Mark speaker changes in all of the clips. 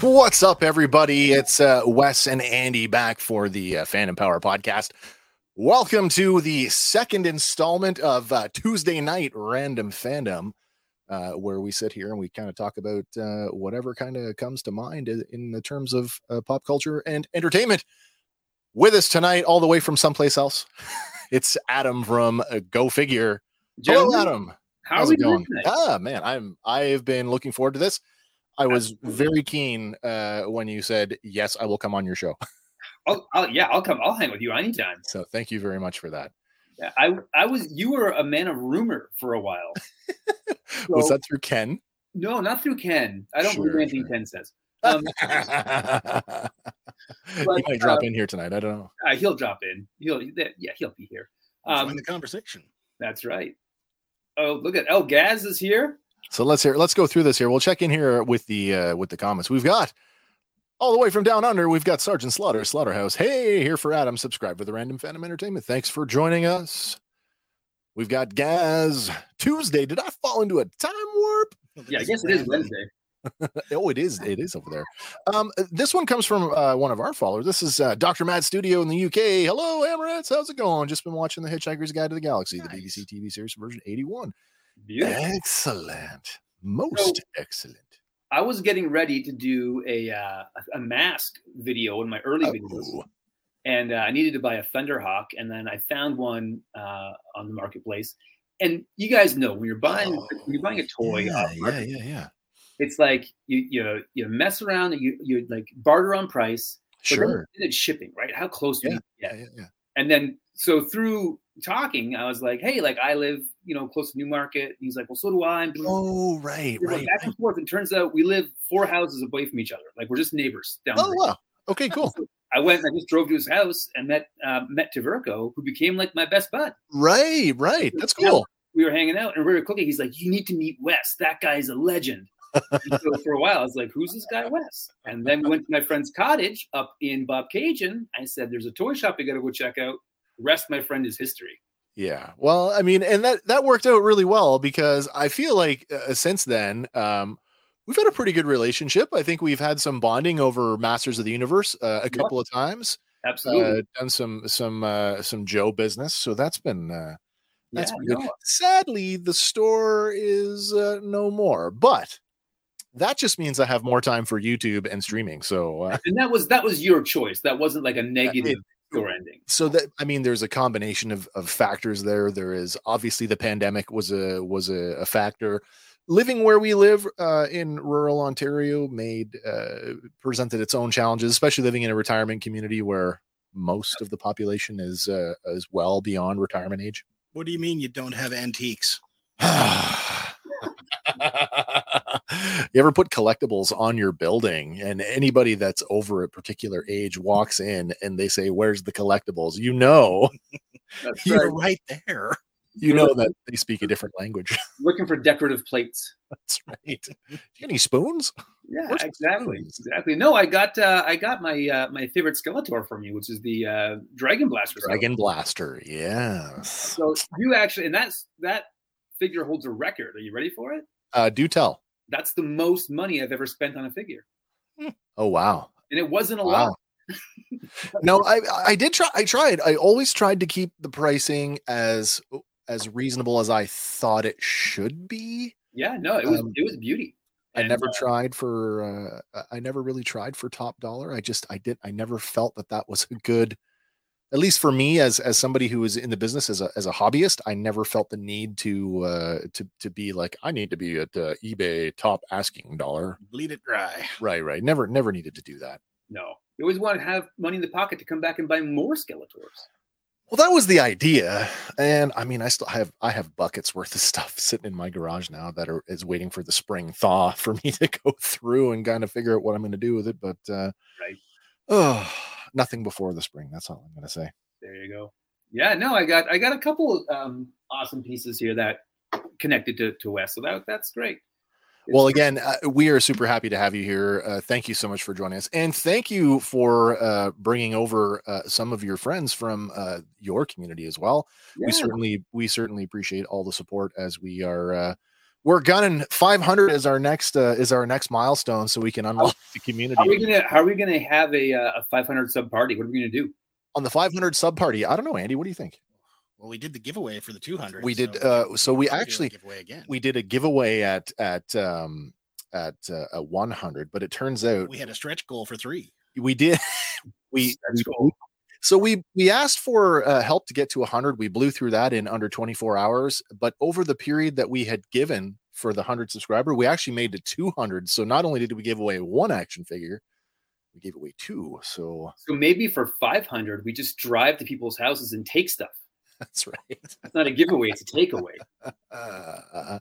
Speaker 1: What's up, everybody? It's uh, Wes and Andy back for the uh, Phantom Power podcast. Welcome to the second installment of uh, Tuesday Night Random Fandom, uh, where we sit here and we kind of talk about uh, whatever kind of comes to mind in- in the terms of uh, pop culture and entertainment. With us tonight, all the way from someplace else, it's Adam from uh, Go Figure. Hello,
Speaker 2: Gentlemen,
Speaker 1: Oh, Adam.
Speaker 2: How are we doing? today?
Speaker 1: Ah, man, I'm I have been looking forward to this. I was very keen uh, when you said yes, I will come on your show.
Speaker 2: I'll, I'll, yeah, I'll come. I'll hang with you anytime.
Speaker 1: So thank you very much for that.
Speaker 2: Yeah, I I was you were a man of rumor for a while.
Speaker 1: was
Speaker 2: So-
Speaker 1: that through Ken?
Speaker 2: No, not through Ken. I don't
Speaker 1: Sure,
Speaker 2: believe anything
Speaker 1: sure.
Speaker 2: Ken says. Um,
Speaker 1: he
Speaker 2: but,
Speaker 1: might drop in here tonight. I don't know.
Speaker 2: uh, he'll drop in. He'll yeah, he'll be here. Um,
Speaker 1: conversation.
Speaker 2: that's right. Oh, look at El Gaz is here.
Speaker 1: So let's hear. Let's go through this here. We'll check in here with the uh, with the comments. We've got all the way from down under. We've got Sergeant Slaughter, Slaughterhouse. Hey, here for Adam. Subscribe for the Random Phantom Entertainment. Thanks for joining us. We've got Gaz Tuesday. Did I fall into a time warp?
Speaker 2: Yeah, I guess it is Wednesday.
Speaker 1: Oh, it is. It is over there. Um, this one comes from uh, one of our followers. This is uh, Dr. Mad Studio in the UK. Hello, Emirates. How's it going? Just been watching The Hitchhiker's Guide to the Galaxy, the
Speaker 3: Nice.
Speaker 1: BBC TV series version 81.
Speaker 2: Beautiful.
Speaker 1: Excellent. Most excellent.
Speaker 2: I was getting ready to do a uh, a mask video in my early videos.
Speaker 1: Oh.
Speaker 2: and uh, I needed to buy a Thunderhawk, and then I found one uh, on the marketplace. And you guys know when you're buying when you're buying a toy,
Speaker 1: Oh, Yeah,
Speaker 2: off
Speaker 1: yeah,
Speaker 2: market,
Speaker 1: yeah, yeah.
Speaker 2: it's like you you you mess around and you you like barter on price, but then-
Speaker 1: Sure.
Speaker 2: then it's shipping, right? How close do you get?
Speaker 1: Yeah, yeah, yeah.
Speaker 2: And then so through talking, I was like, hey, like I live you know close to Newmarket. And he's like, well, so do I. And
Speaker 1: Oh, right,
Speaker 2: we went
Speaker 1: right.
Speaker 2: back
Speaker 1: right.
Speaker 2: and forth, and turns out we live four houses away from each other. Like we're just neighbors down. the
Speaker 1: Oh,
Speaker 2: road.
Speaker 1: wow. Okay, cool.
Speaker 2: I went and I just drove to his house and met uh, met Tiverko, who became like my best bud.
Speaker 1: Right, right. That's cool.
Speaker 2: We were hanging out and we were cooking. He's like, "You need to meet Wes. That guy is a legend." And so for a while, I was like, "Who's this guy, Wes?" And then we went to my friend's cottage up in Bob Cajun. I said, "There's a toy shop you got to go check out." Rest, my friend, is history.
Speaker 1: Yeah. Well, I mean, and that that worked out really well because I feel like uh, since then, um, we've had a pretty good relationship. I think we've had some bonding over Masters of the Universe uh, a
Speaker 2: Yep.
Speaker 1: couple of times.
Speaker 2: Absolutely.
Speaker 1: Uh, done some some uh, some Joe business, so that's been uh, that's
Speaker 2: Yeah,
Speaker 1: been good.
Speaker 2: no.
Speaker 1: Sadly, the store is uh, no more, but that just means I have more time for YouTube and streaming. So uh,
Speaker 2: And that was that was your choice. That wasn't like a negative door ending.
Speaker 1: so that i mean there's a combination of, of factors there there is obviously the pandemic was a was a, a factor living where we live uh, in rural ontario made uh, presented its own challenges especially living in a retirement community where most of the population is uh, is well beyond retirement age
Speaker 3: What do you mean you don't have antiques?
Speaker 1: you ever put collectibles on your building and anybody that's over a particular age walks in and they say where's the collectibles you know
Speaker 2: That's right.
Speaker 3: You're right there.
Speaker 1: you know that they speak a different language.
Speaker 2: Looking for decorative plates.
Speaker 1: That's right. Do you any spoons?
Speaker 2: Yeah,
Speaker 1: Where's the
Speaker 2: exactly,
Speaker 1: spoons?
Speaker 2: exactly. No, I got uh, I got my uh, my favorite Skeletor from you, which is the uh, Dragon Blaster. Skeletor.
Speaker 1: Dragon blaster. Yes.
Speaker 2: So you actually, and that's that figure holds a record. Are you ready for it?
Speaker 1: Uh, do tell.
Speaker 2: That's the most money I've ever spent on a figure,
Speaker 1: Oh wow.
Speaker 2: and it wasn't a
Speaker 1: Wow.
Speaker 2: lot.
Speaker 1: No, I I did try. I tried. I always tried to keep the pricing as as reasonable as I thought it should be.
Speaker 2: Yeah, no, it was
Speaker 1: Um,
Speaker 2: it was beauty.
Speaker 1: I
Speaker 2: And,
Speaker 1: never
Speaker 2: uh,
Speaker 1: tried for. Uh, I never really tried for top dollar. I just I did. I never felt that that was a good. At least for me, as as somebody who is in the business as a as a hobbyist, I never felt the need to uh, to to be like I need to be at uh, eBay top asking dollar.
Speaker 3: Bleed it dry.
Speaker 1: Right, right. Never never needed to do that.
Speaker 2: no, you always want to have money in the pocket to come back and buy more Skeletors.
Speaker 1: Well, that was the idea, and I mean, I still have I have buckets worth of stuff sitting in my garage now that are is waiting for the spring thaw for me to go through and kind of figure out what I'm going to do with it. But uh,
Speaker 2: Right.
Speaker 1: oh, nothing before the spring. That's all I'm going to say.
Speaker 2: There you go. Yeah, no, I got I got a couple um, awesome pieces here that connected to to Wes, so that that's great. It's-
Speaker 1: Well, again, uh, we are super happy to have you here. Uh, thank you so much for joining us, and thank you for uh, bringing over uh, some of your friends from uh, your community as well.
Speaker 2: yeah.
Speaker 1: we certainly we certainly appreciate all the support as we are uh, we're gunning 500 is our next uh, is our next milestone, so we can unlock the community
Speaker 2: Oh, How are we gonna How are we gonna have a uh, a 500 sub party? What are we gonna do?
Speaker 1: on the 500 sub party. I don't know, Andy. What do you think?
Speaker 3: Well, we did the giveaway for the 200.
Speaker 1: We did.
Speaker 3: so
Speaker 1: Uh, so we
Speaker 3: we'll do the
Speaker 1: actually
Speaker 3: giveaway again.
Speaker 1: we did a giveaway at at um at uh, a 100, but it turns out
Speaker 3: We had a stretch goal for three.
Speaker 1: we did we
Speaker 2: That's cool.
Speaker 1: so we we asked for uh, help to get to 100 we blew through that in under 24 hours but over the period that we had given for the 100 subscriber we actually made to 200 so not only did we give away one action figure we gave away two so
Speaker 2: So maybe for 500, we just drive to people's houses and take stuff.
Speaker 1: that's right
Speaker 2: That's not a giveaway; it's a takeaway.
Speaker 1: uh,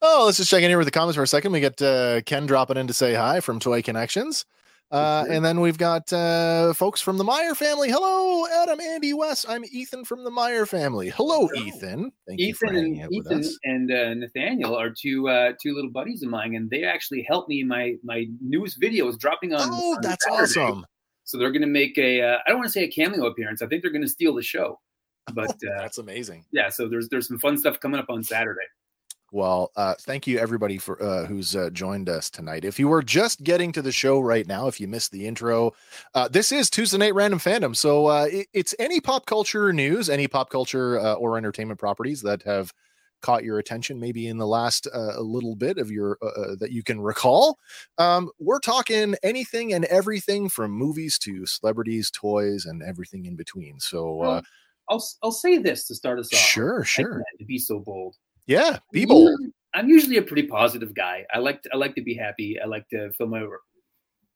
Speaker 1: oh let's just check in here with the comments for a second we got uh, ken dropping in to say hi from toy connections uh,
Speaker 2: Mhm.
Speaker 1: and then we've got uh, folks from the Meyer family. Hello, Adam, Andy, Wes. I'm Ethan from the Meyer family. Hello,
Speaker 2: Hello.
Speaker 1: Ethan. Thank you for
Speaker 2: Ethan
Speaker 1: hanging out
Speaker 2: and
Speaker 1: with
Speaker 2: Ethan
Speaker 1: us.
Speaker 2: and uh, Nathaniel are two uh, two little buddies of mine, and they actually helped me in my my newest video is dropping on.
Speaker 1: Oh,
Speaker 2: on
Speaker 1: that's
Speaker 2: Saturday.
Speaker 1: awesome.
Speaker 2: So they're going to make a uh, I don't want to say a cameo appearance. I think they're going to steal the show. But uh,
Speaker 1: That's amazing.
Speaker 2: yeah, so there's there's some fun stuff coming up on Saturday.
Speaker 1: Well, uh, thank you everybody for uh, who's uh, joined us tonight. If you were just getting to the show right now, if you missed the intro, uh, this is Tuesday Night Random Fandom. So uh, it- it's any pop culture news, any pop culture uh, or entertainment properties that have caught your attention, maybe in the last uh, little bit of your uh, uh, that you can recall. Um, we're talking anything and everything from movies to celebrities, toys, and everything in between. So uh,
Speaker 2: I'll I'll say this to start us off.
Speaker 1: sure,
Speaker 2: I
Speaker 1: sure,
Speaker 2: had to be so bold.
Speaker 1: yeah, be
Speaker 2: I'm
Speaker 1: bold.
Speaker 2: usually- I'm usually a pretty positive guy. I like to, I like to be happy. I like to fill my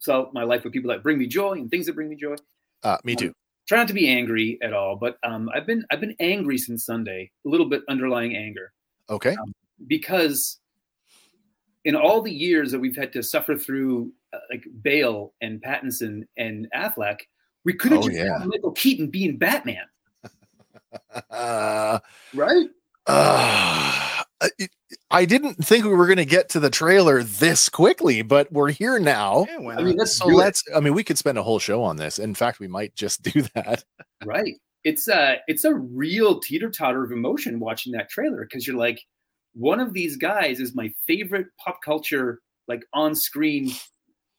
Speaker 2: fill my life with people that bring me joy and things that bring me joy.
Speaker 1: Uh, me too.
Speaker 2: Try not to be angry at all, but um, I've been I've been angry since Sunday. A little bit underlying anger
Speaker 1: Okay.
Speaker 2: because in all the years that we've had to suffer through uh, like Bale and Pattinson and Affleck, we could have
Speaker 1: Oh,
Speaker 2: just
Speaker 1: yeah.
Speaker 2: had Michael Keaton being Batman,
Speaker 1: Uh,
Speaker 2: right?
Speaker 1: uh, I- I didn't think we were going to get to the trailer this quickly, but we're here now.
Speaker 3: Yeah, why
Speaker 2: I mean,
Speaker 3: not?
Speaker 2: let's
Speaker 1: So
Speaker 2: do it.
Speaker 1: let's, I mean, we could spend a whole show on this. In fact, we might just do that.
Speaker 2: Right. It's a it's a real teeter totter of emotion watching that trailer because you're like, one of these guys is my favorite pop culture like on screen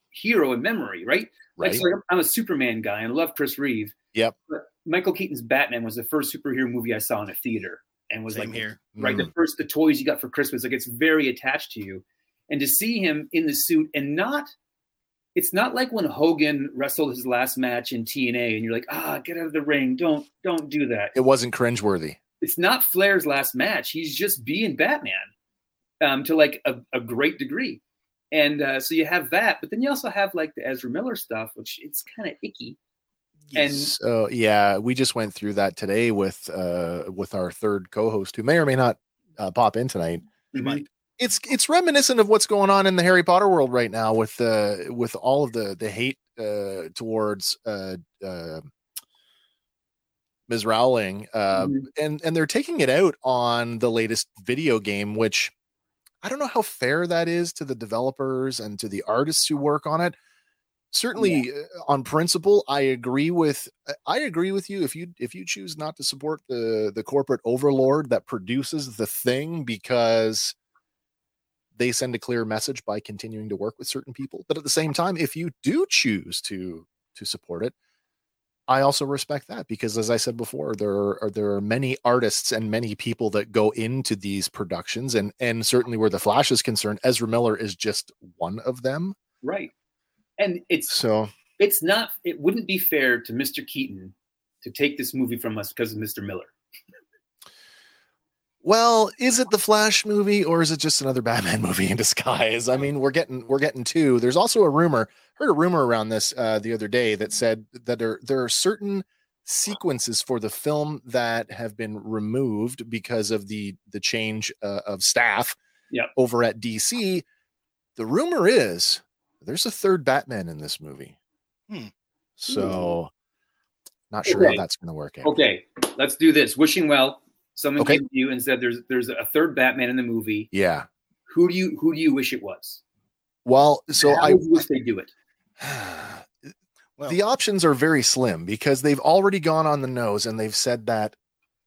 Speaker 2: hero in memory, right?
Speaker 1: Right.
Speaker 2: Like, so I'm a Superman guy and love Chris Reeve.
Speaker 1: Yep.
Speaker 2: But Michael Keaton's Batman was the first superhero movie I saw in a theater and was
Speaker 3: Same
Speaker 2: like
Speaker 3: here.
Speaker 1: Hmm.
Speaker 2: right? The first the toys you got for Christmas, like it's very attached to you. And to see him in the suit and not it's not like when Hogan wrestled his last match in TNA and you're like, ah, get out of the ring. Don't don't do that.
Speaker 1: it wasn't cringeworthy.
Speaker 2: It's not Flair's last match. He's just being Batman um, to like a, a great degree. And uh, so you have that, but then you also have like the Ezra Miller stuff, which it's kind of icky. And-
Speaker 1: So yeah, we just went through that today with uh with our third co-host who may or may not uh, pop in tonight.
Speaker 3: We might.
Speaker 1: it's it's reminiscent of what's going on in the Harry Potter world right now with the with all of the the hate uh, towards uh, uh, Ms. Rowling, uh,
Speaker 2: Mhm.
Speaker 1: and and they're taking it out on the latest video game, which I don't know how fair that is to the developers and to the artists who work on it. Certainly, uh on principle, I agree with I- I agree with you. If you if you choose not to support the the corporate overlord that produces the thing because they send a clear message by continuing to work with certain people, but at the same time, if you do choose to to support it, I also respect that because, as I said before, there are uh, there are many artists and many people that go into these productions, and and certainly where the Flash is concerned, Ezra Miller is just one of them.
Speaker 2: Right. And it's
Speaker 1: So
Speaker 2: it's not it wouldn't be fair to mr keaton to take this movie from us because of mr miller
Speaker 1: Well, is it the Flash movie or is it just another Batman movie in disguise? I mean, we're getting we're getting two. There's also a rumor. Heard a rumor around this uh, the other day that said that there there are certain sequences for the film that have been removed because of the the change uh, of staff
Speaker 2: Yep.
Speaker 1: over at DC. The rumor is there's a third Batman in this movie.
Speaker 3: Hmm.
Speaker 1: So not sure
Speaker 2: Hmm. Okay.
Speaker 1: how that's going to work out.
Speaker 2: okay let's do this wishing well someone
Speaker 1: Okay.
Speaker 2: came to you and said there's there's a third batman in the movie
Speaker 1: Yeah.
Speaker 2: who do you who do you wish it was
Speaker 1: Well, so
Speaker 2: How
Speaker 1: I
Speaker 2: would you wish they do it
Speaker 1: Oh.
Speaker 3: Well,
Speaker 1: the options are very slim because they've already gone on the nose and they've said that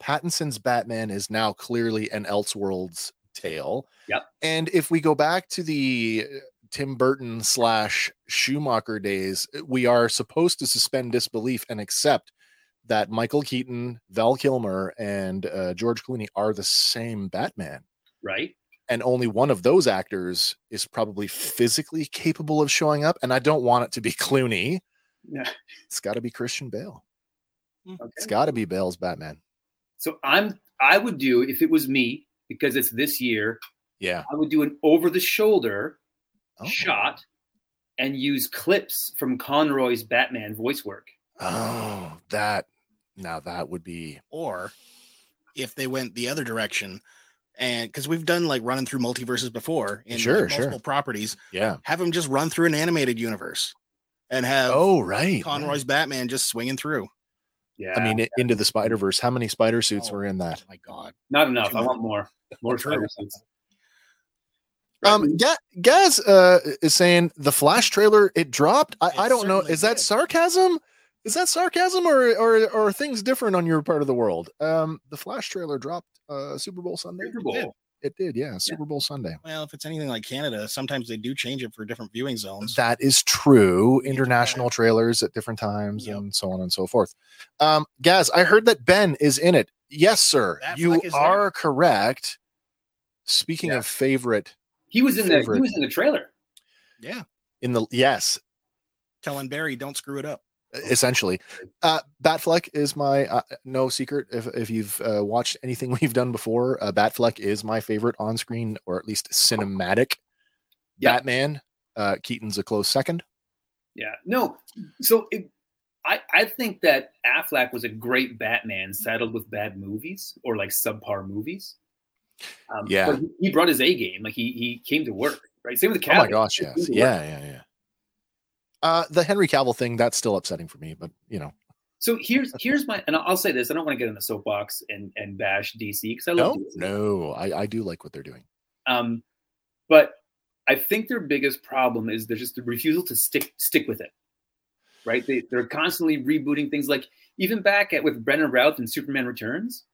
Speaker 1: Pattinson's Batman is now clearly an Elseworlds tale.
Speaker 2: Yep.
Speaker 1: And if we go back to the uh, Tim Burton slash Schumacher days, we are supposed to suspend disbelief and accept that Michael Keaton, Val Kilmer, and uh, George Clooney are the same Batman.
Speaker 2: right?
Speaker 1: And only one of those actors is probably physically capable of showing up. And I don't want it to be Clooney.
Speaker 2: Yeah.
Speaker 1: It's got to be Christian Bale. It's
Speaker 3: Mm.
Speaker 2: Okay.
Speaker 1: got to be Bale's Batman.
Speaker 2: So I'm I would do if it was me because it's this year.
Speaker 1: Yeah.
Speaker 2: I would do an over the shoulder
Speaker 1: Oh.
Speaker 2: shot and use clips from Conroy's Batman voice work.
Speaker 1: Oh, that now that would be
Speaker 3: Or if they went the other direction, and because we've done like running through multiverses before in like,
Speaker 1: Sure, sure.
Speaker 3: multiple properties,
Speaker 1: yeah.
Speaker 3: have them just run through an animated universe and have
Speaker 1: Oh, right.
Speaker 3: Conroy's Batman just swinging through.
Speaker 2: Yeah,
Speaker 1: I mean, i- into the Spider Verse. How many spider suits
Speaker 3: Oh.
Speaker 1: were in that?
Speaker 3: my God.
Speaker 2: not enough. I want more. More
Speaker 3: True.
Speaker 2: Spider Sense.
Speaker 1: Um, Ga- Gaz uh, is saying the Flash trailer it dropped. I,
Speaker 3: It
Speaker 1: I don't know.
Speaker 3: certainly
Speaker 1: Is that
Speaker 3: did.
Speaker 1: sarcasm? Is that sarcasm, or or or are things different on your part of the world? Um, the Flash trailer dropped uh Super Bowl Sunday.
Speaker 2: Super Bowl.
Speaker 1: It did, yeah. Super Bowl Sunday.
Speaker 3: Well, if it's anything like Canada, sometimes they do change it for different viewing zones.
Speaker 1: That is true. International trailers at different times
Speaker 3: Yep.
Speaker 1: and so on and so forth. Um, Gaz, I heard that Ben is in it. Yes, sir.
Speaker 3: That
Speaker 1: you
Speaker 3: flick is
Speaker 1: are
Speaker 3: there.
Speaker 1: correct. Speaking
Speaker 2: Yeah.
Speaker 1: of favorite
Speaker 2: He was in the
Speaker 1: Favorite.
Speaker 2: he was in the trailer.
Speaker 3: Yeah.
Speaker 1: in the yes,
Speaker 3: Telling Barry, don't screw it up.
Speaker 1: essentially. Uh, Batfleck is my uh, no secret. If if you've uh, watched anything we've done before, uh, Batfleck is my favorite on screen or at least cinematic
Speaker 2: Yeah.
Speaker 1: Batman. Uh, Keaton's a close second.
Speaker 2: Yeah. No. So it, I I think that Affleck was a great Batman saddled with bad movies or like subpar movies. Um,
Speaker 1: Yeah.
Speaker 2: but he- he brought his A game. Like he he came to work. Right. Same with the
Speaker 1: Oh my
Speaker 2: Cavill.
Speaker 1: gosh,
Speaker 2: He
Speaker 1: yes.
Speaker 2: came to work.
Speaker 1: Yeah, yeah, yeah. Uh, the Henry Cavill thing, that's still upsetting for me, but you know,
Speaker 2: So here's here's my and I'll say this. I don't want to get in the soapbox and and bash DC because I love
Speaker 1: no,
Speaker 2: DC.
Speaker 1: no, I, I do like what they're doing.
Speaker 2: Um, but I think their biggest problem is there's just the refusal to stick stick with it, right? They, they're constantly rebooting things. Like even back at with Brennan Routh and Superman Returns,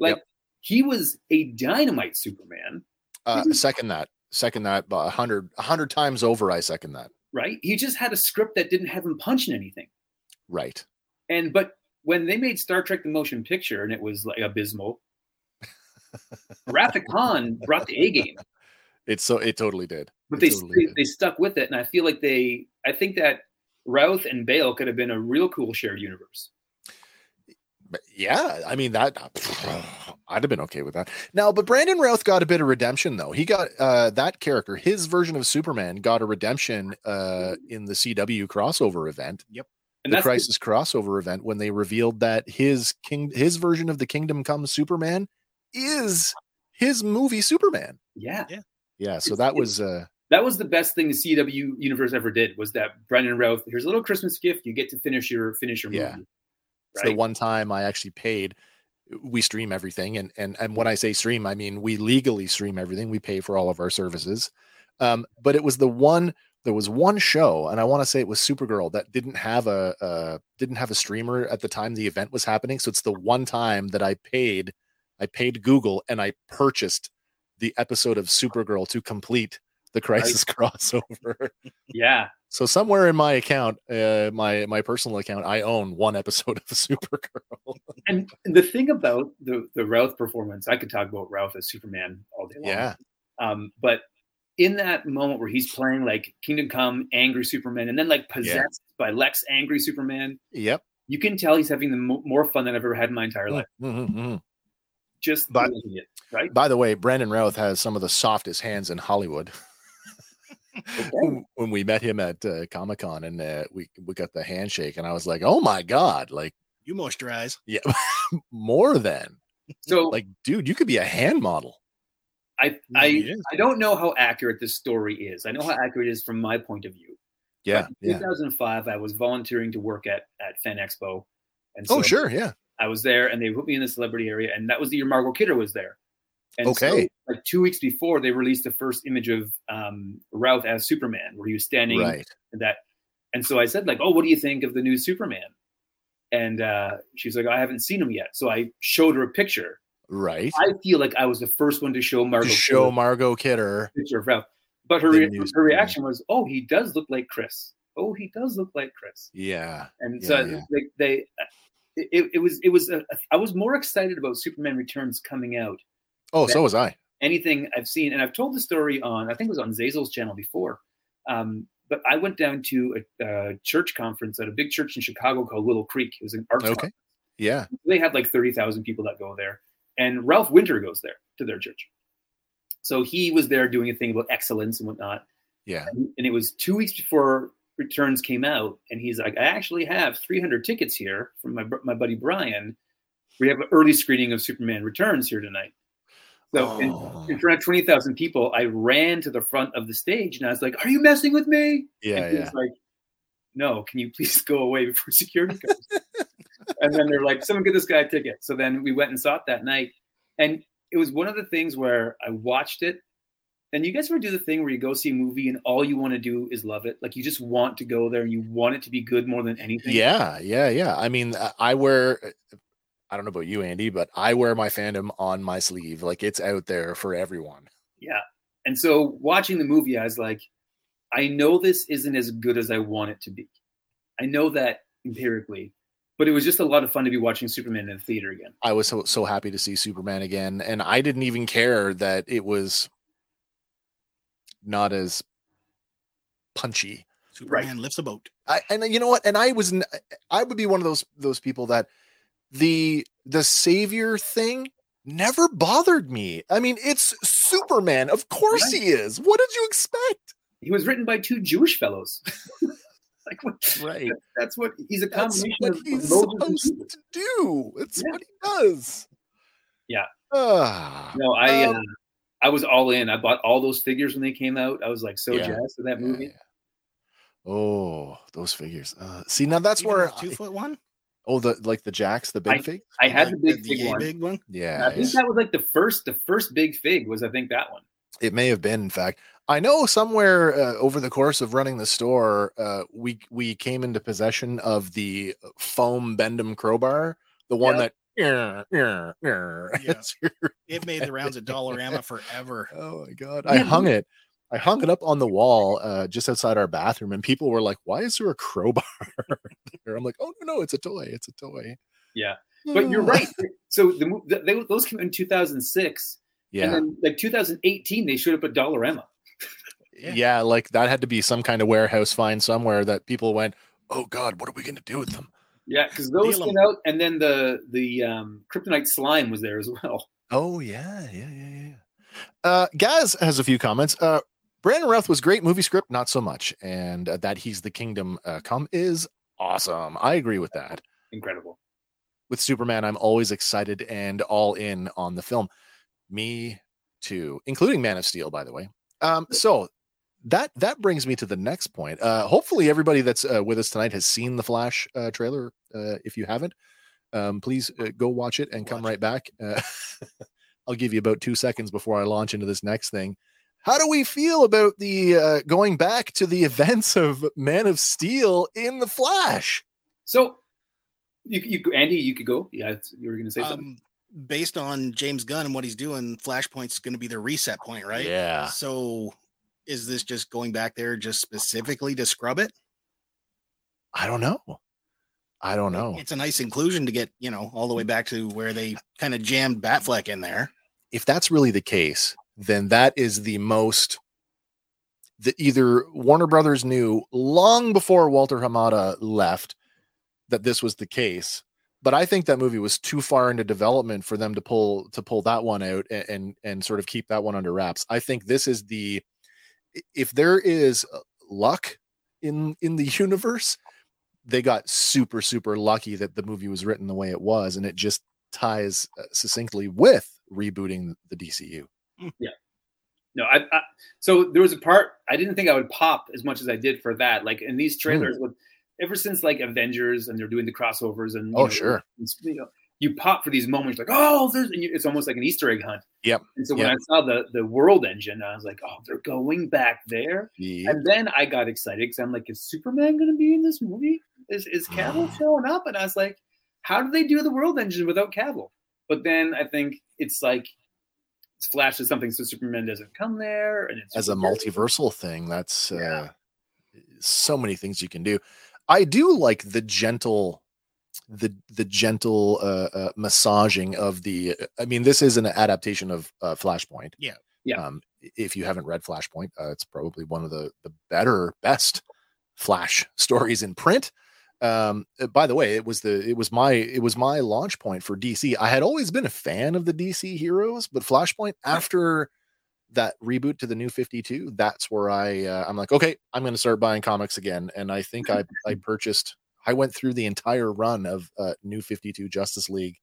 Speaker 2: like he was a dynamite Superman,
Speaker 1: Uh,
Speaker 2: Mhm.
Speaker 1: second that, second that, but a hundred, a hundred times over, I second that.
Speaker 2: right? He just had a script that didn't have him punching anything.
Speaker 1: Right.
Speaker 2: And but when they made Star Trek the motion picture and it was like abysmal, Rafik Khan brought the A game.
Speaker 1: It's so, it totally did.
Speaker 2: but
Speaker 1: It
Speaker 2: they,
Speaker 1: totally
Speaker 2: they they stuck with it, and I feel like they. I think that Routh and Bale could have been a real cool shared universe.
Speaker 1: But yeah, I mean that I'd have been okay with that. Now, but Brandon Routh got a bit of redemption though. He got uh that character, his version of Superman got a redemption uh
Speaker 2: Mm-hmm.
Speaker 1: in the CW crossover event,
Speaker 2: And
Speaker 1: the
Speaker 2: that's
Speaker 1: Crisis crossover event when they revealed that his king his version of the Kingdom Come Superman is his movie Superman.
Speaker 2: yeah,
Speaker 1: Yeah, so
Speaker 2: It's-
Speaker 1: that was uh
Speaker 2: that was the best thing the CW universe ever did was that Brendan Routh. Here's a little Christmas gift. You get to finish your finish your
Speaker 1: Yeah.
Speaker 2: movie.
Speaker 1: it's the
Speaker 2: Right.
Speaker 1: one time I actually paid we stream everything and and and when I say stream I mean we legally stream everything we pay for all of our services um but it was the one there was one show and I want to say it was Supergirl that didn't have a uh didn't have a streamer at the time the event was happening so it's the one time that I paid I paid Google and I purchased the episode of Supergirl to complete the crisis crossover
Speaker 2: Yeah,
Speaker 1: so somewhere in my account, uh, my my personal account, I own one episode of Supergirl.
Speaker 2: and the thing about the the Routh performance, I could talk about Routh as Superman all day long.
Speaker 1: yeah,
Speaker 2: Um, but in that moment where he's playing like Kingdom Come, angry Superman, and then like possessed by Lex, angry Superman,
Speaker 1: yep.
Speaker 2: you can tell he's having the mo- more fun than I've ever had in my entire life.
Speaker 1: Mhm, mhm.
Speaker 2: just
Speaker 1: But-
Speaker 2: looking at it, right?
Speaker 1: By the way, Brandon Routh has some of the softest hands in Hollywood. when we met him at uh, Comic Con and uh, we we got the handshake, and I was like, "Oh my god!" Like,
Speaker 3: You moisturize.
Speaker 1: yeah, more than
Speaker 2: So
Speaker 1: like, dude, you could be a hand model.
Speaker 2: I
Speaker 3: It
Speaker 2: I
Speaker 3: is.
Speaker 2: I don't know how accurate this story is. I know how accurate it is from my point of view.
Speaker 1: Yeah,
Speaker 2: In
Speaker 1: yeah.
Speaker 2: 2005, I was volunteering to work at at Fan Expo, and
Speaker 1: Oh
Speaker 2: so
Speaker 1: sure, yeah.
Speaker 2: I was there, and they put me in the celebrity area, and that was the year Margot Kidder was there. And
Speaker 1: Okay.
Speaker 2: so, like two weeks before, they released the first image of um, Ralph as Superman, where he was standing
Speaker 1: Right.
Speaker 2: and that and so i said like oh what do you think of the new superman and uh, she's like i haven't seen him yet so i showed her a picture
Speaker 1: right?
Speaker 2: I feel like I was the first one to show Margot
Speaker 1: To show
Speaker 2: Kidder
Speaker 1: Margot Kidder.
Speaker 2: the picture of Ralph. But her,
Speaker 1: the
Speaker 2: re-
Speaker 1: news
Speaker 2: her
Speaker 1: thing.
Speaker 2: reaction was, "Oh, he does look like Chris. Oh, he does look like Chris."
Speaker 1: Yeah.
Speaker 2: and
Speaker 1: Yeah,
Speaker 2: so
Speaker 1: yeah.
Speaker 2: like they it, it was it was a, i was more excited about superman returns coming out
Speaker 1: Oh,
Speaker 2: That-
Speaker 1: so was I.
Speaker 2: anything i've seen and i've told the story on i think it was on zazel's channel before um, but i went down to a, uh church conference at a big church in chicago called little creek it was an art
Speaker 1: Okay. Yeah.
Speaker 2: they had like 30,000 people that go there. And Ralph Winter goes there to their church. So he was there doing a thing about excellence and whatnot.
Speaker 1: Yeah.
Speaker 2: And, and it was two weeks before returns came out. And he's like, I actually have 300 tickets here from my, br- my buddy Brian. We have an early screening of Superman Returns here tonight. So in,
Speaker 1: Oh.
Speaker 2: in front of 20,000 people, I ran to the front of the stage and I was like, Are you messing with me?
Speaker 1: Yeah.
Speaker 2: and he
Speaker 1: Yeah.
Speaker 2: was like, no, can you please go away before security comes? and then they're like, someone get this guy a ticket. So then we went and saw it that night. And it was one of the things where I watched it. And you guys ever do the thing where you go see a movie and all you want to do is love it? Like you just want to go there and you want it to be good more than anything.
Speaker 1: Yeah. Yeah. Yeah. I mean, I- I wear, eh, I don't know about you, Andy, but I wear my fandom on my sleeve. Like it's out there for everyone.
Speaker 2: And so watching the movie, I was like, I know this isn't as good as I want it to be. I know that empirically, but it was just a lot of fun to be watching Superman in the theater again.
Speaker 1: I was so so happy to see Superman again, and I didn't even care that it was not as punchy.
Speaker 3: Superman lifts a boat.
Speaker 1: I and you know what? And I was n- I would be one of those those people that the the savior thing never bothered me. I mean, it's Superman. Of course he is. What did you expect?
Speaker 2: he was written by two Jewish fellows. like what,
Speaker 1: Right.
Speaker 2: that's what he's a
Speaker 1: That's
Speaker 2: combination
Speaker 1: what
Speaker 2: of
Speaker 1: he's
Speaker 2: Moses and
Speaker 1: supposed
Speaker 2: Judas.
Speaker 1: to do. It's
Speaker 2: Yeah.
Speaker 1: what he does.
Speaker 2: Yeah.
Speaker 1: Ah.
Speaker 2: No, I uh,
Speaker 1: Um,
Speaker 2: I was all in. I bought all those figures when they came out. I was like so
Speaker 1: Yeah.
Speaker 2: jazzed for that
Speaker 1: Yeah,
Speaker 2: movie.
Speaker 1: yeah. Oh, those figures. Uh, see, now that's
Speaker 3: Even
Speaker 1: where
Speaker 3: the two
Speaker 1: I-
Speaker 3: foot one.
Speaker 1: oh the like the jacks, the big fig.
Speaker 2: I had
Speaker 3: Like
Speaker 2: the big
Speaker 3: yay
Speaker 2: fig one.
Speaker 3: big one.
Speaker 1: Yeah,
Speaker 2: I think
Speaker 1: yeah.
Speaker 2: that was like the first the first big fig was I think that one.
Speaker 1: it may have been. In fact, I know somewhere uh, over the course of running the store, uh, we we came into possession of the uh, foam Bendham crowbar, the one
Speaker 2: Yep.
Speaker 1: that. Yeah.
Speaker 3: It made the rounds at Dollarama forever.
Speaker 1: Oh my god! I
Speaker 2: Yeah.
Speaker 1: hung it. I hung it up on the wall uh, just outside our bathroom, and people were like, "Why is there a crowbar?" there? I'm like, "Oh no, no, it's a toy. It's a toy."
Speaker 2: Yeah. But you're
Speaker 1: Ah.
Speaker 2: right. So the mo- th- they, those came out in 2006,
Speaker 1: Yeah,
Speaker 2: and then like 2018 they showed up at Dollarama.
Speaker 1: yeah,
Speaker 3: Yeah.
Speaker 1: Like that had to be some kind of warehouse find somewhere that people went, "Oh God, what are we going to do with them?"
Speaker 2: Yeah, because those
Speaker 3: Deal 'em.
Speaker 2: came out, and then the the um, Kryptonite slime was there as well.
Speaker 1: Oh yeah, yeah, yeah, yeah. yeah. Uh, Gaz has a few comments. Uh, Brandon Routh was great. Movie script, not so much. And uh, that he's the kingdom uh, come is awesome. I agree with that.
Speaker 2: Incredible.
Speaker 1: with Superman, I'm always excited and all in on the film. Me too, including Man of Steel, by the way. Um, so that that brings me to the next point. Uh, hopefully, everybody that's uh, with us tonight has seen the Flash uh, trailer. Uh, if you haven't, um, please uh, go watch it and come
Speaker 3: Watch
Speaker 1: right back. Uh, I'll give you about two seconds before I launch into this next thing. How do we feel about the uh, going back to the events of Man of Steel in the Flash?
Speaker 2: So, you, you, Andy, you could go. Yeah, it's- you were going to say something.
Speaker 3: Um, based on James Gunn and what he's doing, Flashpoint's going to be their reset point, right?
Speaker 1: Yeah.
Speaker 3: So, is this just going back there just specifically to scrub it?
Speaker 1: I don't know. I don't know.
Speaker 3: It's a nice inclusion to get you know all the way back to where they kind of jammed Batfleck in there.
Speaker 1: If that's really the case, then that is the most that either Warner Brothers knew long before Walter Hamada left that this was the case. But I think that movie was too far into development for them to pull to pull that one out and and, and sort of keep that one under wraps. I think this is the if there is uh, luck in in the universe, they got super super lucky that the movie was written the way it was and it just ties uh, succinctly with rebooting the DCU.
Speaker 2: No, I, I so there was a part I didn't think I would pop as much as I did for that. Like in these trailers,
Speaker 1: Hmm.
Speaker 2: with ever since like Avengers and they're doing the crossovers and you
Speaker 1: Oh,
Speaker 2: know,
Speaker 1: sure.
Speaker 2: it's, you, know, you pop for these moments like oh there's and you, it's almost like an Easter egg hunt.
Speaker 1: Yep,
Speaker 2: And so when
Speaker 1: yep.
Speaker 2: I saw the the world engine, I was like oh they're going back there. And then I got excited because I'm like, is Superman going to be in this movie? Is is Cavill showing up? And I was like, how do they do the world engine without Cavill? But then I think it's like it's Flash is something, so Superman doesn't come there, and it's
Speaker 1: as a multiversal thing. That's uh, so many things you can do. I do like the gentle, the the gentle uh, uh, massaging of the. uh, I mean, this is an adaptation of uh, Flashpoint.
Speaker 3: Yeah.
Speaker 2: Yeah.
Speaker 1: Um, if you haven't read Flashpoint, uh, it's probably one of the the better, best Flash stories in print. Um, uh, by the way, it was the it was my it was my launch point for DC. I had always been a fan of the DC heroes, but Flashpoint after that reboot to the new 52 that's where i uh, i'm like okay i'm going to start buying comics again and i think i i purchased i went through the entire run of uh, new 52 justice league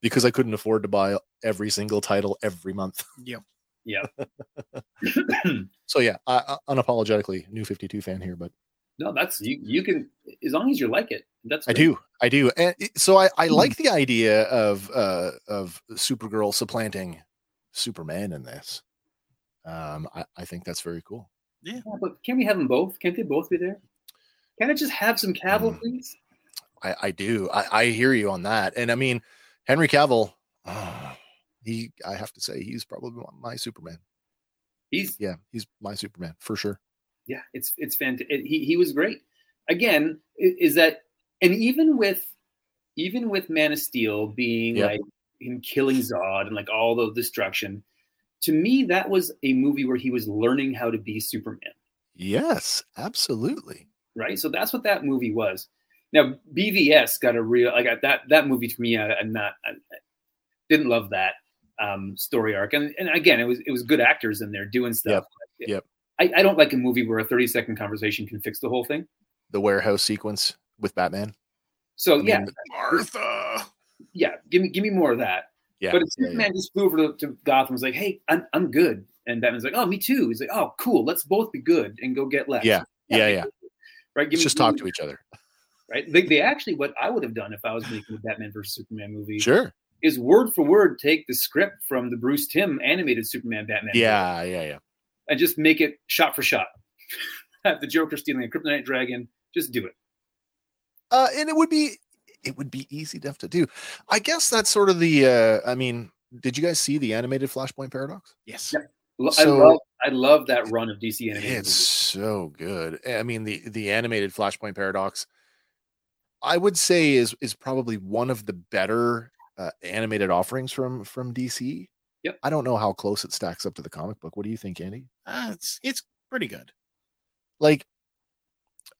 Speaker 1: because i couldn't afford to buy every single title every month
Speaker 2: yeah.
Speaker 1: so yeah I, I, unapologetically new 52 fan here but
Speaker 2: no, that's you. You can as long as you like it. That's
Speaker 1: i
Speaker 2: great.
Speaker 1: do i do and it- so i i like the idea of uh of supergirl supplanting superman in this um i, I think that's very cool
Speaker 2: Yeah, but can we have them both? Can't they both be there? Can I just have some Cavill,
Speaker 1: Mm.
Speaker 2: please?
Speaker 1: I, I do. I, I hear you on that. And I mean, Henry Cavill, ah, he, I have to say, he's probably my Superman.
Speaker 2: He's
Speaker 1: Yeah, he's my Superman for sure.
Speaker 2: yeah, it's it's fantastic. He he was great. Again, i- is that and even with even with Man of Steel being
Speaker 1: Yeah.
Speaker 2: like him killing Zod and like all the destruction, to me that was a movie where he was learning how to be Superman.
Speaker 1: Yes, absolutely.
Speaker 2: right? So that's what that movie was. Now BVS got a real like I- that that movie to me. I, I'm not I, I didn't love that um, story arc, and and again, it was it was good actors in there doing stuff.
Speaker 1: Yep,
Speaker 2: I, I don't like a movie where a 30 second conversation can fix the whole thing.
Speaker 1: The warehouse sequence with Batman.
Speaker 2: So
Speaker 1: I
Speaker 2: Oh, yeah,
Speaker 1: mean, Martha.
Speaker 2: yeah, give me give me more of that.
Speaker 1: Yeah.
Speaker 2: but if
Speaker 1: yeah,
Speaker 2: Superman just flew over to, to Gotham, and was like, hey, I'm I'm good, and Batman's like, oh, me too. He's like, oh, cool, let's both be good and go get left.
Speaker 1: yeah. Yeah. Yeah. yeah.
Speaker 2: right.
Speaker 1: Let's just
Speaker 2: give
Speaker 1: talk
Speaker 2: me-
Speaker 1: to each other.
Speaker 2: Right. They, they actually what I would have done if I was making a Batman versus Superman movie.
Speaker 1: Sure.
Speaker 2: is word for word take the script from the Bruce Tim animated Superman Batman. movie
Speaker 1: Yeah. Yeah. Yeah.
Speaker 2: And just make it shot for shot. Have the Joker stealing a kryptonite dragon. Just do it.
Speaker 1: uh, and it would be it would be easy enough to do. I guess that's sort of the. uh I mean, did you guys see the animated Flashpoint Paradox?
Speaker 3: Yes.
Speaker 2: Yeah. Lo-
Speaker 1: So-
Speaker 2: I love I love that run of DC animated.
Speaker 1: It's
Speaker 2: movies.
Speaker 1: so good. I mean, the the animated Flashpoint Paradox, I would say is is probably one of the better uh, animated offerings from from DC.
Speaker 2: Yep.
Speaker 1: I don't know how close it stacks up to the comic book. What do you think, Andy?
Speaker 3: Uh, it's it's pretty good.
Speaker 1: Like,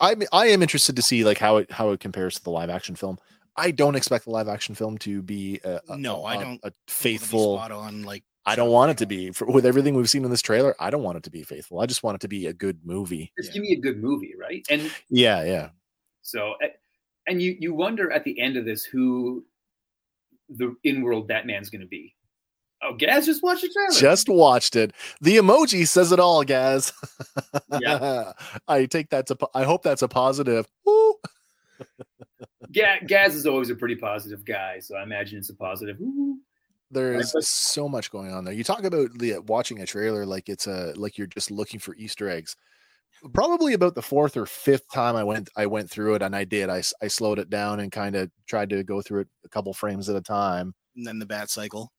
Speaker 1: I I am interested to see like how it how it compares to the live action film. I don't expect the live action film to be a, a-
Speaker 3: No, I
Speaker 1: a-
Speaker 3: don't
Speaker 1: a
Speaker 3: It'll be
Speaker 1: faithful.
Speaker 3: spot on like
Speaker 1: I don't want it to be for, with everything we've seen in this trailer. I don't want it to be faithful. I just want it to be a good movie.
Speaker 2: Just give me a good movie, right? And
Speaker 1: Yeah, yeah.
Speaker 2: so eh, and you you wonder at the end of this who the in world Batman's gonna be. Oh, Gaz, just watch the trailer.
Speaker 1: just watched it. The emoji says it all, guys.
Speaker 2: Yeah.
Speaker 1: I take that to. po- I hope that's a positive. Woo.
Speaker 2: Ga- Gaz is always a pretty positive guy, so I imagine it's a positive. Ooh.
Speaker 1: There
Speaker 2: Right,
Speaker 1: is
Speaker 2: but-
Speaker 1: so much going on there. You talk about the uh, watching a trailer like it's a like you're just looking for Easter eggs. Probably about the fourth or fifth time I went I went through it and I did I, s- I slowed it down and kind of tried to go through it a couple frames at a time.
Speaker 3: and then the Bat Cycle,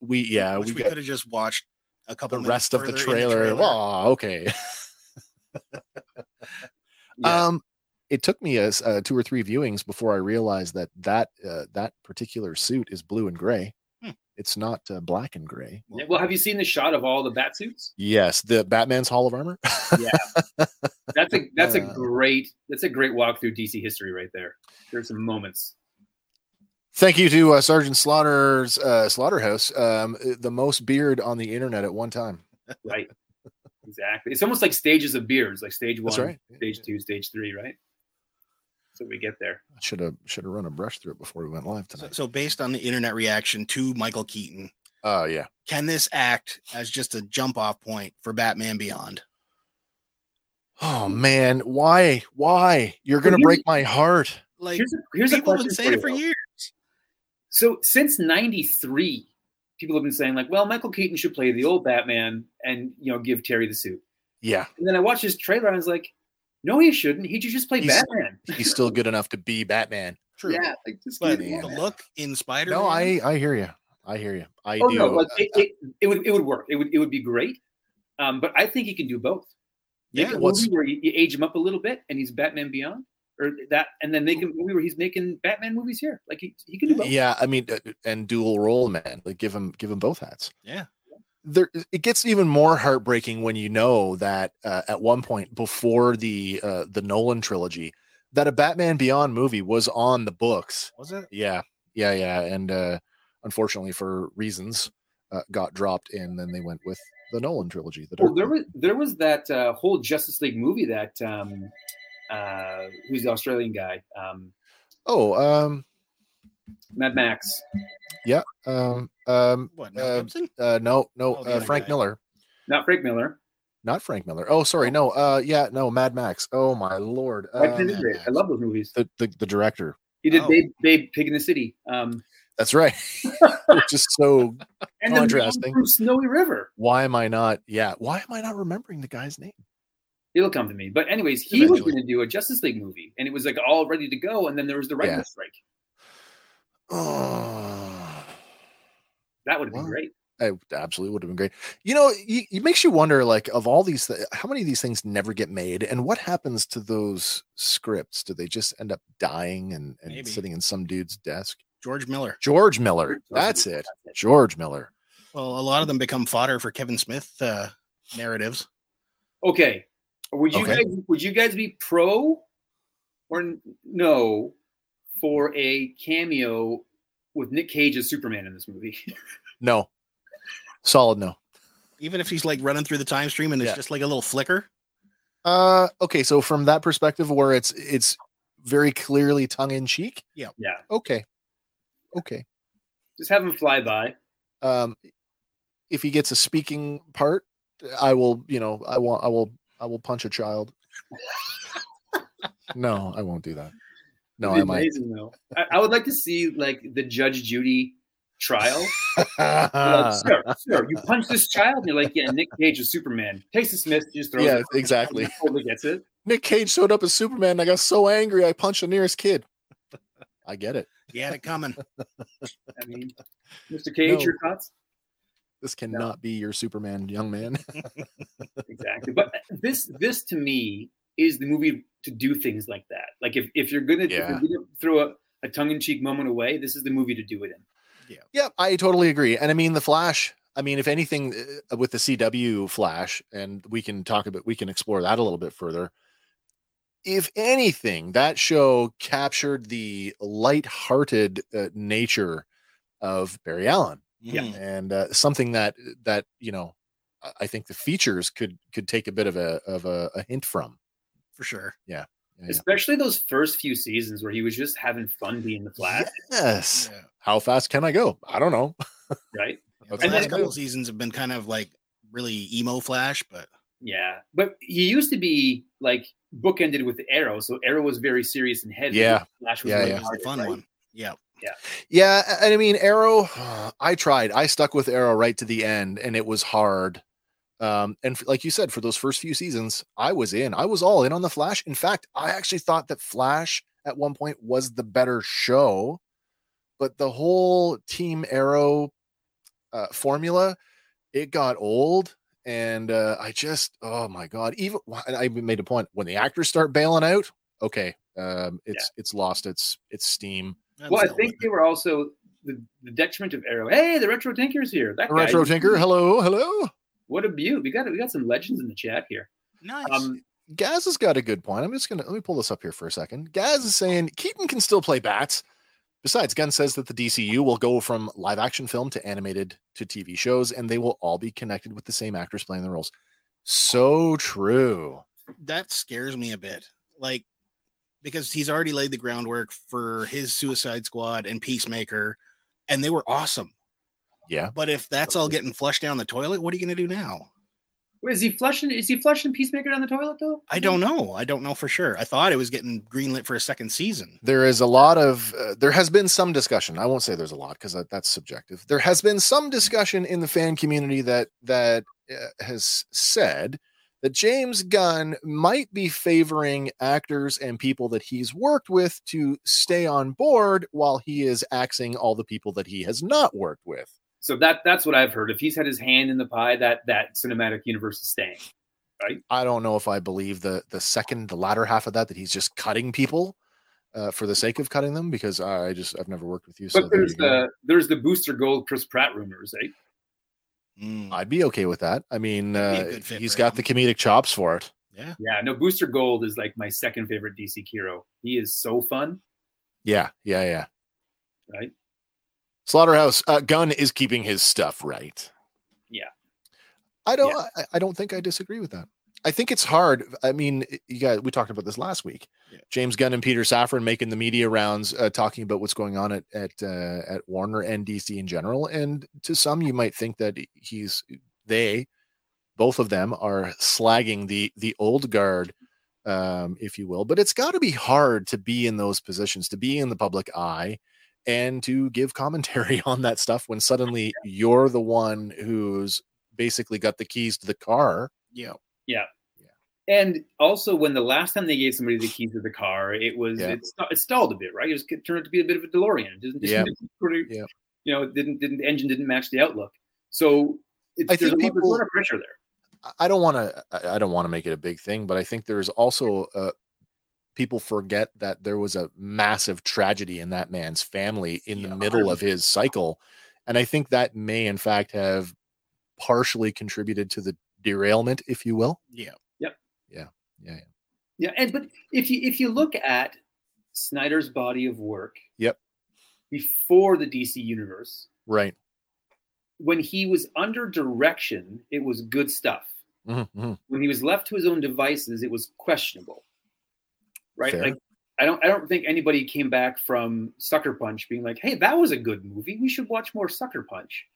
Speaker 1: We yeah Uh,
Speaker 3: which
Speaker 1: we
Speaker 3: we,
Speaker 1: got
Speaker 3: could have just watched a couple
Speaker 1: the
Speaker 3: minutes
Speaker 1: rest of the
Speaker 3: further in
Speaker 1: trailer. Aw, okay.
Speaker 2: Yeah.
Speaker 1: Um, it took me as uh, two or three viewings before I realized that that uh, that particular suit is blue and gray.
Speaker 3: Hmm.
Speaker 1: It's not uh, black and gray.
Speaker 2: well, have you seen the shot of all the bat suits?
Speaker 1: Yes, the Batman's Hall of Armor.
Speaker 2: That's a that's a
Speaker 1: Uh,
Speaker 2: great that's a great walk through DC history right there. There's some moments.
Speaker 1: Thank you to uh, Sergeant Slaughter's uh, Slaughterhouse, um, uh, the most beard on the internet at one time.
Speaker 2: Right. exactly. It's almost like stages of beards, like stage one,
Speaker 1: That's right.
Speaker 2: stage two, stage three, right? So we get there.
Speaker 1: Should have should have run a brush through it before we went live
Speaker 3: So,
Speaker 1: tonight.
Speaker 3: so based on the internet reaction to Michael Keaton,
Speaker 1: Oh yeah,
Speaker 3: can this act as just a jump off point for Batman Beyond?
Speaker 1: Oh man, why why you're gonna
Speaker 2: Here's-
Speaker 1: break my heart?
Speaker 3: Like
Speaker 2: Here's a here's a
Speaker 3: people have
Speaker 2: question for you.
Speaker 3: been saying it for
Speaker 2: though.
Speaker 3: years.
Speaker 2: So since '93, people have been saying like, well, Michael Keaton should play the old Batman and you know give Terry the suit.
Speaker 1: Yeah,
Speaker 2: And then I watched his trailer and I was like, no, he shouldn't. He should just play
Speaker 1: He's-
Speaker 2: Batman.
Speaker 1: he's still good enough to be Batman.
Speaker 3: True.
Speaker 2: Yeah, like just
Speaker 3: But
Speaker 2: give him
Speaker 3: the
Speaker 2: Batman.
Speaker 3: look in Spider
Speaker 1: No, I I hear you. I hear you. I
Speaker 2: oh
Speaker 1: do. uh,
Speaker 2: no, like, it, it, it would it would work. It would it would be great. Um, but I think he can do both. Make
Speaker 3: Yeah,
Speaker 2: a
Speaker 1: what's-
Speaker 2: movie where you, you age him up a little bit, and he's Batman Beyond, or that, and then make a movie where he's making Batman movies here. Like he, he can do both.
Speaker 1: yeah, I mean, uh, and dual role, man. Like, give him give him both hats.
Speaker 3: Yeah.
Speaker 1: there it gets even more heartbreaking when you know that uh, at one point before the uh, the Nolan trilogy that a Batman Beyond movie was on the books.
Speaker 3: Was it?
Speaker 1: Yeah. Yeah, yeah, and uh unfortunately for reasons uh, got dropped and then they went with the Nolan trilogy. The
Speaker 2: Well,
Speaker 1: Dark
Speaker 2: there
Speaker 1: Knight.
Speaker 2: was there was that uh, whole Justice League movie that um, uh, who's the Australian guy, um,
Speaker 1: Oh, um
Speaker 2: Mad Max.
Speaker 1: um um
Speaker 3: What?
Speaker 1: Uh,
Speaker 3: Mel Gibson?
Speaker 1: uh no, no,
Speaker 3: Oh, the
Speaker 1: uh,
Speaker 3: other
Speaker 1: Frank
Speaker 3: guy.
Speaker 1: Miller.
Speaker 2: Not Frank Miller.
Speaker 1: Not Frank Miller. Oh, sorry. No. Uh yeah, no, Mad Max. Oh my lord.
Speaker 2: Frank
Speaker 1: Uh,
Speaker 2: Miller is
Speaker 3: Mad
Speaker 2: great. I
Speaker 3: Max.
Speaker 2: love those movies.
Speaker 1: the, the the director.
Speaker 2: He did
Speaker 3: Oh.
Speaker 2: Babe, Babe, Pig in the City, um,
Speaker 1: That's right. Which is so
Speaker 2: and
Speaker 1: Oh,
Speaker 2: then
Speaker 1: Contrasting.
Speaker 2: from Snowy River.
Speaker 1: why am I not? Yeah, why am I not remembering the guy's name?
Speaker 2: It'll come to me. But anyways, he was
Speaker 3: Eventually.
Speaker 2: going to do a Justice League movie, and it was like all ready to go, and then there was the writer's
Speaker 1: Yeah.
Speaker 2: strike.
Speaker 1: Oh,
Speaker 2: That would have been
Speaker 1: Wow.
Speaker 2: great.
Speaker 1: I absolutely would have been great. You know, y- it makes you wonder, like, of all these, th- how many of these things never get made, and what happens to those scripts? Do they just end up dying and, and
Speaker 3: Maybe.
Speaker 1: sitting in some dude's desk?
Speaker 3: George Miller.
Speaker 1: George Miller, that's it. George Miller.
Speaker 3: Well, a lot of them become fodder for Kevin Smith uh, narratives.
Speaker 2: Okay. Would you
Speaker 1: Okay.
Speaker 2: guys would you guys be pro or n- no for a cameo with Nick Cage as Superman in this movie?
Speaker 1: No, solid no.
Speaker 3: Even if he's like running through the time stream and it's
Speaker 1: Yeah.
Speaker 3: just like a little flicker.
Speaker 1: Uh, okay, so from that perspective, where it's it's very clearly tongue in cheek.
Speaker 2: yeah.
Speaker 1: Okay, okay.
Speaker 2: Just have him fly by.
Speaker 1: um if he gets a speaking part i will you know i want i will i will punch a child no i won't do that no i
Speaker 2: It'd be
Speaker 1: might
Speaker 2: amazing, though. I, I would like to see like the Judge Judy trial. like,
Speaker 1: yeah
Speaker 2: sir, sir, you punch this child, and you're like, yeah, Nick Cage is Superman. Takes a Smith, just throws it.
Speaker 1: exactly
Speaker 2: Totally gets it.
Speaker 1: nick cage showed up as superman and i got so angry i punched the nearest kid i get it
Speaker 3: He had it coming.
Speaker 2: I mean, Mr. Cage,
Speaker 1: No.
Speaker 2: your thoughts?
Speaker 1: this cannot be your superman young man
Speaker 2: exactly. But uh, this this to me is the movie to do things like that. Like if, if you're gonna, if you're
Speaker 1: Yeah.
Speaker 2: gonna throw a, a tongue in cheek moment away, this is the movie to do it in.
Speaker 1: Yep, I totally agree. And I mean, the Flash. I mean, if anything, uh, with the CW Flash, and we can talk about, we can explore that a little bit further. If anything, that show captured the light-hearted uh, nature of Barry Allen,
Speaker 2: Yeah.
Speaker 3: Mhm.
Speaker 1: and uh, something that that you know, I- I think the features could could take a bit of a of a, a hint from.
Speaker 3: For sure.
Speaker 1: Yeah.
Speaker 2: Especially those first few seasons where he was just having fun being the Flash,
Speaker 1: Yes.
Speaker 3: Yeah.
Speaker 1: How fast can I go? I don't know.
Speaker 2: right?
Speaker 3: Yeah,
Speaker 1: That's
Speaker 3: the
Speaker 2: what I
Speaker 3: last couple
Speaker 1: do.
Speaker 3: seasons have been kind of like really emo flash, but
Speaker 2: Yeah, but he used to be like bookended with Arrow, so Arrow was very serious and heavy.
Speaker 1: Yeah.
Speaker 2: Flash was
Speaker 1: Yeah,
Speaker 2: really
Speaker 1: yeah.
Speaker 3: it was the
Speaker 2: lighthearted,
Speaker 3: fun
Speaker 2: right?
Speaker 3: one. Yeah.
Speaker 1: Yeah, a- and I mean Arrow. I tried. I stuck with Arrow right to the end, and it was hard. Um, and f- like you said, for those first few seasons, I was in. I was all in on the Flash. In fact, I actually thought that Flash at one point was the better show, but the whole Team Arrow uh, formula it got old, and uh, I just oh my god! Even and I made a point when the actors start bailing out. Okay, um, it's it's lost its its steam.
Speaker 3: I'm
Speaker 2: Well, I
Speaker 3: still
Speaker 2: think
Speaker 3: with
Speaker 2: they were also the, the detriment of Arrow. Hey, the Retro Tinker's here. That
Speaker 1: The
Speaker 2: guy,
Speaker 1: Retro Tinker, hello, hello.
Speaker 2: What a beaut. We got we got some legends in the chat here.
Speaker 3: it. nice.
Speaker 2: Um,
Speaker 1: Gaz has got a good point. I'm just gonna let me pull this up here for a second. Gaz is saying Keaton can still play bats. Besides, Gunn says that the DCU will go from live action film to animated to TV shows, and they will all be connected with the same actors playing the roles. So true.
Speaker 3: that scares me a bit. Like because he's already laid the groundwork for his Suicide Squad and Peacemaker, and they were awesome.
Speaker 1: Yeah.
Speaker 3: But if that's all getting flushed down the toilet, what are you going to do now?
Speaker 2: Is he flushing? Is he flushing Peacemaker down the toilet though?
Speaker 1: Mm-hmm.
Speaker 3: I don't know. I don't know for sure. I thought it was getting greenlit for a second season.
Speaker 1: There is a lot of, uh, there has been some discussion. I won't say there's a lot because that's subjective. There has been some discussion in the fan community that that uh, has said that James Gunn might be favoring actors and people that he's worked with to stay on board while he is axing all the people that he has not worked with.
Speaker 2: So that that's what I've heard. If he's had his hand in the pie, that that cinematic universe is staying.
Speaker 1: I don't know if I believe the the second, the latter half of that that he's just cutting people uh, for the sake of cutting them because I just I've never worked with you. So
Speaker 2: But
Speaker 1: there
Speaker 2: there's
Speaker 1: you go.
Speaker 2: the there's the Booster Gold Chris Pratt rumors, eh?
Speaker 3: Mm,
Speaker 1: I'd be okay with that. I mean, uh,
Speaker 3: That'd be a good fit
Speaker 1: he's
Speaker 3: for
Speaker 1: got
Speaker 3: him.
Speaker 1: the comedic chops for it.
Speaker 3: yeah.
Speaker 2: Yeah, no, Booster Gold is like my second favorite DC hero. He is so fun,
Speaker 1: Yeah, yeah, yeah.
Speaker 2: right?
Speaker 1: Slaughterhouse uh, Gunn is keeping his stuff right.
Speaker 2: Yeah.
Speaker 1: I don't. I, I don't think I disagree with that. I think it's hard. I mean, you guys, we talked about this last week.
Speaker 3: Yeah.
Speaker 1: James Gunn and Peter Safran making the media rounds, uh, talking about what's going on at at uh, at Warner and DC in general. And to some, you might think that he's they, both of them, are slagging the the old guard, um, if you will. But it's got to be hard to be in those positions, to be in the public eye, and to give commentary on that stuff when suddenly you're the one who's basically got the keys to the car.
Speaker 3: Yeah.
Speaker 2: And also, when the last time they gave somebody the keys to the car, it was
Speaker 1: Yeah.
Speaker 2: it, st- it stalled a bit, right? It was it turned out to be a bit of a DeLorean. It didn't, it
Speaker 1: Yeah.
Speaker 2: didn't sort of-
Speaker 1: Yeah.
Speaker 2: you know, it didn't didn't the engine didn't match the outlook. So it's,
Speaker 1: I
Speaker 2: there's
Speaker 1: think
Speaker 2: a lot- there's a lot
Speaker 1: people-
Speaker 2: of pressure there.
Speaker 1: I- I don't want to. I don't want to make it a big thing, but I think there's also uh, people forget that there was a massive tragedy in that man's family in the
Speaker 3: Yeah.
Speaker 1: middle of his cycle, and I think that may, in fact, have partially contributed to the derailment, if you will.
Speaker 3: Yeah.
Speaker 2: Yeah, and but if you if you look at Snyder's body of work,
Speaker 1: Yep.
Speaker 2: before the DC universe,
Speaker 1: Right.
Speaker 2: when he was under direction, it was good stuff.
Speaker 1: Mhm, mhm.
Speaker 2: When he was left to his own devices, it was questionable. Right?
Speaker 1: Fair.
Speaker 2: Like I don't I don't think anybody came back from Sucker Punch being like, "Hey, that was a good movie. We should watch more Sucker Punch."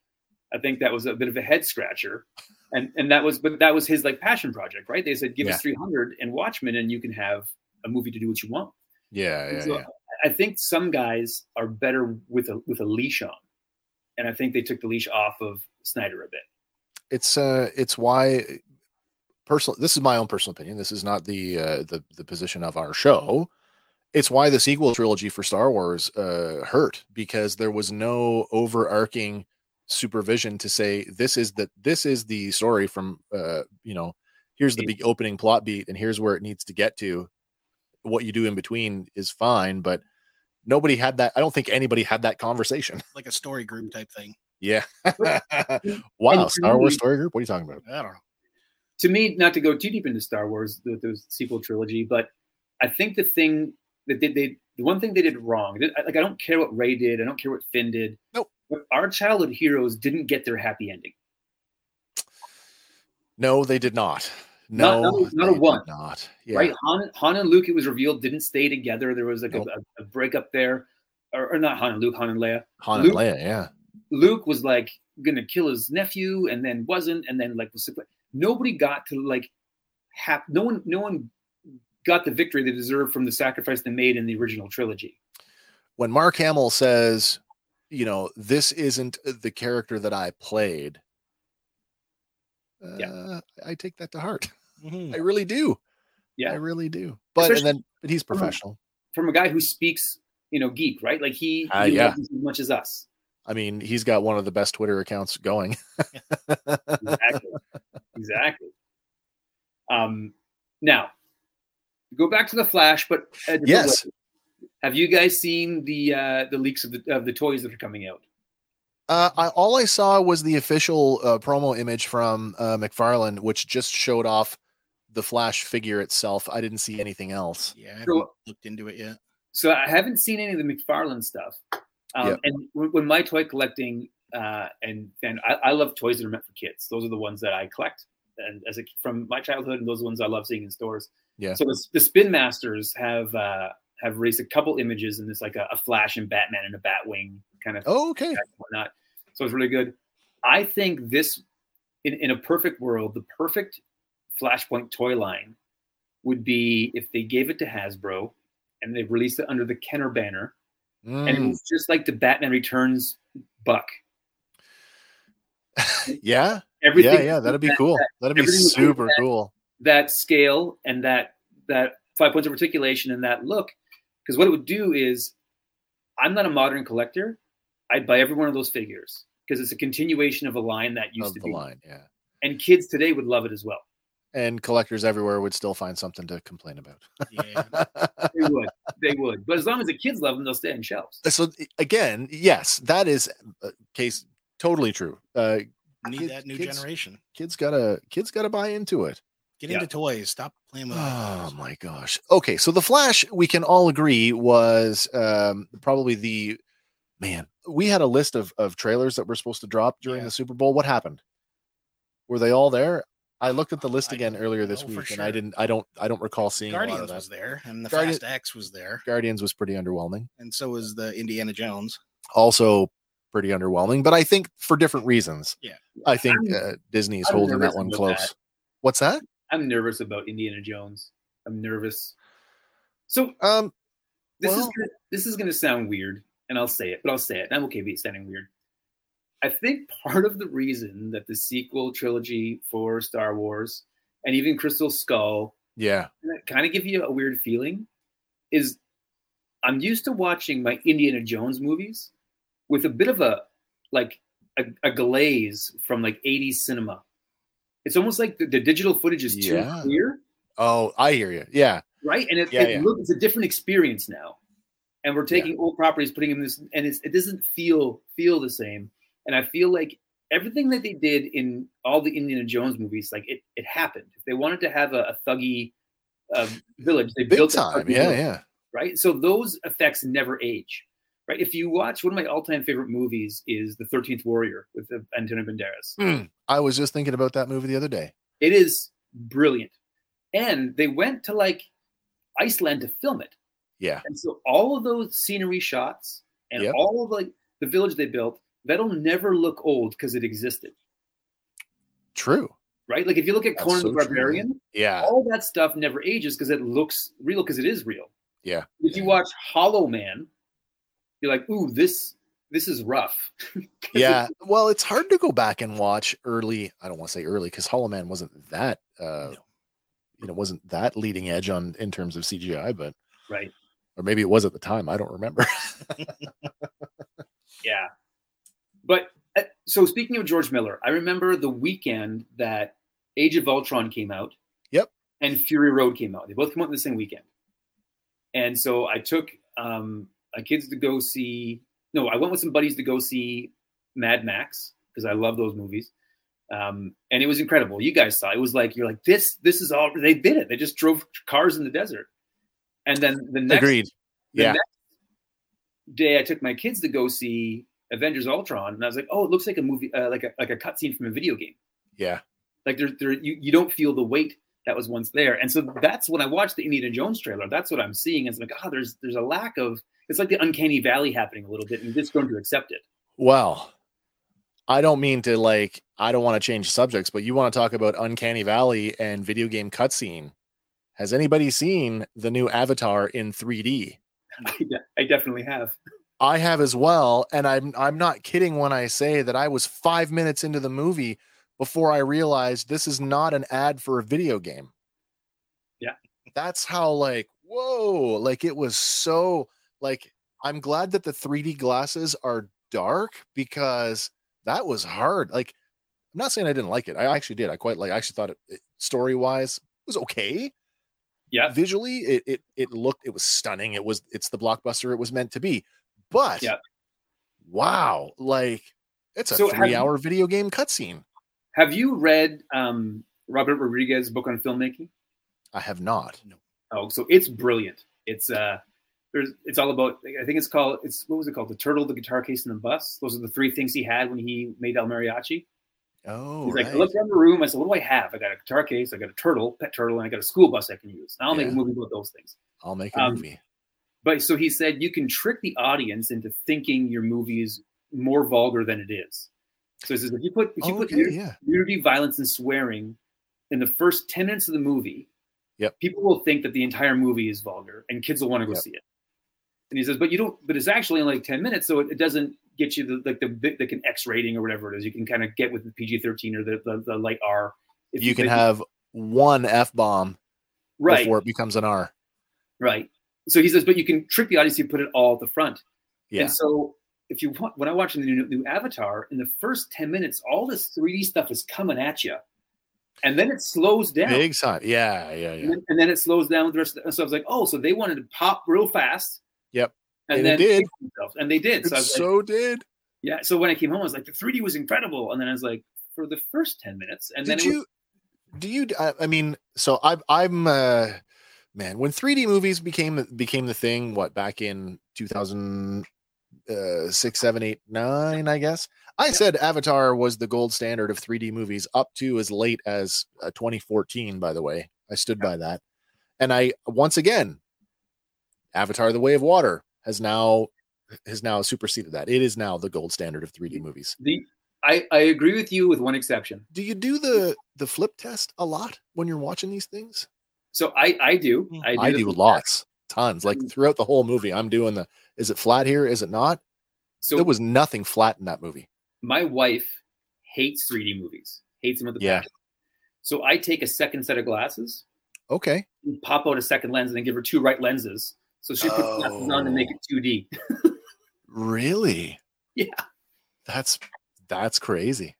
Speaker 2: I think that was a bit of a head scratcher. And and that was but that was his like passion project, right? They said, "Give
Speaker 1: Yeah.
Speaker 2: us 300 and Watchmen and you can have a movie to do what you want."
Speaker 1: Yeah. Yeah.
Speaker 2: So
Speaker 1: yeah.
Speaker 2: I think some guys are better with a with a leash on, and I think they took the leash off of Snyder a bit.
Speaker 1: it's uh it's why personal this is my own personal opinion this is not the uh the, the position of our show it's why the sequel trilogy for star wars uh hurt because there was no overarching supervision to say this is the this is the story from uh you know here's the big opening plot beat and here's where it needs to get to what you do in between is fine but nobody had that i don't think anybody had that conversation
Speaker 3: Like a story group type thing.
Speaker 1: yeah wow
Speaker 2: And
Speaker 1: star wars
Speaker 2: really-
Speaker 1: story group what are you talking about
Speaker 3: I don't know.
Speaker 2: To me, not to go too deep into Star Wars, the, the sequel trilogy, but I think the thing that they, they the one thing they did wrong, that- like I don't care what Ray did, I don't care what Finn did.
Speaker 1: Nope.
Speaker 2: But our childhood heroes didn't get their happy ending.
Speaker 1: No, they did not. No,
Speaker 2: Not- not- not a
Speaker 1: they did
Speaker 2: one.
Speaker 1: Not yeah.
Speaker 2: right? Han, Han and Luke, it was revealed, didn't stay together. There was like
Speaker 1: Nope.
Speaker 2: a, a breakup there, or, or not Han and Luke, Han and Leia.
Speaker 1: Han
Speaker 2: Luke-
Speaker 1: and Leia. Yeah,
Speaker 2: Luke was like gonna kill his nephew and then wasn't, and then like was nobody got to like hap- no one no one got the victory they deserved from the sacrifice they made in the original trilogy.
Speaker 1: when Mark Hamill says, you know, this isn't uh, the character that I played. Uh,
Speaker 2: Yeah. Hmm.
Speaker 1: I take that to heart.
Speaker 3: Mhm.
Speaker 1: I really do.
Speaker 2: Yeah.
Speaker 1: I really do. But and
Speaker 2: Especially-
Speaker 1: then, but he's professional.
Speaker 2: From a guy who speaks, you know, geek, right? Like he,
Speaker 1: Ah,
Speaker 2: he
Speaker 1: yeah.
Speaker 2: loves as much as us.
Speaker 1: I mean, he's got one of the best Twitter accounts going.
Speaker 2: Exactly. exactly. Um now go back to the flash, but uh,
Speaker 1: Yes.
Speaker 2: have you guys seen the uh the leaks of the of the toys that are coming out?
Speaker 1: Uh, I, all I saw was the official uh, promo image from uh, McFarlane, which just showed off the Flash figure itself. I didn't see anything else.
Speaker 3: Yeah, I
Speaker 2: So-
Speaker 3: haven't looked into it yet.
Speaker 2: so I haven't seen any of the McFarlane stuff. Um,
Speaker 1: Yep.
Speaker 2: And when, when my toy collecting, uh, and and I, I love toys that are meant for kids. Those are the ones that I collect, and as a, from my childhood, and those are the ones I love seeing in stores.
Speaker 1: Yeah.
Speaker 2: So the, the Spin Masters have uh, have released a couple images, and there's like a, a Flash and Batman and a Batwing kind of
Speaker 1: Oh, okay.
Speaker 2: and whatnot. So it's really good. I think this, in, in a perfect world, the perfect Flashpoint toy line would be if they gave it to Hasbro and they released it under the Kenner banner, and it
Speaker 1: Mm.
Speaker 2: was just like the Batman Returns buck.
Speaker 1: yeah.
Speaker 2: Everything,
Speaker 1: yeah, yeah, that'd be cool. That'd be
Speaker 2: everything was
Speaker 1: super
Speaker 2: feedback.
Speaker 1: cool.
Speaker 2: that scale and that that five points of articulation and that look because what it would do is i'm not a modern collector i'd buy every one of those figures because it's a continuation of a line that used
Speaker 1: of
Speaker 2: to
Speaker 1: the
Speaker 2: be
Speaker 1: line. Yeah.
Speaker 2: and kids today would love it as well
Speaker 1: And collectors everywhere would still find something to complain about.
Speaker 3: Yeah.
Speaker 2: they would they would but as long as the kids love them they'll stay on shelves
Speaker 1: so again, yes, that is a case totally true. Uh,
Speaker 3: Need
Speaker 1: Kids-
Speaker 3: that new
Speaker 1: kids-
Speaker 3: generation.
Speaker 1: kids gotta kids gotta buy into it.
Speaker 3: Get
Speaker 2: Yeah.
Speaker 3: into toys. Stop playing with.
Speaker 1: Oh my gosh. Okay, so the Flash, we can all agree, was um, probably the man. We had a list of of trailers that were supposed to drop during
Speaker 3: Yeah.
Speaker 1: the Super Bowl. What happened? Were they all there? I looked at the list
Speaker 3: Uh, I
Speaker 1: again
Speaker 3: don't
Speaker 1: earlier this
Speaker 3: know for
Speaker 1: week, and I
Speaker 3: sure.
Speaker 1: didn't. I don't. I don't recall seeing a lot of
Speaker 3: Guardians
Speaker 1: that.
Speaker 3: was there, and the
Speaker 1: Guardian-
Speaker 3: Fast X was there,
Speaker 1: Guardians was pretty underwhelming.
Speaker 3: and so was the Indiana Jones.
Speaker 1: Also pretty underwhelming, but I think for different reasons.
Speaker 3: Yeah.
Speaker 1: I think
Speaker 2: I'm-
Speaker 1: uh, Disney is
Speaker 2: I'm
Speaker 1: holding that
Speaker 2: nervous
Speaker 1: one
Speaker 2: about
Speaker 1: close.
Speaker 2: that.
Speaker 1: What's that?
Speaker 2: i'm nervous about indiana jones i'm nervous so
Speaker 1: Um,
Speaker 2: this is
Speaker 1: Well-
Speaker 2: gonna, this is going to sound weird, and I'll say it, but I'll say it. and I'm okay with it sounding weird. I think part of the reason that the sequel trilogy for Star Wars and even Crystal Skull
Speaker 1: yeah,
Speaker 2: kind of give you a weird feeling is I'm used to watching my Indiana Jones movies with a bit of a like a, a glaze from like 80s cinema. It's almost like the, the digital footage is too
Speaker 1: Yeah.
Speaker 2: clear
Speaker 1: Oh, I hear you. Yeah.
Speaker 2: right? And it,
Speaker 1: Yeah,
Speaker 2: it
Speaker 1: yeah.
Speaker 2: look- it's a different experience now. And we're taking old properties, putting them in this, and it's, it doesn't feel feel the same. And I feel like everything that they did in all the Indiana Jones movies, like it, it happened. If they wanted to have a, a thuggy uh, village, they
Speaker 1: Big
Speaker 2: built a
Speaker 1: time.
Speaker 2: thuggy
Speaker 1: Yeah,
Speaker 2: village,
Speaker 1: yeah.
Speaker 2: right. So those effects never age, right? If you watch one of my all time favorite movies is The Thirteenth Warrior with uh, Antonio Banderas.
Speaker 1: Mm. I was just thinking about that movie the other day.
Speaker 2: It is brilliant, and they went to like Iceland to film it.
Speaker 1: Yeah.
Speaker 2: And so all of those scenery shots and
Speaker 1: Yep.
Speaker 2: all of like the village they built, that'll never look old because it existed,
Speaker 1: True.
Speaker 2: right? Like if you look at
Speaker 1: That's
Speaker 2: Conan
Speaker 1: so
Speaker 2: the
Speaker 1: true,
Speaker 2: Barbarian,
Speaker 1: Yeah.
Speaker 2: all that stuff never ages because it looks real because it is real.
Speaker 1: Yeah.
Speaker 2: If you
Speaker 1: Yeah.
Speaker 2: watch Hollow Man, you're like, ooh, this this is rough. 'Cause it-
Speaker 1: Yeah. Well, it's hard to go back and watch early. I don't want to say early because Hollow Man wasn't that uh
Speaker 3: No.
Speaker 1: you know, wasn't that leading edge on in terms of CGI, but
Speaker 2: Right.
Speaker 1: or maybe it was at the time. I don't remember.
Speaker 2: Yeah. But uh, so speaking of George Miller, I remember the weekend that Age of Ultron came out.
Speaker 1: Yep.
Speaker 2: And Fury Road came out. They both came out in the same weekend. And so I took um, my kids to go see. No, I went with some buddies to go see Mad Max because I love those movies. Um, and it was incredible. You guys saw it. It was like you're like this. This is all they did. It. They just drove cars in the desert. And then the next
Speaker 1: Agreed.
Speaker 2: the
Speaker 1: Yeah.
Speaker 2: next day I took my kids to go see Avengers Ultron, and I was like, "Oh, it looks like a movie, uh, like a like a cutscene from a video game.
Speaker 1: Yeah.
Speaker 2: Like there, there, you you don't feel the weight that was once there." And so that's when I watched the Indiana Jones trailer. That's what I'm seeing. It's like, oh, there's there's a lack of. It's like the uncanny valley happening a little bit, and you're just going to accept it.
Speaker 1: Well, I don't mean to like I don't want to change subjects, but you want to talk about Uncanny Valley and video game cutscene. Has anybody seen the new Avatar in 3D?
Speaker 2: I, de- I definitely have.
Speaker 1: I have as well, and I'm I'm not kidding when I say that I was five minutes into the movie before I realized this is not an ad for a video game.
Speaker 2: Yeah.
Speaker 1: that's how like whoa, like it was so like I'm glad that the 3D glasses are dark because that was hard. Like I'm not saying I didn't like it. I actually did. I quite like. I actually thought it story wise was okay
Speaker 2: Yeah,
Speaker 1: visually it, it it looked it was stunning it was it's the blockbuster it was meant to be but
Speaker 2: Yeah.
Speaker 1: wow like it's a
Speaker 2: So have
Speaker 1: three hour video game cutscene
Speaker 2: have you read um, Robert Rodriguez's book on filmmaking?
Speaker 1: i have not
Speaker 2: Oh, so it's brilliant. It's uh, there's it's all about. I think it's called. It's what was it called? The turtle, the guitar case, and the bus. Those are the three things he had when he made El Mariachi.
Speaker 1: oh
Speaker 2: He's like, I
Speaker 1: right.
Speaker 2: looked around the room. I said, "What do I have? I got a guitar case. I got a turtle, pet turtle, and I got a school bus I can use. And I'll make a
Speaker 1: Yeah.
Speaker 2: movie about those things."
Speaker 1: i'll make a
Speaker 2: um,
Speaker 1: movie
Speaker 2: But so he said, you can trick the audience into thinking your movie is more vulgar than it is. So he says, if you put if you put
Speaker 1: okay,
Speaker 2: your,
Speaker 1: yeah
Speaker 2: nudity, violence, and swearing in the first 10 minutes of the movie,
Speaker 1: Yep.
Speaker 2: people will think that the entire movie is vulgar and kids will want to go
Speaker 1: Yep.
Speaker 2: see it. And he says, but you don't, but it's actually only like 10 minutes. So it, it doesn't get you the, like the, big- like an X rating or whatever it is. You can kind of get with the PG 13 or the, the, the light R.
Speaker 1: you can
Speaker 2: think-
Speaker 1: have one F bomb
Speaker 2: Right.
Speaker 1: before it becomes an R.
Speaker 2: Right. So he says, but you can trick the audience. You put it all at the front.
Speaker 1: Yeah.
Speaker 2: And so if you want, when I watch the new, new Avatar, in the first ten minutes, all this 3D stuff is coming at you, and then it slows down.
Speaker 1: Big time. Yeah, yeah,
Speaker 2: And,
Speaker 1: yeah.
Speaker 2: then, and then it slows down with the rest of the, so I was like, oh, so they wanted to pop real fast.
Speaker 1: Yep.
Speaker 2: And,
Speaker 1: And it
Speaker 2: then
Speaker 1: did.
Speaker 2: fix themselves. And they did. So I
Speaker 1: It
Speaker 2: was like,
Speaker 1: so did.
Speaker 2: yeah. So when I came home, I was like, the 3D was incredible. And then I was like, for the first 10 minutes. And
Speaker 1: Did
Speaker 2: then it
Speaker 1: you? Do you? I, I mean, so I, I'm, uh, man. When 3D movies became became the thing, what back in 2000, uh, six, seven, eight, nine, I guess. I said Avatar was the gold standard of 3D movies up to as late as uh, 2014. By the way, I stood by that, and I once again, Avatar: The Way of Water has now has now superseded that. It is now the gold standard of 3D movies.
Speaker 2: was, the, I, I agree with you with one exception.
Speaker 1: do you do the the flip test a lot when you're watching these things
Speaker 2: So I, I do. I do. Mm.
Speaker 1: i
Speaker 2: the-
Speaker 1: do lots tons like throughout the whole movie i'm doing the is it flat here is it not
Speaker 2: So
Speaker 1: there was nothing flat in that movie
Speaker 2: my wife hates 3D movies, hates them with the
Speaker 1: Yeah.
Speaker 2: passion. So I take a second set of glasses,
Speaker 1: okay
Speaker 2: and pop out a second lens, and then give her two right lenses. So she puts glasses on and make it 2D.
Speaker 1: really
Speaker 2: Yeah.
Speaker 1: that's that's crazy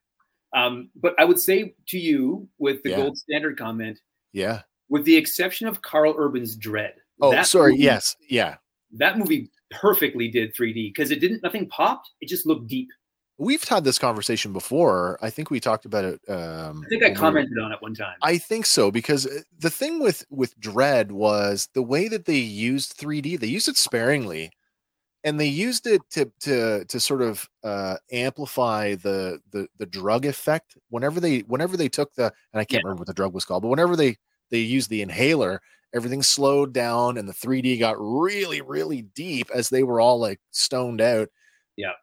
Speaker 2: Um, but I would say to you, with the
Speaker 1: Yeah.
Speaker 2: gold standard comment,
Speaker 1: yeah
Speaker 2: with the exception of Carl Urban's Dread.
Speaker 1: oh
Speaker 2: that
Speaker 1: sorry
Speaker 2: movie-
Speaker 1: yes yeah
Speaker 2: that movie perfectly did 3D because it didn't. Nothing popped. It just looked deep.
Speaker 1: we've had this conversation before i think we talked about it um
Speaker 2: I think I
Speaker 1: when we were-
Speaker 2: commented on it one time.
Speaker 1: I think so because uh, the thing with with Dread was the way that they used 3D. They used it sparingly, and they used it to to to sort of uh, amplify the the the drug effect. Whenever they whenever they took the and I can't remember what the drug was called, but whenever they they used the inhaler, everything slowed down, and the 3D got really really deep as they were all like stoned out.
Speaker 2: Yeah.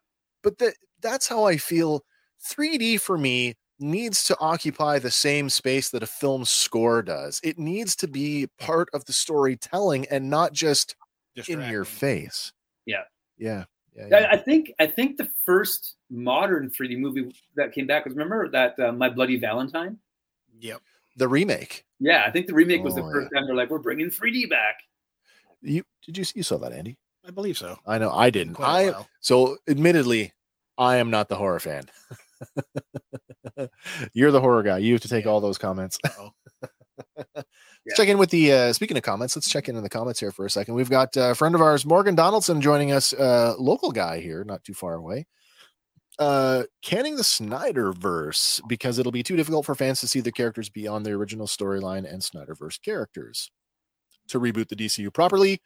Speaker 1: but that that's how I feel. 3D for me needs to occupy the same space that a film score does. It needs to be part of the storytelling and not just in your
Speaker 3: Distracting.
Speaker 1: face.
Speaker 2: Yeah.
Speaker 1: Yeah. Yeah.
Speaker 2: I,
Speaker 1: yeah.
Speaker 2: I think I think the first modern 3D movie that came back was remember that uh, My Bloody Valentine.
Speaker 3: Yep.
Speaker 1: the remake.
Speaker 2: Yeah, I think the remake was the
Speaker 1: Oh,
Speaker 2: first time they're like, we're bringing 3D back.
Speaker 1: You did you you saw that, Andy?
Speaker 3: I believe so.
Speaker 1: I know I
Speaker 3: Been
Speaker 1: didn't.
Speaker 3: quite a
Speaker 1: I
Speaker 3: while.
Speaker 1: so admittedly, I am not the horror fan. You're the horror guy. You have to take
Speaker 3: Yeah.
Speaker 1: all those comments.
Speaker 3: Uh-oh.
Speaker 1: Let's check in with the uh, speaking of comments. Let's check in in the comments here for a second. We've got uh, a friend of ours, Morgan Donaldson, joining us, uh, local guy here, not too far away. Uh, canning the Snyder verse because it'll be too difficult for fans to see the characters beyond the original storyline and Snyderverse characters. To reboot the DCU properly,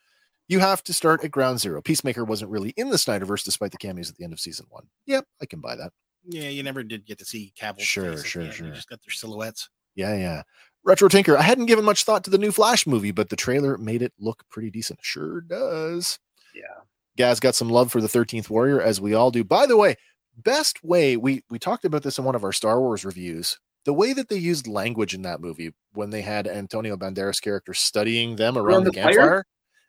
Speaker 1: you have to start at ground zero. Peacemaker wasn't really in the Snyderverse despite the cameos at the end of season one. Yep, I can buy that.
Speaker 3: Yeah, you never did get to see Cavill.
Speaker 1: Sure, sure,
Speaker 3: You
Speaker 1: sure.
Speaker 3: just got their silhouettes.
Speaker 1: Yeah, yeah. Retro Tinker, I hadn't given much thought to the new Flash movie, but the trailer made it look pretty decent. Sure does.
Speaker 2: Yeah.
Speaker 1: Gaz got some love for the 13th Warrior, as we all do. By the way, best way we we talked about this in one of our Star Wars reviews. The way that they used language in that movie when they had Antonio Banderas' character studying them around
Speaker 2: the
Speaker 1: the,
Speaker 2: fire?
Speaker 1: campfire,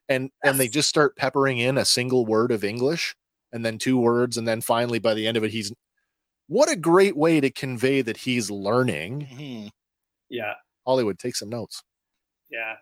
Speaker 1: and and they
Speaker 2: Yes.
Speaker 1: just start peppering in a single word of English, and then two words, and then finally by the end of it, he's what a great way to convey that he's learning.
Speaker 3: Mhm.
Speaker 2: Yeah.
Speaker 1: Hollywood, take some notes.
Speaker 2: Yeah.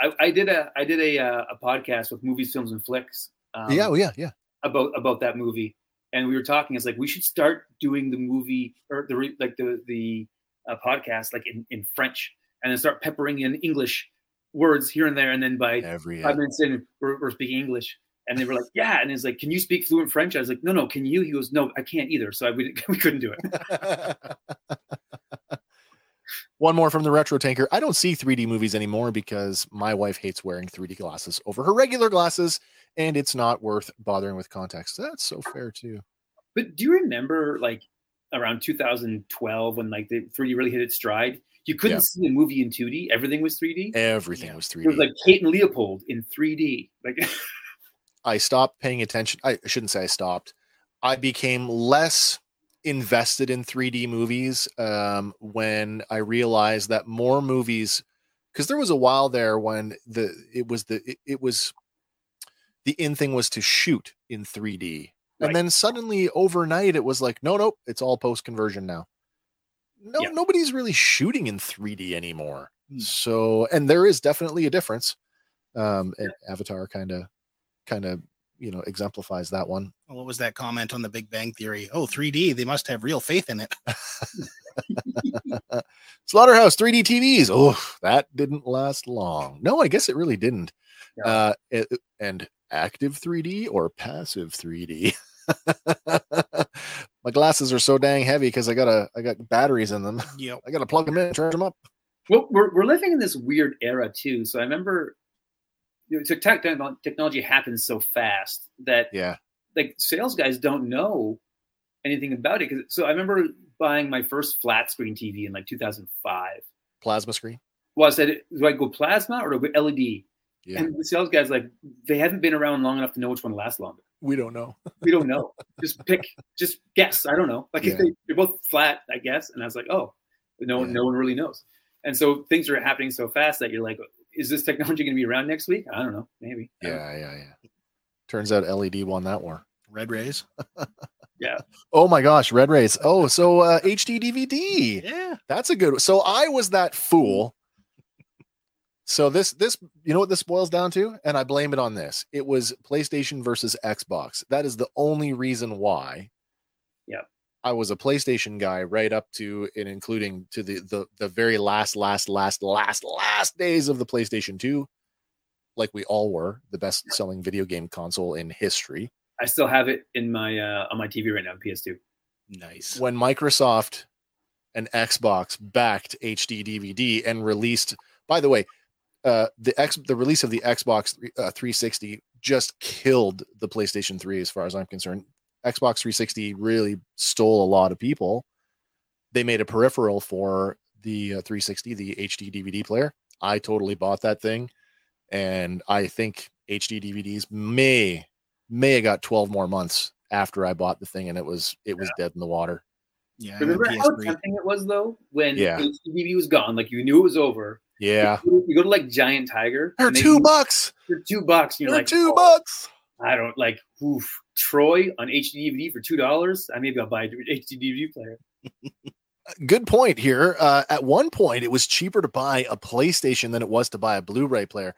Speaker 2: I, I did a I did a uh, a podcast with movies, films, and flicks. Um,
Speaker 1: yeah, oh, yeah, yeah.
Speaker 2: about about that movie, and we were talking. It's like we should start doing the movie or the re, like the the uh, podcast like in, in French, and then start peppering in English words here and there, and then by
Speaker 1: Every
Speaker 2: five minutes in, we're, we're speaking English. And they were like, "Yeah," and he's like, "Can you speak fluent French?" I was like, "No, no, can you?" He goes, "No, I can't either." So I, we, we couldn't do it.
Speaker 1: One more from the retro tanker. I don't see 3D movies anymore because my wife hates wearing 3D glasses over her regular glasses, and it's not worth bothering with contacts. That's so fair too.
Speaker 2: But do you remember, like, around 2012 when like the 3D really hit its stride? You couldn't
Speaker 1: Yeah.
Speaker 2: see a movie in 2D; everything was 3D.
Speaker 1: Everything
Speaker 3: Yeah.
Speaker 1: was
Speaker 2: It
Speaker 1: 3D.
Speaker 2: was like Kate and Leopold in 3D. Like,
Speaker 1: I stopped paying attention. I shouldn't say I stopped. I became less invested in 3D movies um, when I realized that more movies, because there was a while there when the it was the it, it was the in thing was to shoot in 3D,
Speaker 2: Right.
Speaker 1: and then suddenly overnight it was like, no, nope, it's all post conversion now. No,
Speaker 2: Yeah.
Speaker 1: nobody's really shooting in 3D anymore.
Speaker 3: Hmm.
Speaker 1: So, and there is definitely a difference. Um, and Avatar kind of, kind of, you know, exemplifies that one.
Speaker 3: Well, What was that comment on the Big Bang Theory? Oh, 3D. They must have real faith in it.
Speaker 1: Slaughterhouse 3D TVs. Oh, that didn't last long. No, I guess it really didn't.
Speaker 2: No.
Speaker 1: Uh, it- and active 3D or passive 3D. My glasses are so dang heavy because I got a I got batteries in them.
Speaker 3: Yep.
Speaker 1: I got to plug them in and charge them up.
Speaker 2: Well, we're, we're living in this weird era too. So I remember, you know, so tech, technology happens so fast that
Speaker 1: Yeah,
Speaker 2: like sales guys don't know anything about it. 'Cause- so I remember buying my first flat screen TV in like 2005.
Speaker 1: plasma screen.
Speaker 2: Well, I said, do I go plasma or do I go LED?
Speaker 1: Yeah.
Speaker 2: And the sales guys like they haven't been around long enough to know which one lasts longer.
Speaker 1: We don't know.
Speaker 2: We don't know. just pick, just guess. I don't know. Like
Speaker 1: Yeah.
Speaker 2: they, they're both flat, I guess. And I was like, oh, no,
Speaker 1: Yeah.
Speaker 2: no one really knows. And so things are happening so fast that you're like, is this technology going to be around next week? I don't know. Maybe. I don't know.
Speaker 1: Yeah, yeah, yeah. Turns out LED won that war.
Speaker 3: Red rays.
Speaker 1: Oh my gosh, Red Rays. Oh, so uh, HD DVD.
Speaker 3: Yeah.
Speaker 1: That's a good. one. So I was that fool. So this this you know what this boils down to, and I blame it on this. It was PlayStation versus Xbox. That is the only reason why.
Speaker 2: Yep.
Speaker 1: I was a PlayStation guy right up to and including to the the the very last last last last last days of the PlayStation Two, like we all were, the best selling video game console in history.
Speaker 2: I still have it in my uh, on my TV right now, PS2.
Speaker 3: Nice.
Speaker 1: when Microsoft and Xbox backed HD DVD and released. By the way, uh, the X the release of the Xbox three- uh, 360 just killed the PlayStation 3, as far as I'm concerned. Xbox 360 really stole a lot of people. They made a peripheral for the uh, 360, the HD DVD player. I totally bought that thing, and I think HD DVDs may may have got 12 more months after I bought the thing, and it was it was dead in the water.
Speaker 3: Yeah. and then
Speaker 2: Remember how
Speaker 3: PS3.
Speaker 2: tempting it was though when
Speaker 1: Yeah.
Speaker 2: TV was gone, like you knew it was over.
Speaker 1: Yeah.
Speaker 2: You go to- you go to like Giant Tiger.
Speaker 1: They're
Speaker 2: and they-
Speaker 1: two bucks.
Speaker 2: They're two bucks. And
Speaker 1: They're
Speaker 2: you're like
Speaker 1: two
Speaker 2: "Oh,
Speaker 1: bucks.
Speaker 2: I don't like oof, Troy on HD DVD for two dollars. I maybe I'll buy an HD DVD player.
Speaker 1: Good point here. Uh, at one point, it was cheaper to buy a PlayStation than it was to buy a Blu-ray player.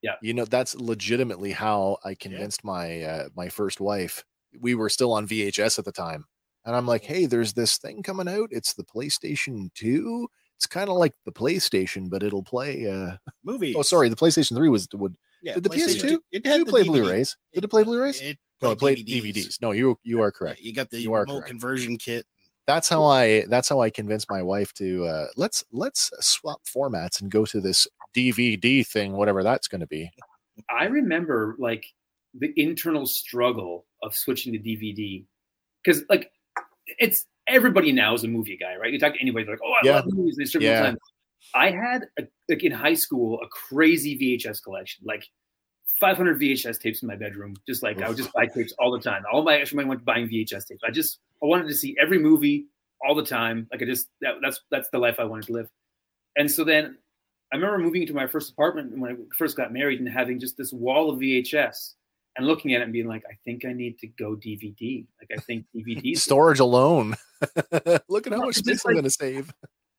Speaker 2: Yeah.
Speaker 1: you know that's legitimately how I convinced my uh, my first wife. We were still on VHS at the time, and I'm like, "Hey, there's this thing coming out. It's the PlayStation Two. It's kind of like the PlayStation, but it'll play." Uh,
Speaker 3: Movie.
Speaker 1: oh, sorry, the PlayStation Three was would
Speaker 3: Yeah,
Speaker 1: Did the
Speaker 3: PlayStation
Speaker 1: PS2
Speaker 3: two- It
Speaker 1: did
Speaker 3: had
Speaker 1: it
Speaker 3: the
Speaker 1: play
Speaker 3: DVD.
Speaker 1: Blu-rays? Did it play Blu-rays?
Speaker 3: It
Speaker 1: No, it played DVDs. No, you you are correct.
Speaker 3: Yeah, You got the
Speaker 1: You are
Speaker 3: remote
Speaker 1: correct.
Speaker 3: conversion kit.
Speaker 1: that's how I that's how I convinced my wife to uh let's let's swap formats and go to this DVD thing, whatever that's going to be.
Speaker 2: I remember like the internal struggle of switching to DVD because like it's everybody now is a movie guy, right? You talk to anybody, they're like, oh, I
Speaker 1: Yeah.
Speaker 2: love movies. And they start
Speaker 1: Yeah.
Speaker 2: yeah. I had a, like in high school a crazy VHS collection, like 500 VHS tapes in my bedroom. Just like I would just buy tapes all the time. All my extra money went to buying VHS tapes. I just I wanted to see every movie all the time. Like I just that, that's that's the life I wanted to live. And so then I remember moving into my first apartment when I first got married and having just this wall of VHS and looking at it and being like, I think I need to go DVD. Like I think DVD. is-
Speaker 1: Storage alone. Look at how
Speaker 2: Well,
Speaker 1: much
Speaker 2: it's
Speaker 1: space
Speaker 2: just
Speaker 1: I'm
Speaker 2: like-
Speaker 1: going to save.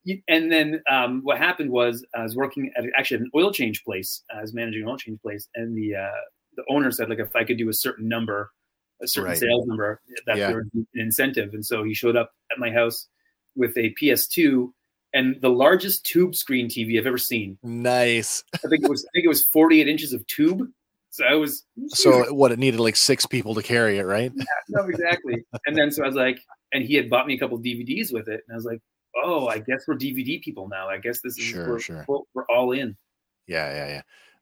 Speaker 2: You- and then um, what happened was I was working at actually at an oil change place. I was managing an oil change place, and the uh, the owner said like if I could do a certain number, a certain
Speaker 1: Right.
Speaker 2: sales number, that
Speaker 1: Yeah.
Speaker 2: there would be an incentive. And so he showed up at my house with a PS2 and the largest tube screen TV I've ever seen.
Speaker 1: Nice.
Speaker 2: I think it was I think it was 48 inches of tube. So I was
Speaker 1: So what it needed like six people to carry it, right?
Speaker 2: no, exactly. And then so I was like, and he had bought me a couple DVDs with it, and I was like, oh, I guess we're DVD people now. I guess this is
Speaker 1: Sure,
Speaker 2: we're,
Speaker 1: sure.
Speaker 2: we're, we're all in.
Speaker 1: Yeah, yeah,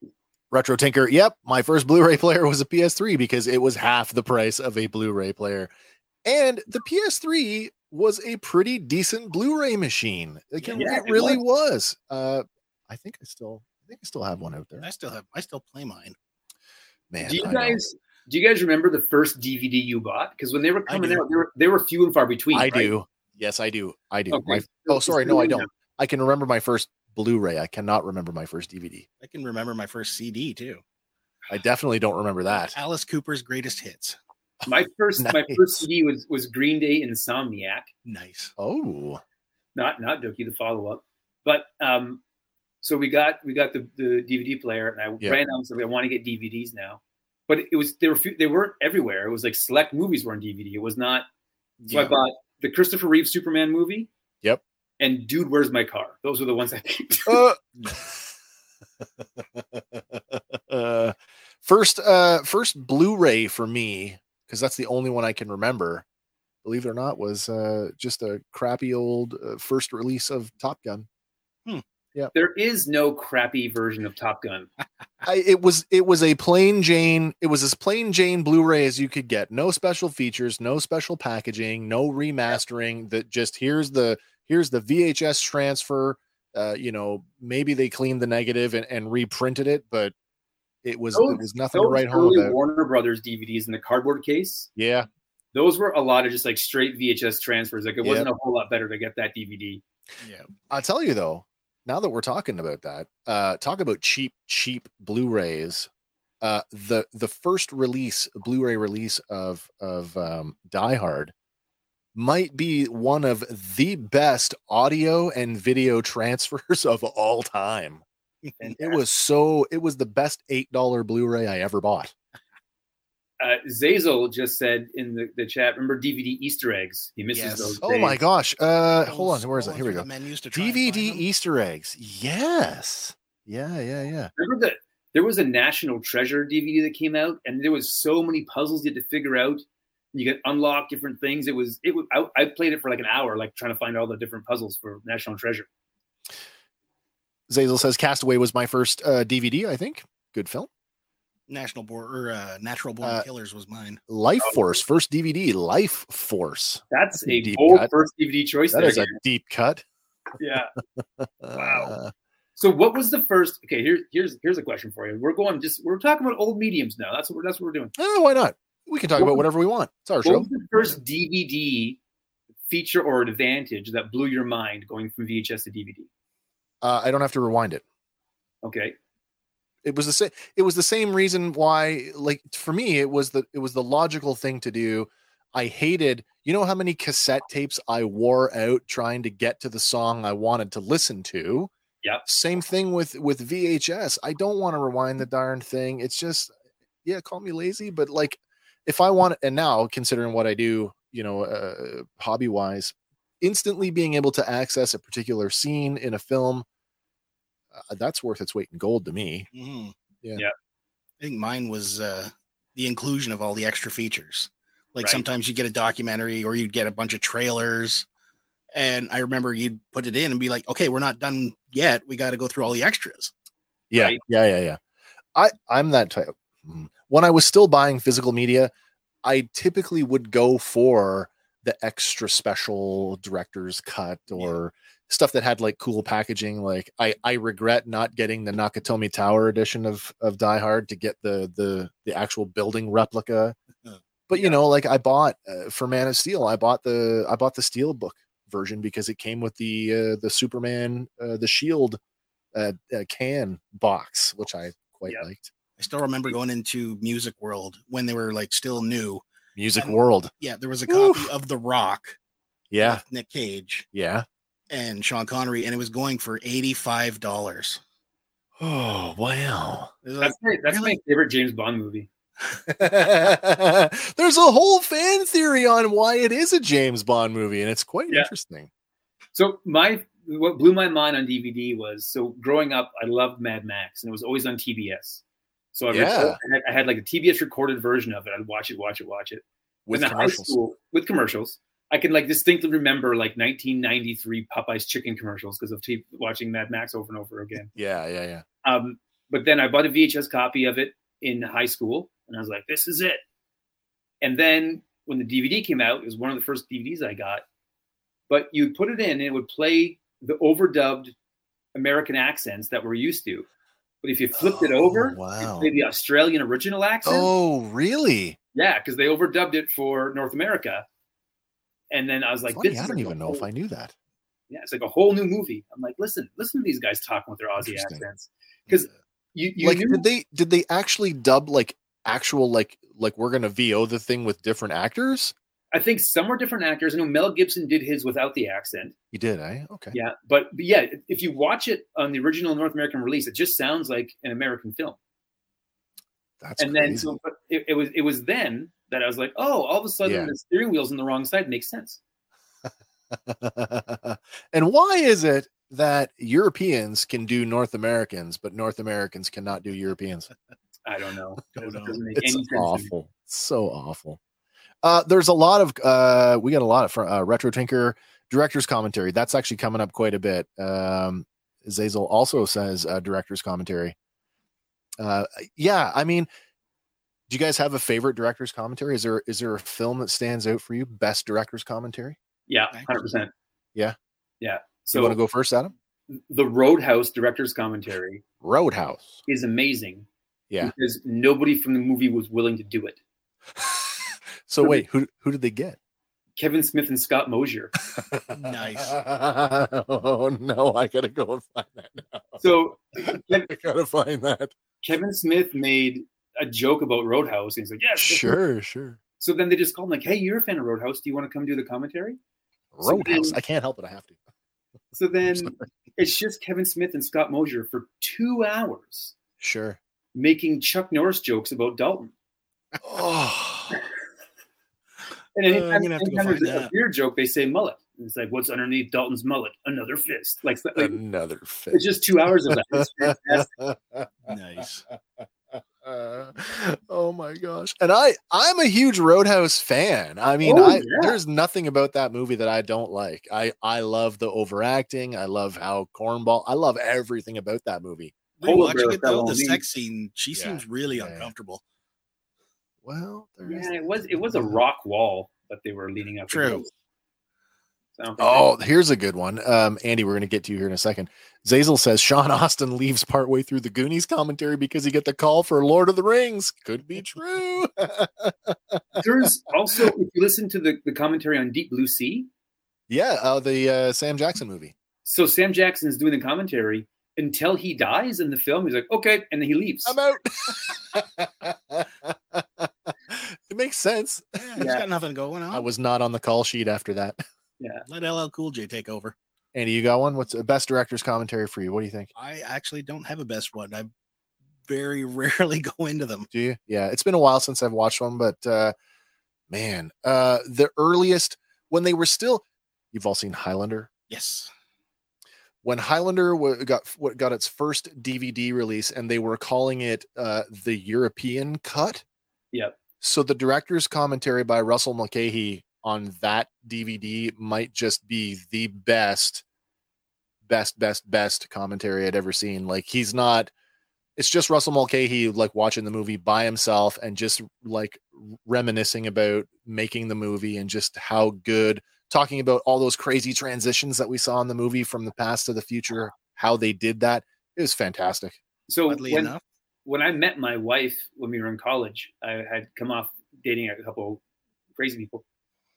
Speaker 1: yeah. Retro Tinker. Yep, my first Blu-ray player was a PS3 because it was half the price of a Blu-ray player. And the PS3 was a pretty decent Blu-ray machine. Like, it,
Speaker 2: Yeah,
Speaker 1: it
Speaker 2: it
Speaker 1: really was. Uh I think I still I think I still have one out there.
Speaker 3: I still have. I still play mine.
Speaker 1: Man,
Speaker 2: do you
Speaker 1: I know.
Speaker 2: guys do you guys remember the first DVD you bought? Because when they were
Speaker 3: I
Speaker 2: coming
Speaker 3: do.
Speaker 2: out, they were, they were few and far between.
Speaker 1: I
Speaker 2: right?
Speaker 1: do. Yes, I do. I do.
Speaker 2: Okay,
Speaker 1: My-
Speaker 2: so
Speaker 1: oh,
Speaker 2: it's
Speaker 1: sorry. No, I
Speaker 2: really-
Speaker 1: don't. I can remember my first Blu-ray. I cannot remember my first DVD.
Speaker 3: I can remember my first CD too.
Speaker 1: I definitely don't remember that.
Speaker 3: Alice Cooper's greatest hits.
Speaker 2: My first my
Speaker 1: Nice.
Speaker 2: first CD was was Green Day Insomniac.
Speaker 3: Nice.
Speaker 1: Oh,
Speaker 2: not not Dookie, the follow up. But um, So we got we got the, the DVD player, and I
Speaker 1: Yeah.
Speaker 2: ran out and said, "I want to get DVDs now." But it was they were few, they weren't everywhere. It was like select movies were on DVD. It was not. So I
Speaker 3: Yeah.
Speaker 2: bought the Christopher Reeve Superman movie.
Speaker 1: Yep.
Speaker 2: And Dude, Where's My Car? Those were the ones I picked.
Speaker 1: Uh, uh, first, uh, first Blu-ray for me because that's the only one I can remember. Believe it or not, was uh, just a crappy old uh, first release of Top Gun.
Speaker 2: there is no crappy version of Top Gun.
Speaker 1: I, it was it was a plain Jane. It was as plain Jane Blu-ray as you could get. No special features, no special packaging, no remastering. That just here's the here's the VHS transfer. Uh, you know, maybe they cleaned the negative and, and reprinted it, but it was
Speaker 2: Those-
Speaker 1: it was nothing to
Speaker 2: Those
Speaker 1: write home
Speaker 2: early
Speaker 1: about.
Speaker 2: Warner Brothers DVDs in the cardboard case,
Speaker 1: Yeah,
Speaker 2: those were a lot of just like straight VHS transfers. Like it
Speaker 1: Yeah.
Speaker 2: wasn't a whole lot better to get that DVD.
Speaker 3: Yeah.
Speaker 1: I'll tell you though. Now that we're talking about that, uh, talk about cheap cheap Blu-rays. Uh, the the first release Blu-ray release of of um, Die Hard might be one of the best audio and video transfers of all time.
Speaker 2: And
Speaker 1: It was so it was the best eight dollar Blu-ray I ever bought.
Speaker 2: uh, Zazel just said in the, the chat, remember DVD Easter eggs? He misses
Speaker 3: Yes.
Speaker 2: those.
Speaker 1: Oh my
Speaker 2: days.
Speaker 1: gosh! Uh, hold on, where is it? Here we go.
Speaker 3: Menus to try and find
Speaker 1: DVD
Speaker 3: them.
Speaker 1: Easter eggs. Yes. Yeah. Yeah. Yeah.
Speaker 2: Remember that there was a National Treasure DVD that came out, and there was so many puzzles you had to figure out. You could unlock different things. It was it. Was, I, I played it for like an hour, like trying to find all the different puzzles for National Treasure.
Speaker 1: Zazel says Castaway was my first uh, DVD, I think. Good film.
Speaker 3: National Born or uh, Natural Born
Speaker 1: Uh,
Speaker 3: Killers was mine.
Speaker 1: Life
Speaker 2: Oh.
Speaker 1: Force, first DVD, Life Force.
Speaker 2: That's,
Speaker 1: That's a
Speaker 2: a
Speaker 1: deep
Speaker 2: bold
Speaker 1: cut.
Speaker 2: first DVD choice.
Speaker 1: That
Speaker 2: there,
Speaker 1: is a deep cut.
Speaker 2: yeah. Wow.
Speaker 1: Uh,
Speaker 2: So what was the first? Okay, here's here's here's a question for you. We're going just we're talking about old mediums now. That's what we're, that's what we're doing.
Speaker 1: eh, why not? We can talk about whatever we want. It's our
Speaker 2: What
Speaker 1: show.
Speaker 2: was the first DVD feature or advantage that blew your mind going from VHS to DVD?
Speaker 1: Uh, I don't have to rewind it.
Speaker 2: Okay,
Speaker 1: It was the same. It was the same reason why, like for me, it was the it was the logical thing to do. I hated. You know how many cassette tapes I wore out trying to get to the song I wanted to listen to.
Speaker 2: Yep.
Speaker 1: Same thing with with VHS. I don't want to rewind the darn thing. It's just, yeah, call me lazy, but like, if I want, and now considering what I do, you know, uh, hobby wise, instantly being able to access a particular scene in a film, uh, that's worth its weight in gold to me.
Speaker 3: Mhm.
Speaker 1: Yeah.
Speaker 2: Yeah.
Speaker 3: I think mine was uh, the inclusion of all the extra features. Like
Speaker 2: Right.
Speaker 3: sometimes you get a documentary or you'd get a bunch of trailers. And I remember you'd put it in and be like, okay, we're not done yet. We got to go through all the extras.
Speaker 1: Yeah,
Speaker 2: right?
Speaker 1: yeah, yeah, yeah. I I'm that type. Mm. When I was still buying physical media, I typically would go for the extra special director's cut or stuff that had like cool packaging. Like I I regret not getting the Nakatomi Tower edition of of Die Hard to get the the the actual building replica.
Speaker 3: Huh.
Speaker 1: But you know, like I bought uh, for Man of Steel, I bought the I bought the Steel book version because it came with the uh, the Superman uh, the Shield a, a can box, which I quite
Speaker 2: Yeah.
Speaker 1: liked.
Speaker 3: I still remember going into Music World when they were like still new.
Speaker 1: Music
Speaker 3: And-
Speaker 1: World.
Speaker 3: Yeah, there was a
Speaker 1: Oof.
Speaker 3: copy of The Rock,
Speaker 1: Yeah.
Speaker 3: with Nick Cage
Speaker 1: Yeah.
Speaker 3: and Sean Connery, and it was going for eighty-five dollars.
Speaker 1: Oh, wow.
Speaker 3: Uh,
Speaker 2: That's my, that's my favorite James Bond movie.
Speaker 1: There's a whole fan theory on why it is a James Bond movie, and it's quite
Speaker 2: Yeah.
Speaker 1: interesting.
Speaker 2: So my what blew my mind on DVD was so growing up, I loved Mad Max, and it was always on TBS. So I,
Speaker 1: Yeah.
Speaker 2: record- I, had, I had like a TBS recorded version of it. I'd watch it, watch it, watch it.
Speaker 1: With
Speaker 2: in the high
Speaker 1: commercials.
Speaker 2: school with commercials. I can like distinctly remember like 1993 Popeye's chicken commercials because of t- watching Mad Max over and over again.
Speaker 1: Yeah, yeah, yeah.
Speaker 2: Um, but then I bought a VHS copy of it in high school, and I was like, "This is it." And then when the DVD came out, it was one of the first DVDs I got. But you'd put it in, and it would play the overdubbed American accents that we're used to. But if you flipped it
Speaker 1: Oh,
Speaker 2: over,
Speaker 1: wow.
Speaker 2: it played the Australian original accent.
Speaker 1: Oh, really?
Speaker 2: Yeah, because they overdubbed it for North America. And then I was like,
Speaker 1: Funny,
Speaker 2: this
Speaker 1: I
Speaker 2: is
Speaker 1: don't
Speaker 2: like
Speaker 1: even
Speaker 2: a
Speaker 1: know if
Speaker 2: whole-
Speaker 1: I knew that.
Speaker 2: Yeah, it's like a whole new movie. I'm like, listen, listen to these guys talking with their Aussie
Speaker 1: Interesting.
Speaker 2: accents. 'Cause- You, you
Speaker 1: like,
Speaker 2: knew-
Speaker 1: did they did they actually dub like actual like like we're gonna VO the thing with different actors?
Speaker 2: I think some were different actors. I know Mel Gibson did his without the accent.
Speaker 1: You did, eh? Okay.
Speaker 2: Yeah, but, but yeah, if you watch it on the original North American release, it just sounds like an American film.
Speaker 1: That's
Speaker 2: and
Speaker 1: crazy.
Speaker 2: then so but it, it was it was then that I was like, oh, all of a sudden
Speaker 1: Yeah.
Speaker 2: the steering wheel's on the wrong side makes sense.
Speaker 1: and why is it that Europeans can do North Americans, but North Americans cannot do Europeans?
Speaker 2: I don't know.
Speaker 3: Don't
Speaker 2: Doesn't-
Speaker 3: know.
Speaker 2: doesn't make
Speaker 1: It's
Speaker 2: any sense to me.
Speaker 1: awful. So awful. Uh, there's a lot of uh, we got a lot of fr- uh, retro tinker director's commentary. That's actually coming up quite a bit. Um, Zazel also says uh, director's commentary. Uh, yeah, I mean, do you guys have a favorite director's commentary? Is there is there a film that stands out for you? Best director's commentary.
Speaker 2: Yeah,
Speaker 3: Thank you.
Speaker 2: hundred percent.
Speaker 1: Yeah.
Speaker 2: yeah. So
Speaker 1: you want to go first, Adam?
Speaker 2: the Roadhouse director's commentary
Speaker 1: Roadhouse.
Speaker 2: is amazing.
Speaker 1: Yeah.
Speaker 2: because nobody from the movie was willing to do it.
Speaker 1: So wait, who who did they get?
Speaker 2: Kevin Smith and Scott Mosier.
Speaker 3: Nice.
Speaker 1: oh no, I gotta go and find that.
Speaker 2: So
Speaker 1: I gotta find that.
Speaker 2: Kevin Smith made a joke about Roadhouse. And he's like, yeah,
Speaker 1: Sure, sure.
Speaker 2: So then they just called him like, hey, you're a fan of Roadhouse. Do you want to come do the commentary? So
Speaker 1: Roadhouse.
Speaker 2: then-
Speaker 1: I can't help it. I have to.
Speaker 2: So then
Speaker 1: sorry.
Speaker 2: it's just Kevin Smith and Scott Mosier for two hours
Speaker 1: Sure.
Speaker 2: making Chuck Norris jokes about Dalton.
Speaker 1: Oh,
Speaker 2: And
Speaker 3: Uh,
Speaker 2: anytime,
Speaker 3: I'm gonna have to go
Speaker 2: anytime there's
Speaker 3: find
Speaker 2: a
Speaker 3: that.
Speaker 2: beer joke, they say mullet. And it's like, what's underneath Dalton's mullet? Another fist. Like, so-
Speaker 3: Um,
Speaker 2: like,
Speaker 1: another
Speaker 2: it's
Speaker 1: fish.
Speaker 2: just two hours of that. It's fantastic.
Speaker 3: Nice.
Speaker 1: Uh, oh my gosh. And I I'm a huge Roadhouse fan. I mean,
Speaker 2: Oh,
Speaker 1: I
Speaker 2: yeah.
Speaker 1: there's nothing about that movie that I don't like. I I love the overacting. I love how cornball. I love everything about that movie.
Speaker 2: Polar bear
Speaker 3: Watching it though,
Speaker 2: fell
Speaker 3: the
Speaker 2: on me.
Speaker 3: sex scene, she
Speaker 1: Yeah.
Speaker 3: seems really
Speaker 1: Yeah, yeah.
Speaker 3: uncomfortable.
Speaker 1: Well, there is
Speaker 2: yeah, it was it was a rock wall that they were leaning up
Speaker 3: True.
Speaker 2: against. So I don't think
Speaker 1: Oh, here's a good one. Um, Andy, we're going to get to you here in a second. Zazel says Sean Austin leaves partway through the Goonies commentary because he got the call for Lord of the Rings. Could be true.
Speaker 2: there's also if you listen to the, the commentary on Deep Blue Sea,
Speaker 1: yeah, uh, the uh, Sam Jackson movie.
Speaker 2: so Sam Jackson is doing the commentary until he dies in the film. He's like, okay, and then he leaves.
Speaker 1: I'm out. it makes sense.
Speaker 3: Yeah, he's
Speaker 2: Yeah.
Speaker 3: got nothing going on.
Speaker 1: I was not on the call sheet after that.
Speaker 3: Let LL Cool J take over.
Speaker 1: Andy, you got one? What's the best director's commentary for you? What do you think?
Speaker 3: I actually don't have a best one. I very rarely go into them.
Speaker 1: Do you? Yeah, it's been a while since I've watched one, but uh man, uh the earliest when they were still you've all seen Highlander.
Speaker 3: Yes.
Speaker 1: When Highlander wa- got what got its first DVD release and they were calling it uh the European cut.
Speaker 2: Yep.
Speaker 1: So the director's commentary by Russell Mulcahy on that DVD might just be the best best best best commentary I'd ever seen. Like he's not it's just Russell Mulcahy like watching the movie by himself and just like reminiscing about making the movie and just how good talking about all those crazy transitions that we saw in the movie from the past to the future, how they did that. It was fantastic.
Speaker 2: So
Speaker 3: Oddly
Speaker 2: when,
Speaker 3: enough.
Speaker 2: when I met my wife when we were in college, I had come off dating a couple crazy people,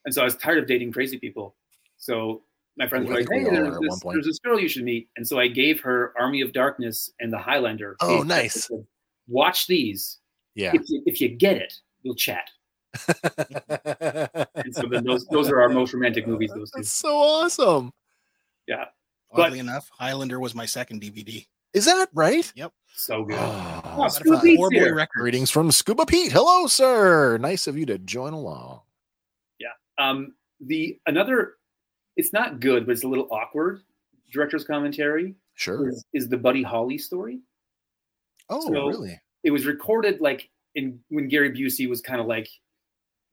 Speaker 2: and so I was tired of dating crazy people. So my friends
Speaker 1: Ooh,
Speaker 2: were
Speaker 1: I
Speaker 2: like,
Speaker 1: think
Speaker 2: "Hey,
Speaker 1: we all are
Speaker 2: there's
Speaker 1: at one
Speaker 2: this,
Speaker 1: point.
Speaker 2: there's this girl you should meet," and so I gave her Army of Darkness and The Highlander.
Speaker 1: Oh,
Speaker 2: Hey,
Speaker 1: nice.
Speaker 2: I said, Watch these.
Speaker 1: Yeah.
Speaker 2: If, you, if you get it, we'll chat. And so then those those are our most romantic movies. Those two.
Speaker 1: That's so awesome.
Speaker 2: but-
Speaker 3: Oddly enough, Highlander was my second DVD.
Speaker 1: Is that right?
Speaker 2: So good.
Speaker 1: Oh,
Speaker 3: Out of
Speaker 2: Scoop
Speaker 3: five.
Speaker 2: Beats
Speaker 3: Four Boy
Speaker 2: here.
Speaker 3: Records.
Speaker 1: Greetings from Scuba Pete. Hello, sir. Nice of you to join along.
Speaker 2: Um, the another, it's not good, but it's a little awkward. Director's commentary
Speaker 1: Sure.
Speaker 2: is, is the Buddy Holly story.
Speaker 1: Oh,
Speaker 2: So-
Speaker 1: really?
Speaker 2: It was recorded like in when Gary Busey was kind of like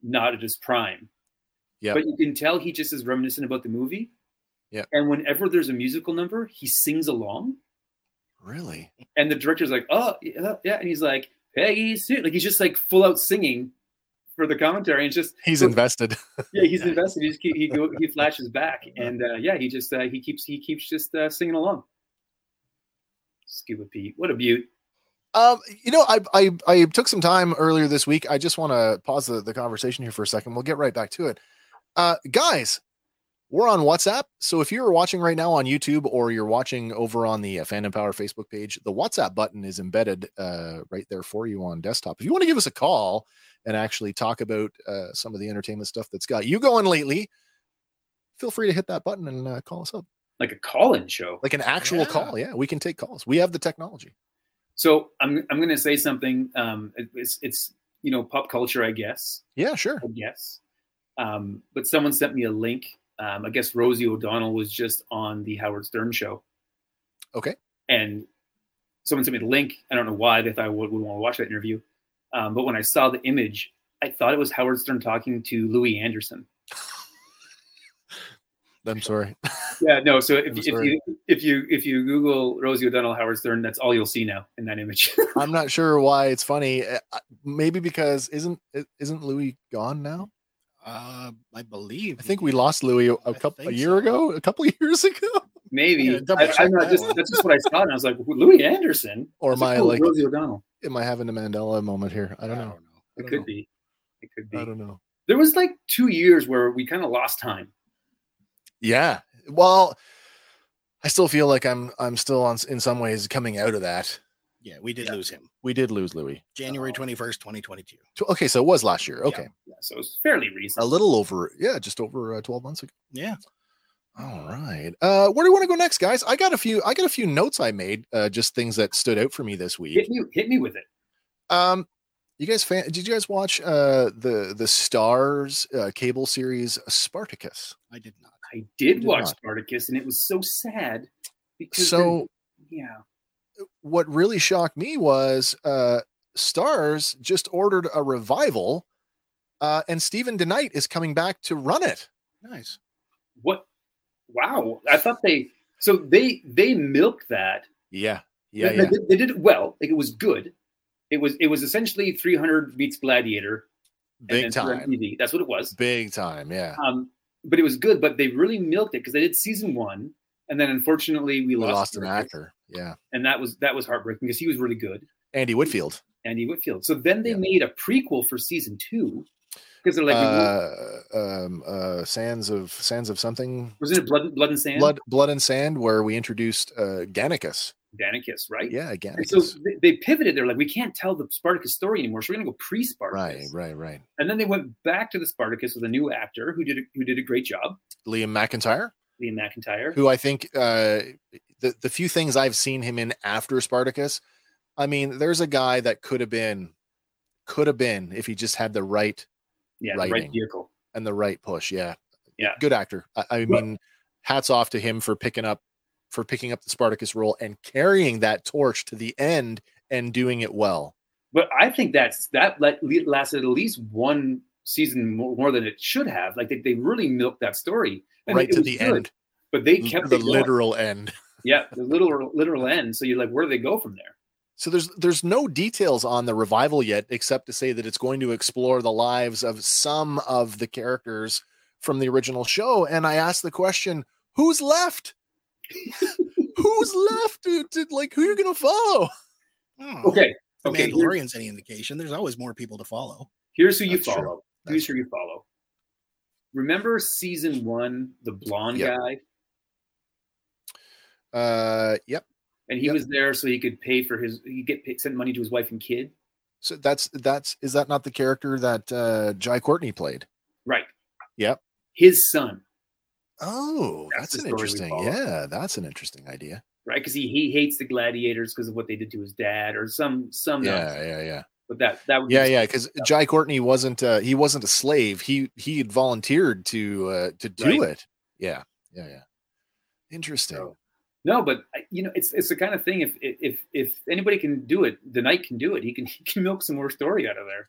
Speaker 2: not at his prime.
Speaker 1: Yep.
Speaker 2: But you can tell he just is reminiscent about the movie.
Speaker 1: Yep.
Speaker 2: And whenever there's a musical number, he sings along,
Speaker 1: Really?
Speaker 2: and the director's like, "Oh, yeah," yeah," and he's like, "Peggy Sue," like he's just like full out singing for the commentary. And it's just
Speaker 1: He's
Speaker 2: So-
Speaker 1: invested.
Speaker 2: yeah, he's
Speaker 3: Nice.
Speaker 2: invested. He just keep, he go, he flashes back, and uh, yeah, he just uh, he keeps he keeps just uh, singing along. Scuba Pete, what a beaut!
Speaker 1: Um, you know, I, I I took some time earlier this week. I just want to pause the, the conversation here for a second. We'll get right back to it. Uh, guys, We're on WhatsApp. So if you're watching right now on YouTube or you're watching over on the uh, Fandom Power Facebook page, the WhatsApp button is embedded uh, right there for you on desktop. If you want to give us a call and actually talk about uh, some of the entertainment stuff that's got you going lately, feel free to hit that button and uh, call us up.
Speaker 2: like a call-in show.
Speaker 1: Like an actual
Speaker 3: Yeah.
Speaker 1: call. Yeah, we can take calls. We have the technology.
Speaker 2: So I'm I'm going to say something. Um, it- it's it's you know pop culture, I guess.
Speaker 1: Yeah, sure.
Speaker 2: I guess. Um, but someone sent me a link. Um, I guess Rosie O'Donnell was just on the Howard Stern show.
Speaker 1: Okay.
Speaker 2: And someone sent me the link. I don't know why they thought I would, would want to watch that interview. Um, but when I saw the image, I thought it was Howard Stern talking to Louis Anderson.
Speaker 1: I'm sorry.
Speaker 2: Yeah, no. So if,
Speaker 1: I'm
Speaker 2: if
Speaker 1: sorry.
Speaker 2: you if you if you Google Rosie O'Donnell Howard Stern, that's all you'll see now in that image.
Speaker 1: I'm not sure why it's funny. Uh, uh, Maybe because isn't i- isn't Louis gone now?
Speaker 3: Uh, I believe.
Speaker 1: I think we lost Louis a
Speaker 3: I
Speaker 1: a couple a
Speaker 3: think
Speaker 1: year
Speaker 3: so.
Speaker 1: ago, a couple years ago.
Speaker 2: Maybe
Speaker 3: Yeah, double
Speaker 2: I,
Speaker 3: check
Speaker 2: I'm not
Speaker 3: that
Speaker 2: just
Speaker 3: one.
Speaker 2: that's just what I saw, and I was like, Louis Anderson
Speaker 1: Or
Speaker 2: I was
Speaker 1: my,
Speaker 2: "Oh,
Speaker 1: like-
Speaker 2: Rosie O'Donnell.
Speaker 1: Am I having a Mandela moment here? I don't know. I
Speaker 2: It
Speaker 1: don't
Speaker 2: could
Speaker 1: know.
Speaker 2: be. It could
Speaker 1: I
Speaker 2: be.
Speaker 1: don't know.
Speaker 2: There was like two years where we kind of lost time.
Speaker 1: Yeah. Well, I still feel like I'm I'm still on s- in some ways coming out of that.
Speaker 3: Yeah, we did
Speaker 1: Yeah.
Speaker 3: lose him.
Speaker 1: We did lose Louis.
Speaker 2: Oh.
Speaker 3: January 21st, 2022.
Speaker 1: Tw- Okay, so it was last year. Okay.
Speaker 2: Yeah, so it was fairly recent.
Speaker 1: A little over, yeah, just over uh, 12 months ago.
Speaker 3: Yeah.
Speaker 1: All right. Uh where do you want to go next, guys? I got a few I got a few notes I made, uh just things that stood out for me this week.
Speaker 2: Hit me, hit me with it.
Speaker 1: Um, you guys, fan, did you guys watch uh the the Stars uh, cable series Spartacus?
Speaker 3: I did
Speaker 2: I
Speaker 3: not.
Speaker 1: I
Speaker 2: did
Speaker 1: did
Speaker 2: watch
Speaker 1: not.
Speaker 2: Spartacus, and it was so sad because
Speaker 1: So
Speaker 2: there- yeah,
Speaker 1: what really shocked me was uh Stars just ordered a revival, uh, and Stephen DeKnight is coming back to run it.
Speaker 3: Nice.
Speaker 2: what? Wow, I thought they so they they milked that.
Speaker 1: Yeah, yeah,
Speaker 2: they,
Speaker 1: yeah.
Speaker 2: They, did, they did it well. Like it was good. It was it was essentially 300 beats Gladiator. and
Speaker 1: Big
Speaker 2: then threw on
Speaker 1: time,
Speaker 2: TV. That's what it was.
Speaker 1: big time. Yeah,
Speaker 2: Um, but it was good. But they really milked it because they did season one, and then unfortunately
Speaker 1: we
Speaker 2: we,
Speaker 1: lost an
Speaker 2: Spartacus.
Speaker 1: actor. Yeah,
Speaker 2: and that was that was heartbreaking because he was really good,
Speaker 1: Andy Whitfield.
Speaker 2: Andy Whitfield. So then they
Speaker 1: Yeah.
Speaker 2: made a prequel for season two because they're like, we want-
Speaker 1: uh, um, uh, Sands of Sands of something.
Speaker 2: wasn't it Blood, Blood and Sand?
Speaker 1: Blood, blood and sand, where we introduced uh, Gannicus.
Speaker 2: Danicus, right?
Speaker 1: Yeah,
Speaker 2: And
Speaker 1: Gannicus.
Speaker 2: so they, they pivoted. They're like, we can't tell the Spartacus story anymore, so we're going to go
Speaker 1: right,
Speaker 2: pre-Spartacus.
Speaker 1: right, right.
Speaker 2: And then they went back to the Spartacus with a new actor who did a, who did a great job,
Speaker 1: Liam McIntyre,
Speaker 2: Liam McIntyre.
Speaker 1: who I think uh, the the few things I've seen him in after Spartacus, I mean, there's a guy that could have been, could have been if he just had the right
Speaker 2: yeah, the right
Speaker 1: writing.
Speaker 2: vehicle.
Speaker 1: and the right push. Yeah,
Speaker 2: Yeah.
Speaker 1: good actor. I, I
Speaker 2: Well-
Speaker 1: mean, hats off to him for picking up for picking up the Spartacus role and carrying that torch to the end and doing it well.
Speaker 2: But I think that's that like, le- lasted at least one season more, more than it should have. Like they, they really milked that story And
Speaker 1: right
Speaker 2: it
Speaker 1: to
Speaker 2: was
Speaker 1: the
Speaker 2: good,
Speaker 1: end,
Speaker 2: But they
Speaker 1: l-
Speaker 2: kept
Speaker 1: the
Speaker 2: it going.
Speaker 1: literal end.
Speaker 2: Yeah, the literal literal end. So you're like, where do they go from there?
Speaker 1: So there's there's no details on the revival yet, except to say that it's going to explore the lives of some of the characters from the original show. And I asked the question, who's left? who's left? To, to, like, who you gonna follow?
Speaker 3: Oh,
Speaker 2: Okay,
Speaker 3: if
Speaker 2: okay. here-
Speaker 3: Mandalorian's any indication. There's always more people to follow.
Speaker 2: here's who you
Speaker 1: That's true.
Speaker 2: follow.
Speaker 1: That's
Speaker 2: Here's who you follow. Remember season one, the blonde
Speaker 1: Yep.
Speaker 2: guy,
Speaker 1: Uh, yep.
Speaker 2: and he
Speaker 1: Yep.
Speaker 2: was there so he could pay for his. He get paid, send money to his wife and kid.
Speaker 1: So that's that's is that not the character that uh, Jai Courtney played?
Speaker 2: Right.
Speaker 1: Yep.
Speaker 2: His son,
Speaker 1: Oh,
Speaker 2: That's
Speaker 1: that's,
Speaker 2: the
Speaker 1: an
Speaker 2: story we
Speaker 1: interesting.
Speaker 2: follow.
Speaker 1: Yeah, that's an interesting idea.
Speaker 2: right? Because he he hates the gladiators because of what they did to his dad, or some some.
Speaker 1: Yeah,
Speaker 2: nonsense.
Speaker 1: yeah, yeah,
Speaker 2: But that that would be-
Speaker 1: yeah, yeah. Because Jai Courtney wasn't uh, he wasn't a slave. He he had volunteered to uh, to do
Speaker 2: Right.
Speaker 1: it. Yeah, yeah, yeah. Interesting.
Speaker 2: So- No, but I- you know, it's it's the kind of thing. If if if anybody can do it, the knight can do it. He can he can milk some more story out of there.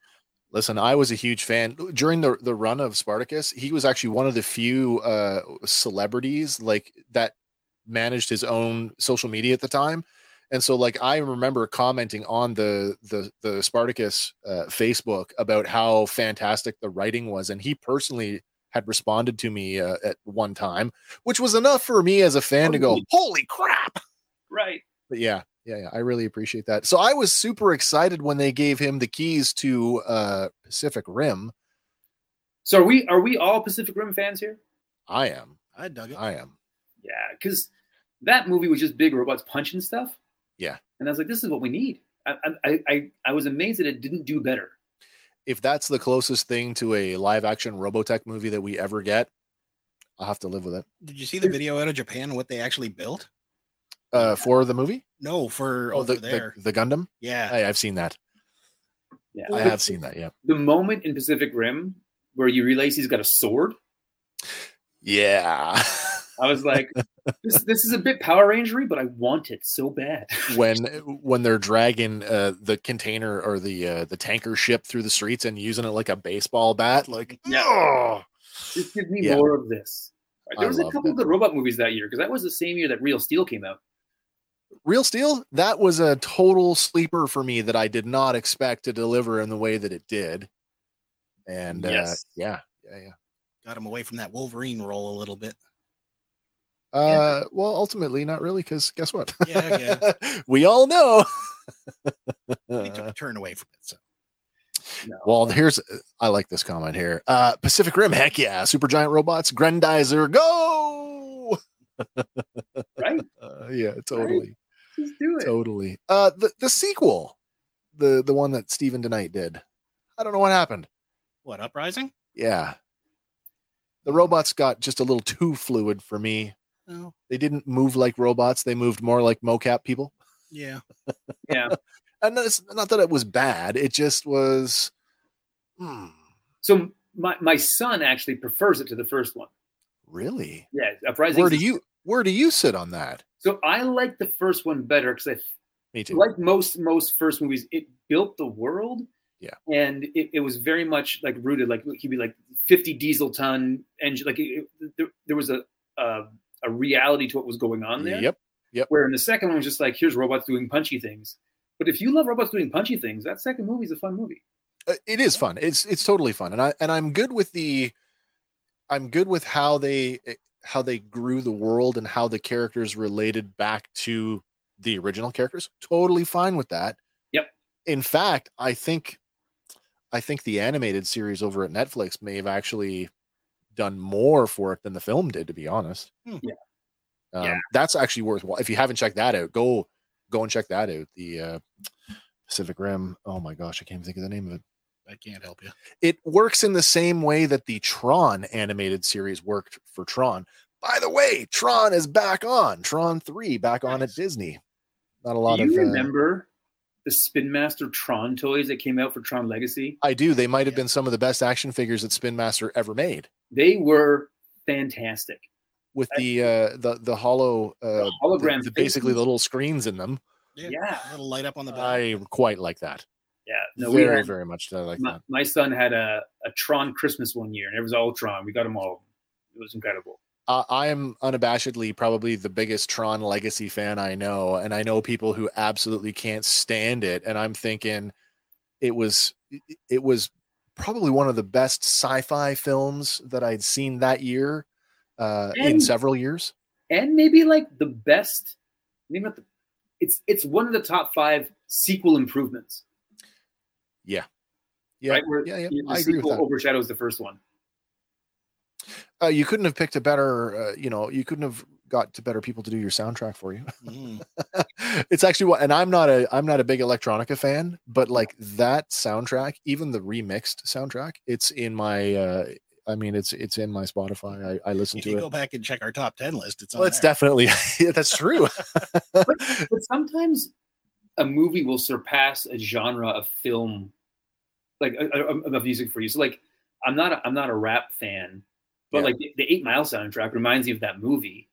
Speaker 1: Listen, I was a huge fan during the the run of Spartacus. He was actually one of the few uh celebrities like that managed his own social media at the time. And so like I remember commenting on the the the Spartacus uh, Facebook about how fantastic the writing was and he personally had responded to me uh, at one time, which was enough for me as a fan to go, "Holy crap."
Speaker 2: Right.
Speaker 1: but yeah, yeah, yeah, I really appreciate that. So I was super excited when they gave him the keys to uh Pacific Rim.
Speaker 2: So are we are we all Pacific Rim fans here?
Speaker 1: I am.
Speaker 3: I dug it.
Speaker 1: I am.
Speaker 2: Yeah, because that movie was just big robots punching stuff.
Speaker 1: Yeah.
Speaker 2: and I was like, this is what we need. I I I, I was amazed that it didn't do better.
Speaker 1: If that's the closest thing to a live action Robotech movie that we ever get, I'll have to live with it.
Speaker 3: Did you see the video out of Japan? What they actually built?
Speaker 1: Uh, for the movie, Oh,
Speaker 3: No, for
Speaker 1: the,
Speaker 3: over
Speaker 1: the
Speaker 3: there.
Speaker 1: the Gundam.
Speaker 3: yeah,
Speaker 1: I, I've seen that.
Speaker 2: Yeah,
Speaker 1: I have seen that. Yeah.
Speaker 2: the moment in Pacific Rim where you realize he's got a sword.
Speaker 1: Yeah.
Speaker 2: I was like, this, this is a bit Power Rangery, but I want it so bad.
Speaker 1: when when they're dragging uh, the container or the uh, the tanker ship through the streets and using it like a baseball bat, like
Speaker 2: Yeah.
Speaker 1: "Ugh."
Speaker 2: Just give me
Speaker 1: Yeah.
Speaker 2: more of this. There
Speaker 1: I
Speaker 2: was a
Speaker 1: loved
Speaker 2: couple
Speaker 1: it.
Speaker 2: good robot movies that year because that was the same year that Real Steel came out.
Speaker 1: Real Steel, that was a total sleeper for me that I did not expect to deliver in the way that it did. And uh,
Speaker 2: Yes.
Speaker 1: yeah, yeah, yeah.
Speaker 3: got him away from that Wolverine role a little bit.
Speaker 1: Uh, Well, ultimately, not really, because guess what?
Speaker 3: Yeah, yeah.
Speaker 1: we all know.
Speaker 3: He
Speaker 1: Uh.
Speaker 3: took a turn away from it. So
Speaker 1: well, here's I like this comment here. Uh, Pacific Rim, heck yeah, Supergiant robots, Grendizer, go!
Speaker 2: Right?
Speaker 1: Uh, yeah, totally,
Speaker 2: Just do it.
Speaker 1: totally. Uh, the the sequel, the the one that Stephen tonight did. I don't know what happened.
Speaker 3: what? Uprising?
Speaker 1: Yeah. The robots got just a little too fluid for me.
Speaker 3: No.
Speaker 1: They didn't move like robots. They moved more like mocap people.
Speaker 3: Yeah.
Speaker 2: yeah.
Speaker 1: And it's not that it was bad. It just was. Hmm,
Speaker 2: So my, my son actually prefers it to the first one.
Speaker 1: really?
Speaker 2: Yeah, Uprising.
Speaker 1: Where do you where do you sit on that?
Speaker 2: So I like the first one better because I f-
Speaker 1: Me too.
Speaker 2: like most most first movies, it built the world.
Speaker 1: Yeah.
Speaker 2: and it, it was very much like rooted. Like he'd be like fifty diesel ton engine. Like it, it- there, there was a, a a reality to what was going on there.
Speaker 1: Yep.
Speaker 2: Where in the second one was just like here's robots doing punchy things. But if you love robots doing punchy things, that second movie is a fun movie.
Speaker 1: Uh, It is fun. It's it's totally fun. And I and I'm good with the I'm good with how they eh, how they grew the world and how the characters related back to the original characters. Totally fine with that.
Speaker 2: Yep.
Speaker 1: In fact, I think I think the animated series over at Netflix may have actually done more for it than the film did, to be honest.
Speaker 3: Hmm.
Speaker 2: Yeah.
Speaker 1: Um,
Speaker 2: Yeah.
Speaker 1: That's actually worthwhile. If you haven't checked that out, go go and check that out. The uh, Pacific Rim. Oh my gosh, I can't even think of the name of it
Speaker 3: I can't help you.
Speaker 1: it works in the same way that the Tron animated series worked for Tron. By the way, Tron is back on Tron 3 back on at
Speaker 3: Nice.
Speaker 1: Disney. Not a lot
Speaker 2: do
Speaker 1: of
Speaker 2: you
Speaker 1: uh,
Speaker 2: remember the Spin Master Tron toys that came out for Tron Legacy?
Speaker 1: I do. They might have
Speaker 3: Yeah.
Speaker 1: been some of the best action figures that Spin Master ever made
Speaker 2: They were fantastic.
Speaker 1: with the uh the the hollow uh
Speaker 2: The hologram
Speaker 1: the- the- basically
Speaker 2: faces.
Speaker 1: the little screens in them.
Speaker 2: Yeah.
Speaker 3: A little light up on the back.
Speaker 1: I quite like that.
Speaker 2: Yeah, no, we
Speaker 1: very
Speaker 2: had,
Speaker 1: very much I like
Speaker 2: my,
Speaker 1: that.
Speaker 2: my son had a, a Tron Christmas one year, and it was all Tron. We got them all. It was incredible.
Speaker 1: I I am unabashedly probably the biggest Tron Legacy fan I know, and I know people who absolutely can't stand it. And I'm thinking, it was it- it was probably one of the best sci-fi films that I'd seen that year, uh, in
Speaker 2: And-
Speaker 1: several years.
Speaker 2: And maybe like the best, maybe not the. It's it's one of the top five sequel improvements.
Speaker 1: Yeah,
Speaker 2: right? Where
Speaker 1: yeah, yeah.
Speaker 2: the
Speaker 1: I agree with
Speaker 2: sequel
Speaker 1: that.
Speaker 2: overshadows the first one.
Speaker 1: Uh, you couldn't have picked a better, uh, you know, you couldn't have got to better people to do your soundtrack for you.
Speaker 3: Mm.
Speaker 1: it's actually what and i'm not a i'm not a big electronica fan but like that soundtrack even the remixed soundtrack it's in my uh i mean it's it's in my spotify i, I listen
Speaker 3: If you
Speaker 1: to
Speaker 3: go
Speaker 1: it
Speaker 3: back and check our top ten list, it's on
Speaker 1: well it's
Speaker 3: there.
Speaker 1: definitely yeah, that's true
Speaker 2: But sometimes a movie will surpass a genre of film, like uh, uh, of music for you. So like, I'm not a, I'm not a rap fan, but
Speaker 1: Yeah.
Speaker 2: like the, the Eight Mile soundtrack reminds you of that movie,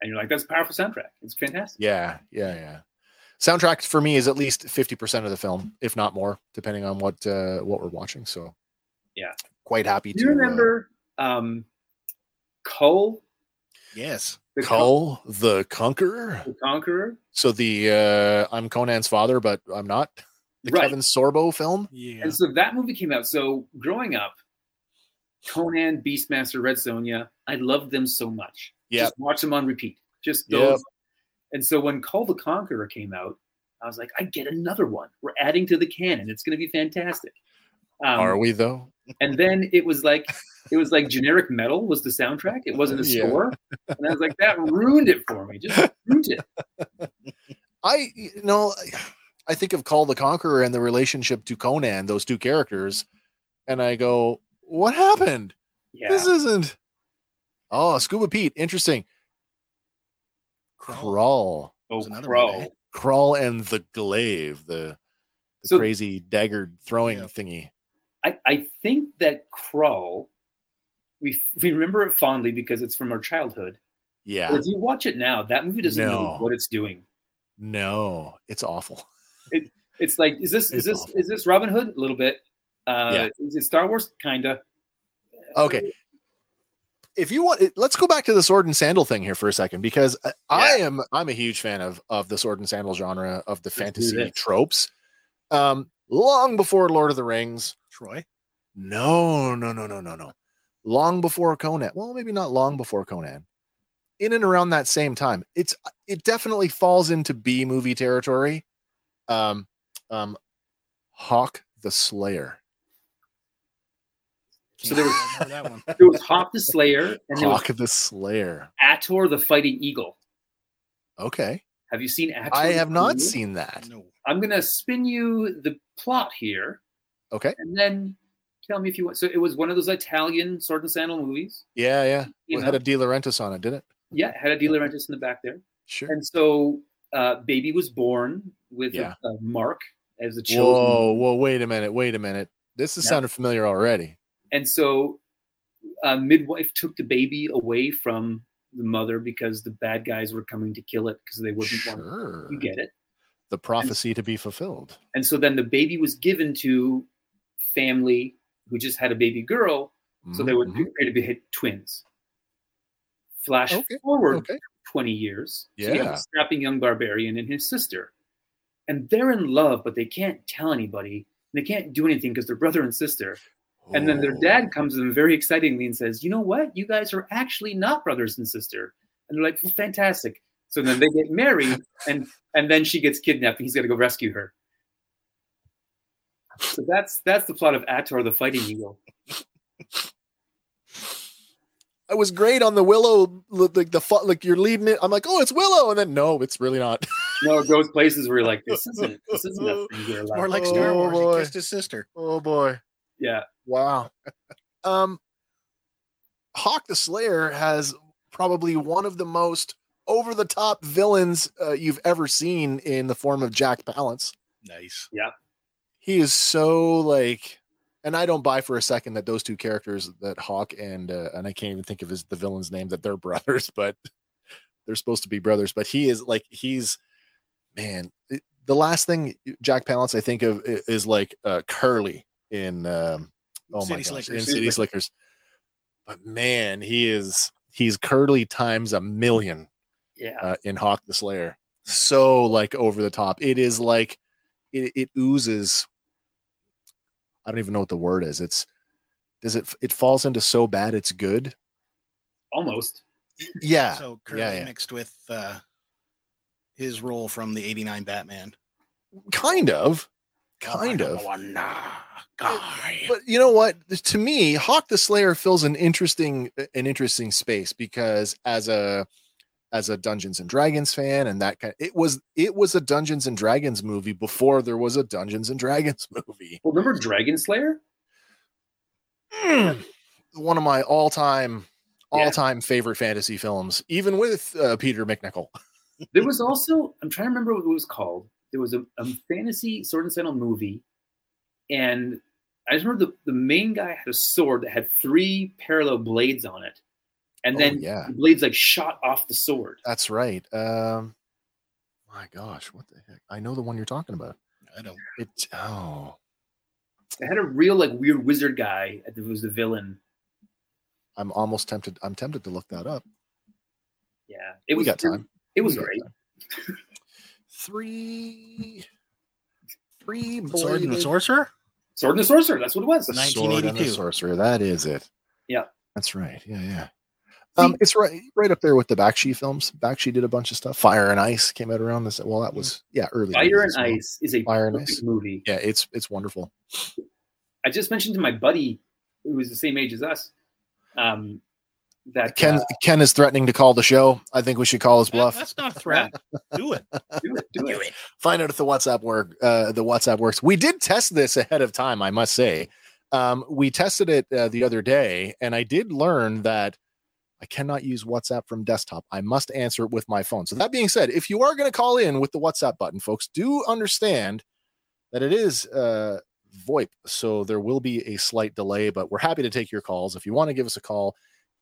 Speaker 2: and you're like, that's a powerful soundtrack. It's fantastic.
Speaker 1: yeah yeah yeah soundtrack for me is at least 50% of the film if not more depending on what uh what we're watching so
Speaker 2: Yeah.
Speaker 1: quite happy
Speaker 2: Do
Speaker 1: to uh,
Speaker 2: you remember um, Cole,
Speaker 3: yes.
Speaker 1: uh,
Speaker 2: the
Speaker 1: call the conqueror
Speaker 2: Con- the Conqueror?
Speaker 1: so the uh i'm conan's father but i'm not the
Speaker 2: Right.
Speaker 1: kevin sorbo film
Speaker 3: Yeah.
Speaker 2: And so that movie came out. So growing up, Conan, Beastmaster, Red Sonja, I loved them so much.
Speaker 1: Yeah.
Speaker 2: Just watch them on repeat. Just
Speaker 1: Yep.
Speaker 2: those. And so when Call the Conqueror came out, I was like, I get another one. We're adding to the canon. It's going to be fantastic. Um,
Speaker 1: Are we though?
Speaker 2: and then it was like it was like generic metal was the soundtrack. It wasn't a
Speaker 1: Yeah.
Speaker 2: score, and I was like, that ruined it for me. Just ruined it.
Speaker 1: I you know, I think of Call the Conqueror and the relationship to Conan, those two characters, and I go, "What happened?
Speaker 2: Yeah,
Speaker 1: This isn't." Oh, Scuba Pete, interesting.
Speaker 3: Crawl.
Speaker 1: Crawl,
Speaker 2: oh,
Speaker 3: was another
Speaker 2: crow.
Speaker 3: one, eh?
Speaker 1: crawl, and the glaive, the, the
Speaker 2: So-
Speaker 1: crazy dagger throwing
Speaker 3: Yeah.
Speaker 1: thingy.
Speaker 2: I, I think that crow. We, we remember it fondly because it's from our childhood. But
Speaker 1: Yeah,
Speaker 2: If you watch it now, that movie doesn't
Speaker 1: No.
Speaker 2: know what it's doing.
Speaker 1: no, it's awful.
Speaker 2: It's like, is this
Speaker 1: It's
Speaker 2: is this
Speaker 1: awful.
Speaker 2: is this Robin Hood? A little bit. Uh,
Speaker 1: Yeah.
Speaker 2: Is it Star Wars? Kinda.
Speaker 1: Okay. If you want, let's go back to the sword and sandal thing here for a second because I- I am I'm a huge fan of of the sword and sandal genre of the
Speaker 2: do
Speaker 1: fantasy
Speaker 2: this.
Speaker 1: tropes. Um, long before Lord of the Rings,
Speaker 3: Troy.
Speaker 1: no, no, no, no, no, no, long before Conan. Well, maybe not long before Conan. In and around that same time, it's it definitely falls into B movie territory. Um, um, Hawk the Slayer.
Speaker 2: So there was-
Speaker 3: Can't remember that one.
Speaker 2: There was Hawk the Slayer and there was
Speaker 1: Hawk the Slayer.
Speaker 2: Ator the Fighting Eagle.
Speaker 1: Okay,
Speaker 2: Have you seen Ator?
Speaker 1: I
Speaker 2: the
Speaker 1: have
Speaker 2: Fighting
Speaker 1: not
Speaker 2: Eagle?
Speaker 1: seen that.
Speaker 3: No.
Speaker 2: I'm gonna spin you the plot here,
Speaker 1: Okay.
Speaker 2: and then tell me if you want. So it was one of those Italian sword and sandal movies.
Speaker 1: Yeah, yeah.
Speaker 2: You
Speaker 1: Well, it
Speaker 2: know?
Speaker 1: had a De Laurentiis on it, didn't it?
Speaker 2: yeah, it had a De Laurentiis in the back there,
Speaker 1: Sure.
Speaker 2: and so uh, baby was born with
Speaker 1: Yeah.
Speaker 2: a, a mark as a chosen.
Speaker 1: Whoa, whoa, wait a minute, wait a minute. This is
Speaker 2: Yeah.
Speaker 1: sounding familiar already.
Speaker 2: and so uh, midwife took the baby away from the mother because the bad guys were coming to kill it because they wouldn't want
Speaker 1: Sure.
Speaker 2: it. you get it
Speaker 1: The prophecy to be fulfilled.
Speaker 2: and so then the baby was given to family who just had a baby girl so they were
Speaker 1: Mhm.
Speaker 2: going to be twins flash
Speaker 1: Okay,
Speaker 2: forward
Speaker 1: Okay.
Speaker 2: 20 years so you have
Speaker 1: Yeah.
Speaker 2: a strapping young barbarian and his sister and they're in love but they can't tell anybody they can't do anything because they're brother and sister And then their
Speaker 3: Oh.
Speaker 1: Ooh.
Speaker 2: dad comes to them very excitingly and says, "You know what? You guys are actually not brothers and sister." And they're like, well, "Fantastic!" So then they get married, and and then she gets kidnapped, and he's got to go rescue her. So that's that's the plot of Ator the Fighting Eagle.
Speaker 1: Oh. I was great on the Willow, li- like the fu- like you're leading it. I'm like, oh, it's Willow, and then no, it's really not.
Speaker 2: No, it goes places where you're like, "This isn't this isn't a thing here."
Speaker 3: It's more like
Speaker 1: Oh,
Speaker 3: Star Wars.
Speaker 1: boy.
Speaker 3: He kissed his sister.
Speaker 1: oh boy,
Speaker 2: yeah,
Speaker 1: wow. um, Hawk the Slayer has probably one of the most over the top villains uh, you've ever seen in the form of Jack Palance.
Speaker 3: Nice.
Speaker 1: he is so like and i don't buy for a second that those two characters that hawk and uh, and i can't even think of his the villain's name that they're brothers but they're supposed to be brothers but he is like he's man it- the last thing jack palance i think of i- is like uh curly in um oh my
Speaker 3: City
Speaker 1: gosh
Speaker 3: Slickers.
Speaker 1: in city slickers but man he is he's curly times a million
Speaker 2: yeah.
Speaker 1: uh, in Hawk the Slayer. So like over the top. It is like it, it oozes. I don't even know what the word is. It's does it it falls into so bad it's good.
Speaker 2: Almost.
Speaker 1: Yeah.
Speaker 3: So Curly
Speaker 1: yeah.
Speaker 3: mixed with uh, his role from the '89 Batman.
Speaker 1: kind of. Kind of.
Speaker 3: Guy.
Speaker 1: Oh, But you know what? To me, Hawk the Slayer fills an interesting an interesting space because as a as a Dungeons and Dragons fan and that kind it was it was a Dungeons and Dragons movie before there was a Dungeons and Dragons movie.
Speaker 2: Well, remember Dragon Slayer?
Speaker 1: one of my all-time
Speaker 2: Yeah.
Speaker 1: all-time favorite fantasy films even with uh, peter mcnichol
Speaker 2: There was also I'm trying to remember what it was called. There was a, a fantasy sword and sandal movie, and I just remember the, the main guy had a sword that had three parallel blades on it, and
Speaker 1: Oh,
Speaker 2: then
Speaker 1: yeah.
Speaker 2: the blades like shot off the sword.
Speaker 1: that's right um my gosh what the heck i know the one you're talking about
Speaker 3: I don't.
Speaker 1: it oh
Speaker 2: It had a real like weird wizard guy that was the villain.
Speaker 1: i'm almost tempted i'm tempted to look that up
Speaker 2: Yeah, it
Speaker 1: we
Speaker 2: was
Speaker 1: got time
Speaker 2: It, was
Speaker 1: We got
Speaker 2: great.
Speaker 1: time. three three
Speaker 3: Sword and the
Speaker 1: bladed-
Speaker 3: Sorcerer.
Speaker 2: Sword and the sorcerer. That's what it was.
Speaker 1: the sword and the
Speaker 3: 1982.
Speaker 1: sorcerer that is it
Speaker 2: Yeah.
Speaker 1: that's right yeah yeah um, it's right right up there with the Bakshi films. Bakshi did a bunch of stuff. Fire and Ice came out around this. Well, that was yeah, early.
Speaker 2: Mm. Fire
Speaker 1: 90s
Speaker 2: and
Speaker 1: as well.
Speaker 2: Ice is a
Speaker 1: Fire and
Speaker 2: perfect
Speaker 1: Ice.
Speaker 2: movie.
Speaker 1: yeah it's it's wonderful
Speaker 2: I just mentioned to my buddy who was the same age as us. Um, that
Speaker 1: Ken
Speaker 2: uh,
Speaker 1: Ken is threatening to call the show. I think we should call his
Speaker 3: That-
Speaker 1: bluff.
Speaker 3: that's not a threat. Do it.
Speaker 2: do it, do it.
Speaker 1: Find out if the WhatsApp work uh, the WhatsApp works. We did test this ahead of time, I must say. Um, we tested it uh, the other day, and I did learn that I cannot use WhatsApp from desktop. I must answer it with my phone. So that being said, if you are going to call in with the WhatsApp button, folks, do understand that it is uh, VoIP, so there will be a slight delay. But we're happy to take your calls. If you want to give us a call,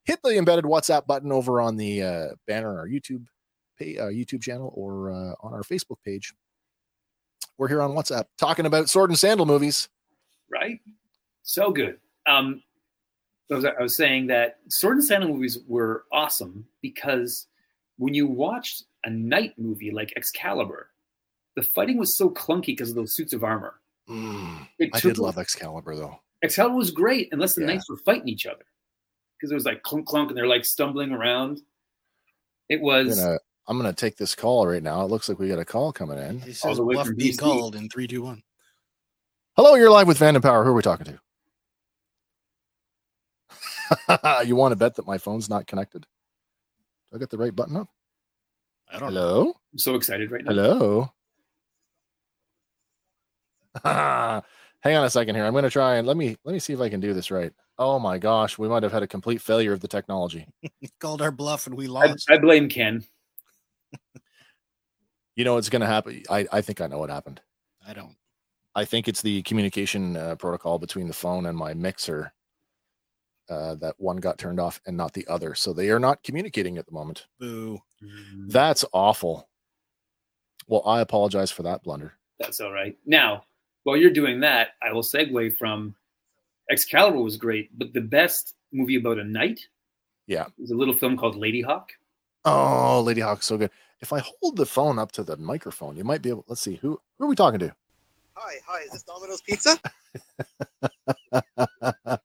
Speaker 1: hit the embedded WhatsApp button over on the uh, banner on our YouTube pay, uh, YouTube channel or uh, on our Facebook page. We're here on WhatsApp talking about sword and sandal movies.
Speaker 2: right? So good. Um, I was, I was saying that Sword and Sandal movies were awesome because when you watched a knight movie like Excalibur, the fighting was so clunky because of those suits of armor. It
Speaker 1: Mm, I
Speaker 2: took-
Speaker 1: did love Excalibur though.
Speaker 2: Excalibur was great unless the
Speaker 1: Yeah.
Speaker 2: knights were fighting each other because it was like clunk clunk and they're like stumbling around. It
Speaker 1: I'm
Speaker 2: was
Speaker 1: gonna, I'm gonna take this call right now. It looks like we got a call coming in.
Speaker 3: He
Speaker 2: All
Speaker 3: says
Speaker 2: the way
Speaker 3: bluff
Speaker 2: from
Speaker 3: being
Speaker 2: DC.
Speaker 3: called in three, two, one.
Speaker 1: Hello, you're live with Vanden Power. Who are we talking to? you want to bet that my phone's not connected? Do I get the right button up?
Speaker 3: I don't know.
Speaker 1: Hello?
Speaker 2: I'm so excited right now.
Speaker 1: Hello? Hang on a second here. I'm gonna try and let me let me see if I can do this right. Oh my gosh, we might have had a complete failure of the technology.
Speaker 3: He called our bluff and we
Speaker 2: I,
Speaker 3: lost.
Speaker 2: I blame Ken.
Speaker 1: You know what's gonna happen? I, I think I know what happened.
Speaker 3: I don't.
Speaker 1: I think it's the communication uh, protocol between the phone and my mixer uh, that one got turned off and not the other. So they are not communicating at the moment.
Speaker 3: Boo.
Speaker 1: That's awful. Well, I apologize for that blunder.
Speaker 2: That's all right. Now, while you're doing that, I will segue from Excalibur was great, but the best movie about a knight.
Speaker 1: Yeah.
Speaker 2: Is a little film called Lady Hawk.
Speaker 1: Oh, Lady Hawk's so good. If I hold the phone up to the microphone, you might be able. Let's see who who are we talking to?
Speaker 4: Hi, hi, is this Domino's Pizza?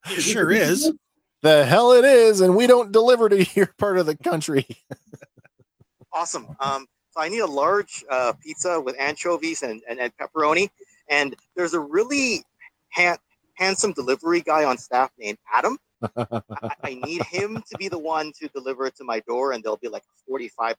Speaker 3: It sure is.
Speaker 1: The hell it is, and we don't deliver to your part of the country.
Speaker 4: Awesome. Um, so I need a large uh, pizza with anchovies and, and, and pepperoni. And there's a really ha- handsome delivery guy on staff named Adam. I, I need him to be the one to deliver it to my door, and there'll be like a 45%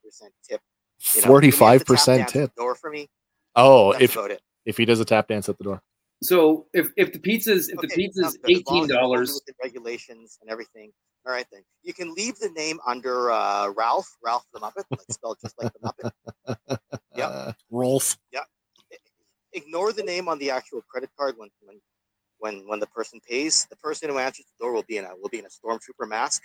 Speaker 4: tip. you know? He may have
Speaker 1: Forty-five
Speaker 4: to tap
Speaker 1: percent
Speaker 4: dance at
Speaker 1: tip.
Speaker 4: the Door for me.
Speaker 1: Oh,
Speaker 4: That's
Speaker 1: if
Speaker 4: about it.
Speaker 1: if he does a tap dance at the door.
Speaker 2: So if if the pizza's if the
Speaker 4: Okay,
Speaker 2: pizza's
Speaker 4: sounds good. As long
Speaker 2: eighteen
Speaker 4: as it
Speaker 2: dollars,
Speaker 4: follows the regulations and everything. All right, then you can leave the name under uh, Ralph, Ralph the Muppet. Let's spell just like the Muppet. Yep.
Speaker 1: Uh,
Speaker 3: Rolf.
Speaker 4: Ignore the name on the actual credit card when when when, when the person pays. The person who answers the door will be in a will be in a stormtrooper mask.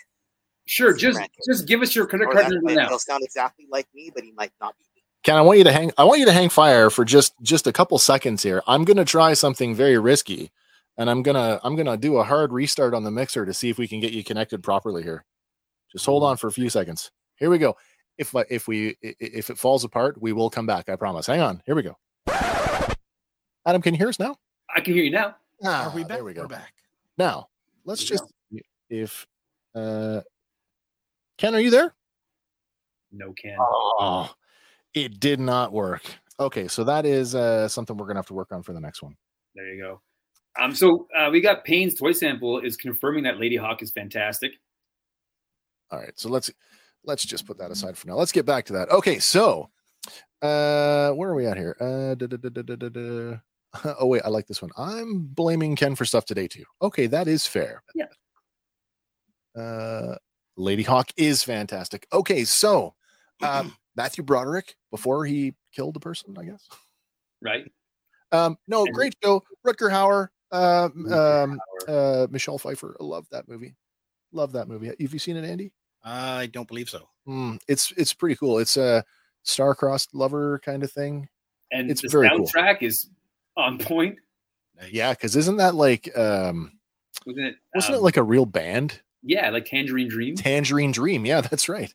Speaker 2: sure,
Speaker 4: It's
Speaker 2: just
Speaker 4: grand.
Speaker 2: just give us your credit
Speaker 4: Or
Speaker 2: card
Speaker 4: that-
Speaker 2: number now.
Speaker 4: He'll sound exactly like me, but he might not be. me.
Speaker 1: Ken, I want you to hang. I want you to hang fire for just just a couple seconds here. I'm gonna try something very risky, and I'm gonna I'm gonna do a hard restart on the mixer to see if we can get you connected properly here. Just hold on for a few seconds. Here we go. If I- if we i- i- if it falls apart, we will come back. I promise. Hang on. Here we go. Adam, can you hear us now?
Speaker 2: I can hear you now.
Speaker 1: Ah,
Speaker 3: Are we back?
Speaker 1: There we go.
Speaker 3: are back.
Speaker 1: Now let's
Speaker 2: There
Speaker 1: just if uh, Ken, are you there?
Speaker 2: No Ken.
Speaker 1: Oh, it did not work. Okay, so that is uh, something we're gonna have to work on for the next one.
Speaker 2: There you go. Um, so uh, we got Payne's toy sample is confirming that Lady Hawk is fantastic.
Speaker 1: All right, so let's let's just put that aside for now. Let's get back to that. Okay, so uh, where are we at here? Uh, da, da, da, da, da, da, da. oh wait, I like this one. I'm blaming Ken for stuff today too. Okay, that is fair.
Speaker 2: Yeah.
Speaker 1: Uh, Lady Hawk is fantastic. Okay, so um, Matthew Broderick before he killed the person, I guess.
Speaker 2: Right.
Speaker 1: Um, no,
Speaker 2: And-
Speaker 1: great show. Rutger Hauer, uh, m-
Speaker 2: Rutger
Speaker 1: um, uh, Michelle Pfeiffer. I love that movie. Love that movie. Have you seen it, Andy?
Speaker 3: I don't believe so.
Speaker 2: Hmm.
Speaker 1: Mm, it's it's pretty cool. It's a star-crossed lover kind of thing.
Speaker 2: And
Speaker 1: It's
Speaker 2: the
Speaker 1: very cool.
Speaker 2: soundtrack is on point.
Speaker 3: Nice.
Speaker 1: Yeah, because isn't that like um
Speaker 2: Wasn't it?
Speaker 1: wasn't it
Speaker 2: um,
Speaker 1: like a real band?
Speaker 2: yeah, like Tangerine Dream?
Speaker 1: Tangerine Dream. Yeah, that's right.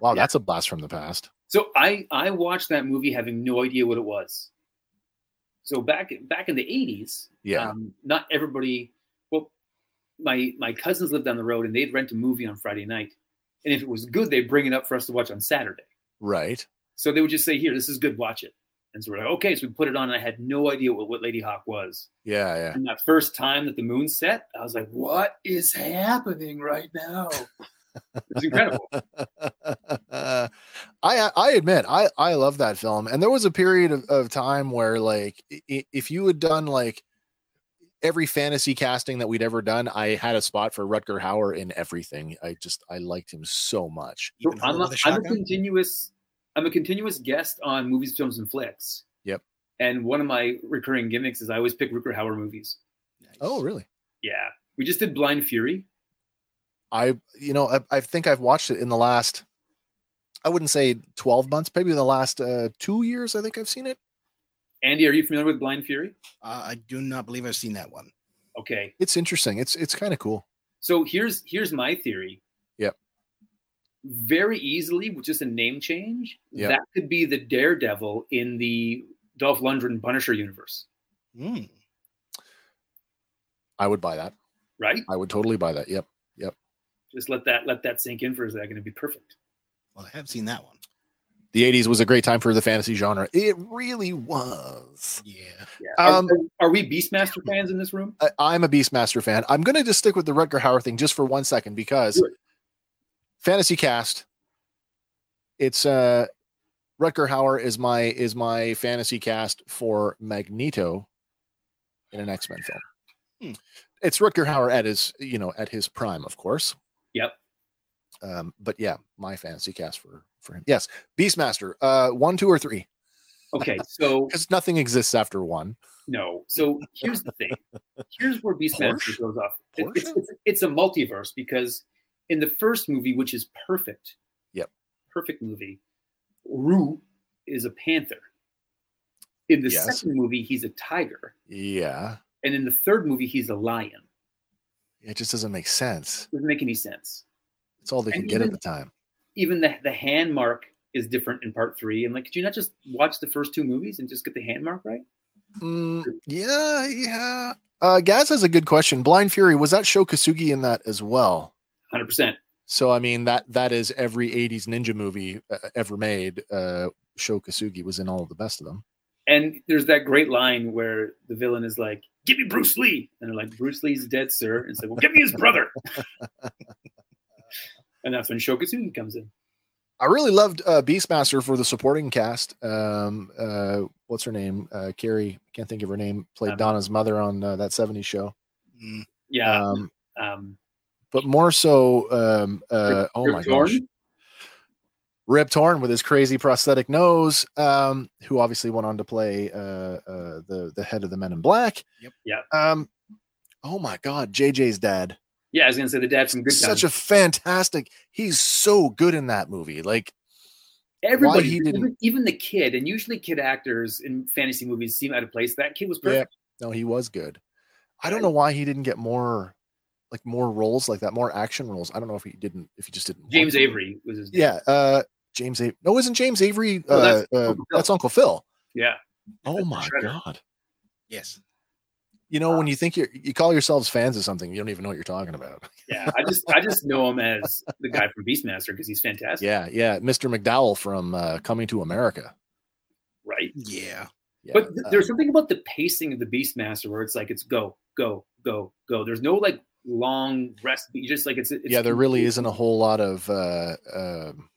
Speaker 1: Wow,
Speaker 2: Yeah.
Speaker 1: that's a blast from the past.
Speaker 2: So I I watched that movie having no idea what it was. So back back in the eighties,
Speaker 1: Yeah.
Speaker 2: um, not everybody. Well, my my cousins lived down the road, and they'd rent a movie on Friday night, and if it was good, they'd bring it up for us to watch on Saturday.
Speaker 1: right.
Speaker 2: So they would just say, "Here, this is good. Watch it." And so we're like, okay, so we put it on, and I had no idea what, what Lady Hawk was.
Speaker 1: Yeah, yeah.
Speaker 2: And that first time that the moon set, I was like, what is happening right now? It's incredible.
Speaker 1: I I admit I I love that film, and there was a period of, of time where like i- if you had done like every fantasy casting that we'd ever done, I had a spot for Rutger Hauer in everything. I just I liked him so much.
Speaker 2: So
Speaker 3: Even though
Speaker 2: I'm, a,
Speaker 3: with a
Speaker 2: I'm a
Speaker 3: shotgun?
Speaker 2: continuous I'm a continuous guest on movies, films, and flicks.
Speaker 1: Yep.
Speaker 2: And one of my recurring gimmicks is I always pick Rutger Hauer movies.
Speaker 3: Nice.
Speaker 1: Oh, really?
Speaker 2: Yeah. We just did Blind Fury.
Speaker 1: I you know I, I think I've watched it in the last I wouldn't say twelve months, maybe the last uh, two years. I think I've seen it.
Speaker 2: Andy, are you familiar with Blind Fury?
Speaker 3: Uh, I do not believe I've seen that one.
Speaker 2: Okay.
Speaker 1: It's interesting. It's it's kind of cool.
Speaker 2: So here's here's my theory.
Speaker 1: Yep.
Speaker 2: Very easily, with just a name change,
Speaker 1: Yep.
Speaker 2: that could be the Daredevil in the Dolph Lundgren Punisher universe,
Speaker 3: Hmm.
Speaker 1: I would buy that.
Speaker 2: right?
Speaker 1: I would totally buy that. Yep.
Speaker 2: Just let that let that sink in for a second. It'd be perfect.
Speaker 3: Well, I have seen that one.
Speaker 1: The 80s was a great time for the fantasy genre. It really was.
Speaker 3: Yeah.
Speaker 2: Yeah. Are-
Speaker 1: Um,
Speaker 2: are, are we Beastmaster fans in this room?
Speaker 1: I, I'm a Beastmaster fan. I'm going to just stick with the Rutger Hauer thing just for one second because
Speaker 2: Do it.
Speaker 1: fantasy cast. It's uh, Rutger Hauer is my is my fantasy cast for Magneto in an X Men film.
Speaker 3: Hmm.
Speaker 1: It's Rutger Hauer at his you know at his prime, of course.
Speaker 2: Yep.
Speaker 1: Um, but yeah, my fantasy cast for for him. Yes, Beastmaster. Uh, one, two, or three,
Speaker 2: Okay, so
Speaker 1: because nothing exists after one.
Speaker 2: No. So here's the thing. Here's where Beastmaster
Speaker 1: Porsche?
Speaker 2: goes off. It-
Speaker 1: Porsche?
Speaker 2: it's, it's, it's a multiverse because in the first movie, which is perfect,
Speaker 1: Yep.
Speaker 2: perfect movie, Rue is a panther. In the
Speaker 1: Yes.
Speaker 2: second movie, he's a tiger,
Speaker 1: Yeah,
Speaker 2: and in the third movie, he's a lion.
Speaker 1: it just doesn't make sense.
Speaker 2: Doesn't make any sense.
Speaker 1: It's all they
Speaker 2: And
Speaker 1: can get at
Speaker 2: even-
Speaker 1: the time.
Speaker 2: Even the the hand mark is different in part three. And like, could you not just watch the first two movies and just get the hand mark right?
Speaker 1: Mm, yeah, yeah. Uh, Gaz has a good question. Blind Fury was that show Kasugi in that as well?
Speaker 2: Hundred percent.
Speaker 1: So I mean that that is every '80s ninja movie uh, ever made. Uh, show Kasugi was in all of the best of them.
Speaker 2: And there's that great line where the villain is like, "Give me Bruce Lee," and they're like, "Bruce Lee's dead, sir." And it's like, "Well, give me his brother." and that's when Shokatsuki comes in.
Speaker 1: I really loved uh, Beastmaster for the supporting cast. Um, uh, what's her name? Uh, Carrie, can't think of her name. Played
Speaker 2: Um,
Speaker 1: Donna's mother on uh, that '70s show.
Speaker 3: Mm.
Speaker 2: Yeah.
Speaker 1: Um,
Speaker 2: Um,
Speaker 1: but more so, um, uh, oh my gosh,
Speaker 2: Bjorn?
Speaker 1: Rip Torn with his crazy prosthetic nose, um, who obviously went on to play uh, uh, the the head of the Men in Black.
Speaker 3: Yep.
Speaker 2: Yep.
Speaker 1: Um, oh my God, JJ's dad,
Speaker 2: Yeah, I was gonna say the dad from Good
Speaker 1: such
Speaker 2: Times.
Speaker 1: a fantastic. He's so good in that movie. Like,
Speaker 2: Everybody,
Speaker 1: he didn't-
Speaker 2: even, even the kid, and usually kid actors in fantasy movies seem out of place. That kid was perfect.
Speaker 1: no, he was good. I don't know why he didn't get more, like more roles like that, more action roles. I don't know if he didn't, if he just didn't. want
Speaker 2: James
Speaker 1: to.
Speaker 2: Avery was his. name.
Speaker 1: Yeah. Uh, James Avery. No, isn't James Avery?
Speaker 2: No,
Speaker 1: uh,
Speaker 2: Oh, that's
Speaker 1: uh, that's Uncle
Speaker 2: Uncle Phil.
Speaker 1: Phil.
Speaker 2: yeah.
Speaker 1: Oh
Speaker 2: That's
Speaker 1: my
Speaker 2: Shredder.
Speaker 1: God.
Speaker 3: Yes.
Speaker 1: you know, when you think you're, you call yourselves fans of something, you don't even know what you're talking about.
Speaker 2: Yeah, I just I just know him as the guy from Beastmaster because he's fantastic,
Speaker 1: Yeah, yeah, Mr. McDowell from uh, Coming to America.
Speaker 2: right?
Speaker 3: Yeah.
Speaker 1: Yeah,
Speaker 2: But th-
Speaker 1: uh,
Speaker 2: there's something about the pacing of the Beastmaster where it's like it's go, go, go, go. There's no like long rest. But you just like it's, it's
Speaker 1: yeah, there really isn't a whole lot of uh, um,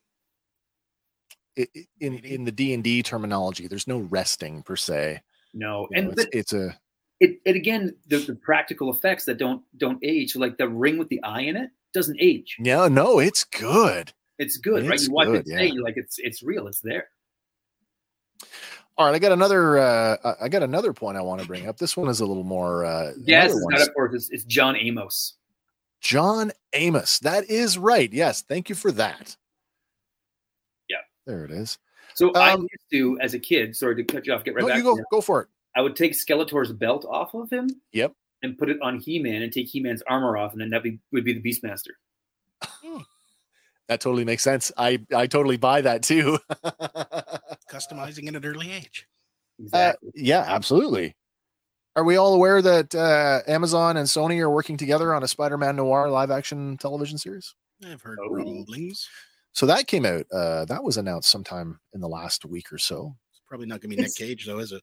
Speaker 1: i- i- in
Speaker 3: Waiting.
Speaker 1: in the D and D terminology. There's no resting per se.
Speaker 2: no.
Speaker 1: You know,
Speaker 2: And
Speaker 1: it's,
Speaker 2: but
Speaker 1: it's a
Speaker 2: it, it again the, the practical effects that don't don't age. So like the ring with the eye in it doesn't age.
Speaker 1: no, no, it's good.
Speaker 2: It's good, right?
Speaker 1: It's
Speaker 2: You watch
Speaker 1: good,
Speaker 2: it today,
Speaker 1: yeah.
Speaker 2: you're like it's it's real, it's there.
Speaker 1: All right, I got another. Uh, I- I got another point I want to bring up. This one is a little more. Uh, another
Speaker 2: Yes, it's
Speaker 1: one
Speaker 2: not
Speaker 1: is
Speaker 2: up for it. It's, it's John Amos.
Speaker 1: John Amos. That is right. Yes, thank you for that.
Speaker 2: Yeah.
Speaker 1: there it is.
Speaker 2: So I
Speaker 1: Um,
Speaker 2: used to, as a kid, sorry to cut you off, get right
Speaker 1: no,
Speaker 2: back.
Speaker 1: you
Speaker 2: to
Speaker 1: go
Speaker 2: that.
Speaker 1: go for it.
Speaker 2: I would take Skeletor's belt off of him.
Speaker 1: Yep.
Speaker 2: And put it on He-Man and take He-Man's armor off, and then that be, would be the Beastmaster.
Speaker 1: That totally makes sense. I I totally buy that too.
Speaker 3: Customizing at an early age.
Speaker 1: Uh,
Speaker 2: Exactly.
Speaker 1: yeah, absolutely. Are we all aware that uh, Amazon and Sony are working together on a Spider-Man noir live-action television series?
Speaker 3: I've heard
Speaker 2: Oh.
Speaker 3: rumblings.
Speaker 1: So that came out. Uh, that was announced sometime in the last week or so.
Speaker 3: Probably not gonna be Nick
Speaker 2: It's-
Speaker 3: Cage though, is it?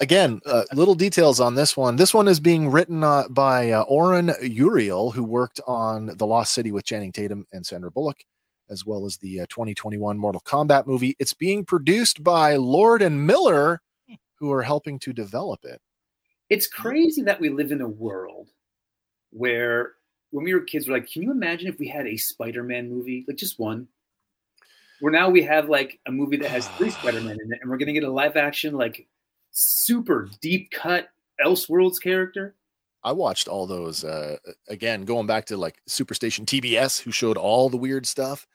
Speaker 1: Again, uh, little details on this one. This one is being written uh, by uh, Oren Uriel, who worked on The Lost City with Channing Tatum and Sandra Bullock, as well as the uh, 2021 Mortal Kombat movie. It's being produced by Lord and Miller, who are helping to develop it.
Speaker 2: It's crazy that we live in a world where when we were kids, we're like, can you imagine if we had a Spider-Man movie, like just one? Where now we have like a movie that has three Spider-Man in it, and we're gonna get a live-action, like super deep cut Elseworlds character.
Speaker 1: I watched all those uh, again, going back to like Superstation TBS, who showed all the weird stuff,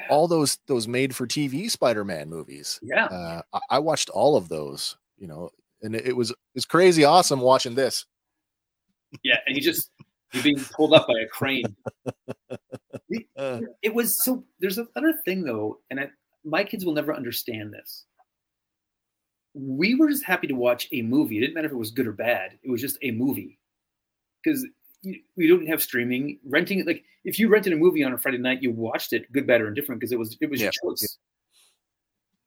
Speaker 2: Yeah.
Speaker 1: all those those made for TV Spider-Man movies.
Speaker 2: Yeah.
Speaker 1: uh, I, I watched all of those, you know, and it, it was it's crazy awesome watching this.
Speaker 2: Yeah, and he just you're being pulled up by a crane.
Speaker 1: Uh,
Speaker 2: It was so. There's another thing though, and I, my kids will never understand this. We were just happy to watch a movie. It didn't matter if it was good or bad. It was just a movie, because we didn't have streaming. Renting it, like if you rented a movie on a Friday night, you watched it, good, bad, or indifferent, because it was it was
Speaker 1: Yeah,
Speaker 2: your choice,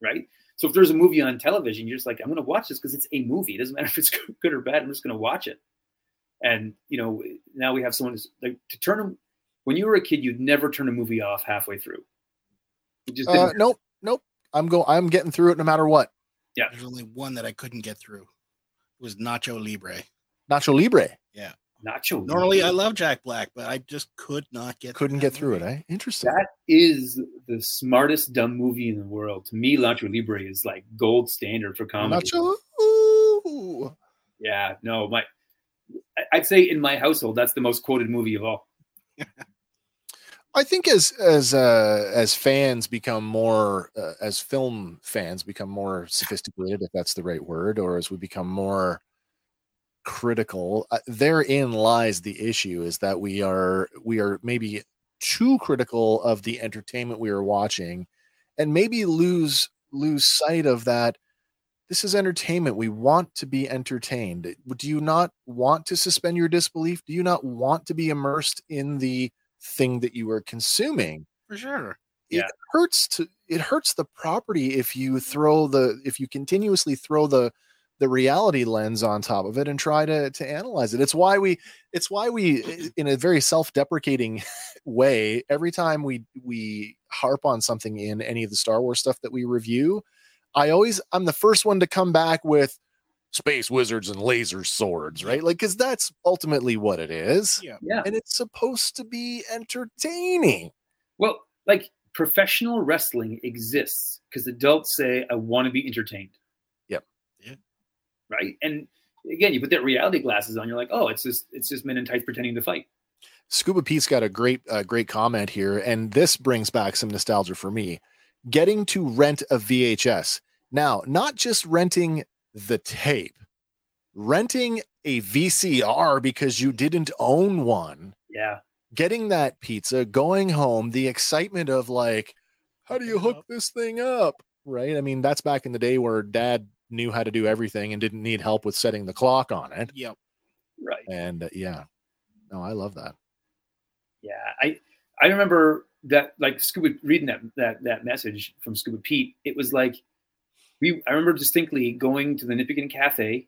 Speaker 2: right? So if there's a movie on television, you're just like, I'm going to watch this because it's a movie. It doesn't matter if it's good or bad. I'm just going to watch it. And you know, now we have someone who's like to turn them when you were a kid, you'd never turn a movie off halfway through. You just
Speaker 1: uh,
Speaker 2: didn't.
Speaker 1: nope, nope. I'm go. I'm getting through it no matter what.
Speaker 3: There's only one that I couldn't get through. It was Nacho Libre.
Speaker 1: Nacho Libre
Speaker 2: Nacho.
Speaker 3: Normally I love Jack Black, but I just could not get
Speaker 1: couldn't get through it. Eh? Interesting.
Speaker 2: that is the smartest dumb movie in the world. To me, Nacho Libre is like gold standard for comedy.
Speaker 1: Nacho. Ooh.
Speaker 2: Yeah, no, my, I- I'd say in my household that's the most quoted movie of all.
Speaker 1: I think as as uh, as fans become more uh, as film fans become more sophisticated, if that's the right word, or as we become more critical, uh, therein lies the issue: is that we are we are maybe too critical of the entertainment we are watching, and maybe lose lose sight of that. This is entertainment. We want to be entertained. Do you not want to suspend your disbelief? Do you not want to be immersed in the thing that you are consuming
Speaker 3: for sure.
Speaker 2: Yeah.
Speaker 1: it hurts to it hurts the property if you throw the if you continuously throw the the reality lens on top of it and try to to analyze it it's why we it's why we i- in a very self-deprecating way every time we we harp on something in any of the star wars stuff that we review i always i'm the first one to come back with space wizards and laser swords right like because that's ultimately what it is
Speaker 3: Yeah.
Speaker 2: Yeah.
Speaker 1: and it's supposed to be entertaining.
Speaker 2: Well, like professional wrestling exists because adults say, I want to be entertained.
Speaker 1: Yep.
Speaker 3: Yeah.
Speaker 2: Right. And again, you put that reality glasses on, you're like, oh, it's just it's just men in tights pretending to fight.
Speaker 1: Scuba Pete's got a great, uh, great comment here, and this brings back some nostalgia for me. Getting to rent a VHS now, not just renting the tape, renting a VCR because you didn't own one.
Speaker 2: Yeah.
Speaker 1: getting that pizza, going home, the excitement of like, how do you
Speaker 3: Hook it
Speaker 1: hook
Speaker 3: up.
Speaker 1: this thing up? Right. I mean, that's back in the day where dad knew how to do everything and didn't need help with setting the clock on it.
Speaker 3: Yep.
Speaker 2: Right.
Speaker 1: And uh, yeah, no, I love that.
Speaker 2: Yeah. I I remember that like Scuba reading that that that message from Scuba Pete. It was like we I remember distinctly going to the Nipigon Cafe,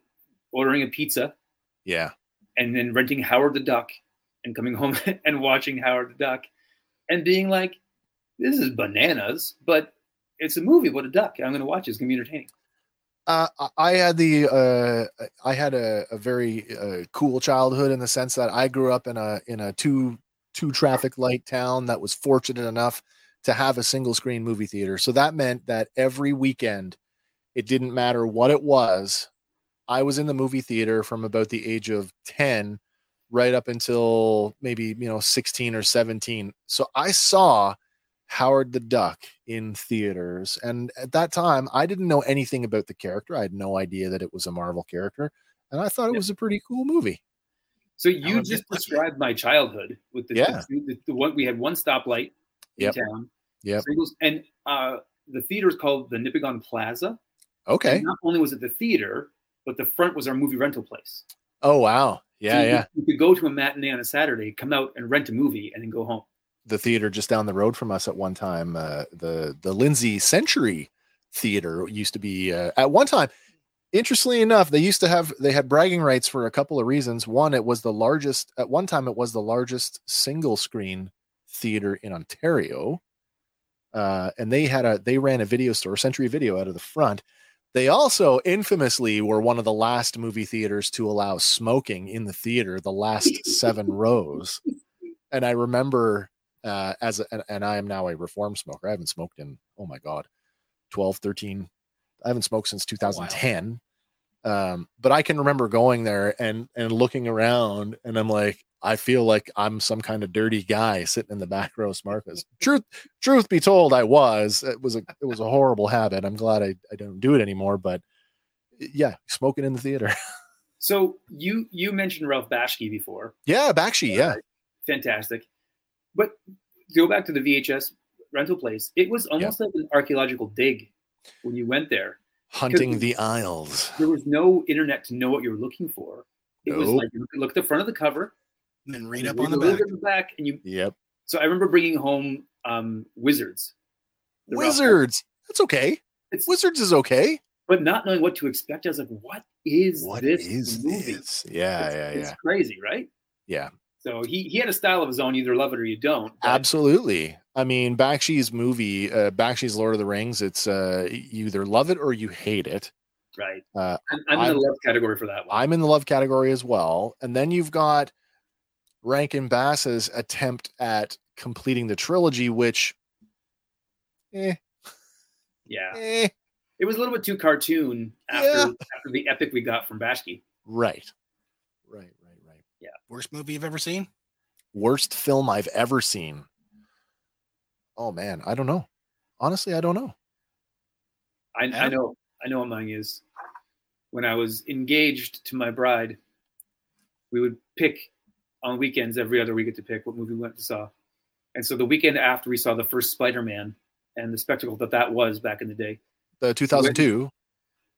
Speaker 2: ordering a pizza,
Speaker 1: Yeah.
Speaker 2: and then renting Howard the Duck and coming home and watching Howard the Duck and being like, this is bananas, but it's a movie about a duck. and I'm going to watch it. It's going to be entertaining.
Speaker 1: Uh, I- I had the uh, I had a, a very uh, cool childhood in the sense that I grew up in a in a two two traffic light town that was fortunate enough to have a single screen movie theater. So that meant that every weekend, it didn't matter what it was, I was in the movie theater from about the age of ten right up until maybe you know sixteen or seventeen. So I saw Howard the Duck in theaters. And at that time, I didn't know anything about the character. I had no idea that it was a Marvel character. And I thought it
Speaker 2: Yeah.
Speaker 1: was a pretty cool movie.
Speaker 2: So
Speaker 3: I'm
Speaker 2: you
Speaker 3: a
Speaker 2: just
Speaker 3: bit lucky.
Speaker 2: described my childhood with the,
Speaker 1: Yeah.
Speaker 2: the, the, one we had one stoplight in
Speaker 1: Yep.
Speaker 2: town.
Speaker 1: Yep.
Speaker 2: Singles- And uh, the theater is called the Nipigon Plaza.
Speaker 1: Okay.
Speaker 2: And not only was it the theater, but the front was our movie rental place.
Speaker 1: Oh, wow.
Speaker 2: So
Speaker 1: Yeah.
Speaker 2: you,
Speaker 1: Yeah.
Speaker 2: Could, you could go to a matinee on a Saturday, come out and rent a movie, and then go home.
Speaker 1: The theater just down the road from us at one time, uh, the, the Lindsay Century theater. It used to be uh, at one time. Interestingly enough, they used to have they had bragging rights for a couple of reasons. One, it was the largest at one time. It was the largest single screen theater in Ontario, uh, and they had a they ran a video store, Century Video, out of the front. They also infamously were one of the last movie theaters to allow smoking in the theater, the last seven rows. And I remember uh, as a, and, and I am now a reform smoker. I haven't smoked in oh my god, 12, 13. I haven't smoked since 2010. Um, but I can remember going there and and looking around, and I'm like, I feel like I'm some kind of dirty guy sitting in the back row smoking. truth, truth be told, I was. It was a it was a horrible habit. I'm glad I, I don't do it anymore. But yeah, smoking in the theater.
Speaker 2: So you you mentioned Ralph Bashke before.
Speaker 1: yeah, Bakshi. Yeah,
Speaker 2: Fantastic. But to go back to the VHS rental place, it was almost like an archaeological dig when you went there.
Speaker 1: hunting the aisles.
Speaker 2: There was no internet to know what you were looking for. It was
Speaker 1: Nope.
Speaker 2: like you look at the front of the cover,
Speaker 3: And then
Speaker 2: and
Speaker 3: read
Speaker 2: you
Speaker 3: up on
Speaker 2: read a
Speaker 3: the
Speaker 2: little
Speaker 3: back.
Speaker 2: bit of the back, and you.
Speaker 1: Yep.
Speaker 2: So I remember bringing home um, Wizards, The Ralph-
Speaker 1: Wizards. That's okay.
Speaker 2: It's-
Speaker 1: Wizards is okay.
Speaker 2: but not knowing what to expect, I was like, "What is
Speaker 1: What
Speaker 2: this
Speaker 1: is
Speaker 2: movie?
Speaker 1: this? Yeah,
Speaker 2: it's,
Speaker 1: yeah,
Speaker 2: it's
Speaker 1: yeah.
Speaker 2: crazy, right?"
Speaker 1: Yeah.
Speaker 2: So he he had a style of his own. You either love it or you don't. but
Speaker 1: Absolutely. I mean, Bakshi's movie, uh, Bakshi's Lord of the Rings, it's uh, you either love it or you hate it.
Speaker 2: Right.
Speaker 1: Uh,
Speaker 2: I'm, I'm, in
Speaker 1: I'm-
Speaker 2: the love category for that one.
Speaker 1: I'm in the love category as well. And then you've got Rankin Bass's attempt at completing the trilogy, which, eh,
Speaker 2: yeah.
Speaker 1: eh,
Speaker 2: It was a little bit too cartoon after
Speaker 1: Yeah.
Speaker 2: after the epic we got from Bashki.
Speaker 1: right, right, right, right.
Speaker 3: Worst movie you've ever seen?
Speaker 1: Worst film I've ever seen. Oh man, I don't know. Honestly, I don't know.
Speaker 2: I, I
Speaker 3: Yeah.
Speaker 2: know I know what mine is. When I was engaged to my bride, we would pick on weekends every other week we get to pick what movie we went to saw. And so the weekend after we saw the first Spider-Man and the spectacle that that was back in the day,
Speaker 1: The 2002.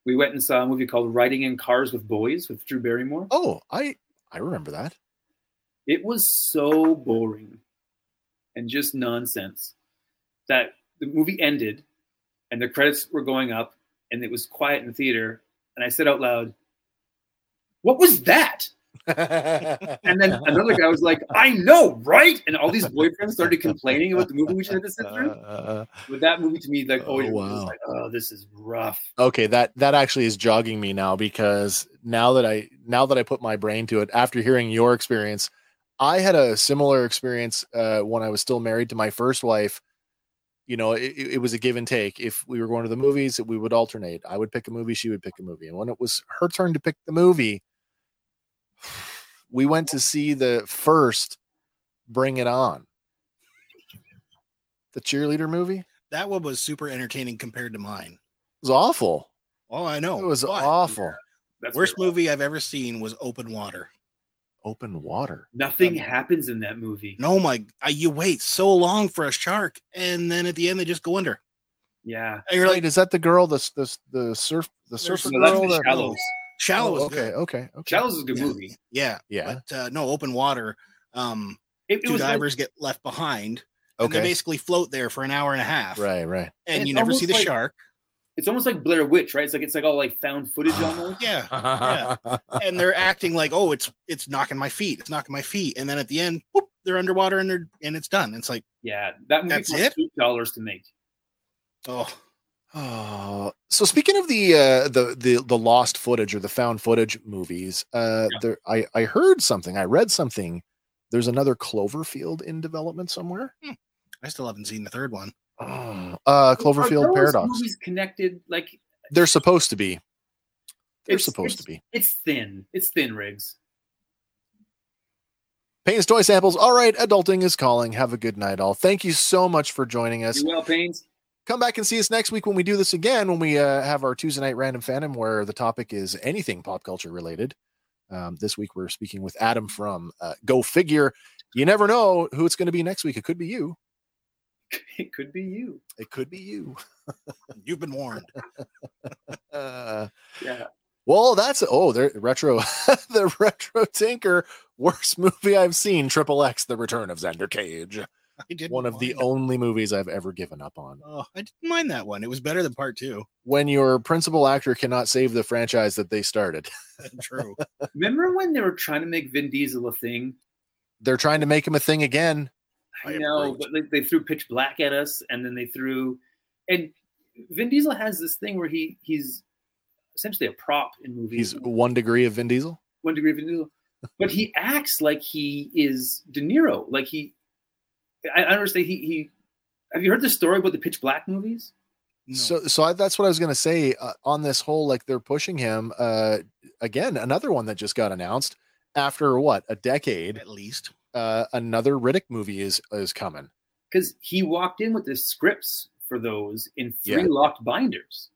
Speaker 2: we went and saw a movie called Riding in Cars with Boys with Drew Barrymore.
Speaker 1: Oh, I I remember that.
Speaker 2: It was so boring and just nonsense that the movie ended and the credits were going up and it was quiet in the theater. And I said out loud, What was that? And then another guy was like, I know, right? And all these boyfriends started complaining about the movie we should have to sit through.
Speaker 1: Uh,
Speaker 2: But that movie to me, like, oh,
Speaker 1: Oh,
Speaker 2: it was
Speaker 1: wow.
Speaker 2: like, oh this is rough.
Speaker 1: okay, that that actually is jogging me now because now that I now that I put my brain to it after hearing your experience, I had a similar experience uh, when I was still married to my first wife. You know, it, it it was a give and take. If we were going to the movies, we would alternate. I would pick a movie, she would pick a movie, and when it was her turn to pick the movie, we went to see the first Bring It On, the cheerleader movie.
Speaker 3: That one was super entertaining compared to mine.
Speaker 1: It was awful.
Speaker 3: Oh, I know.
Speaker 1: It was
Speaker 3: but
Speaker 1: awful.
Speaker 2: That's
Speaker 3: Worst
Speaker 2: rough.
Speaker 3: movie I've ever seen was Open Water.
Speaker 2: Mm-hmm.
Speaker 1: Open water.
Speaker 2: Nothing happens in that movie.
Speaker 3: No, oh my, I, you wait so long for a shark, and then at the end they just go under.
Speaker 2: Yeah.
Speaker 3: And you're
Speaker 1: Wait,
Speaker 3: like,
Speaker 1: is that the girl? The the the surf the
Speaker 3: There's
Speaker 1: surfer
Speaker 2: No, that's
Speaker 1: girl.
Speaker 2: the
Speaker 1: that-
Speaker 2: shallows.
Speaker 3: shallow
Speaker 1: Oh,
Speaker 3: was
Speaker 1: okay,
Speaker 3: good.
Speaker 1: okay, okay.
Speaker 2: Shallows is a good
Speaker 3: Yeah.
Speaker 2: movie.
Speaker 3: Yeah,
Speaker 1: Yeah.
Speaker 3: but uh, no, Open Water. Um,
Speaker 2: It, it
Speaker 3: two
Speaker 2: was like-
Speaker 3: divers get left behind, and they
Speaker 1: Okay.
Speaker 3: basically float there for an hour and a half,
Speaker 1: Right. Right.
Speaker 3: And
Speaker 2: It's
Speaker 3: you never see
Speaker 2: almost
Speaker 3: the
Speaker 2: like-
Speaker 3: shark.
Speaker 2: it's almost like Blair Witch, right? It's like it's like all like found footage almost.
Speaker 3: Yeah, and they're acting like, oh, it's it's knocking my feet, it's knocking my feet, and then at the end, whoop, they're underwater and they're and it's done. It's like,
Speaker 2: Yeah, that movie
Speaker 3: That's
Speaker 2: cost
Speaker 3: it?
Speaker 2: eight dollars to make.
Speaker 3: oh,
Speaker 1: Oh, so speaking of the uh, the the the lost footage or the found footage movies, uh,
Speaker 2: Yeah.
Speaker 1: there I I heard something, I read something. There's another Cloverfield in development somewhere.
Speaker 3: I still haven't seen the third one.
Speaker 1: Oh, uh,
Speaker 2: Are
Speaker 1: Cloverfield
Speaker 2: those
Speaker 1: Paradox.
Speaker 2: Movies connected, like
Speaker 1: They're supposed to be. They're
Speaker 2: It's-
Speaker 1: supposed to be.
Speaker 2: it's thin. It's thin, Riggs.
Speaker 1: Payne's Toy Samples. All right, adulting is calling. Have a good night, all. Thank you so much for joining us.
Speaker 2: You well, Pains.
Speaker 1: Come back and see us next week when we do this again, when we uh, have our Tuesday night random fandom, where the topic is anything pop culture related. Um, this week we're speaking with Adam from uh, Go Figure. You never know who it's going to be next week. It could be you.
Speaker 2: It could be you.
Speaker 1: It could be you.
Speaker 3: You've been warned.
Speaker 1: Uh,
Speaker 2: Yeah.
Speaker 1: well, that's oh, there retro, the retro tinker. Worst movie I've seen. Triple X: The Return of Xander Cage.
Speaker 3: I did
Speaker 1: One of the only movies I've ever given up on.
Speaker 3: Oh, I didn't mind that one. It was better than part two.
Speaker 1: When your principal actor cannot save the franchise that they started,
Speaker 3: True.
Speaker 2: Remember when they were trying to make Vin Diesel a thing?
Speaker 1: they're trying to make him a thing again.
Speaker 2: I,
Speaker 1: I
Speaker 2: know,
Speaker 1: approve.
Speaker 2: but like they threw Pitch Black at us, and then they threw, and Vin Diesel has this thing where he he's essentially a prop in movies.
Speaker 1: He's one degree of Vin Diesel.
Speaker 2: one degree of Vin Diesel, but he acts like he is De Niro. Like he, I I understand. He he. Have you heard the story about the Pitch Black movies?
Speaker 3: No.
Speaker 1: So, so I, that's what I was gonna say uh, on this whole like they're pushing him uh, again. Another one that just got announced after what a decade.
Speaker 3: at least
Speaker 1: Uh, another Riddick movie is is coming.
Speaker 2: Because he walked in with the scripts for those in three
Speaker 1: Yeah.
Speaker 2: locked binders.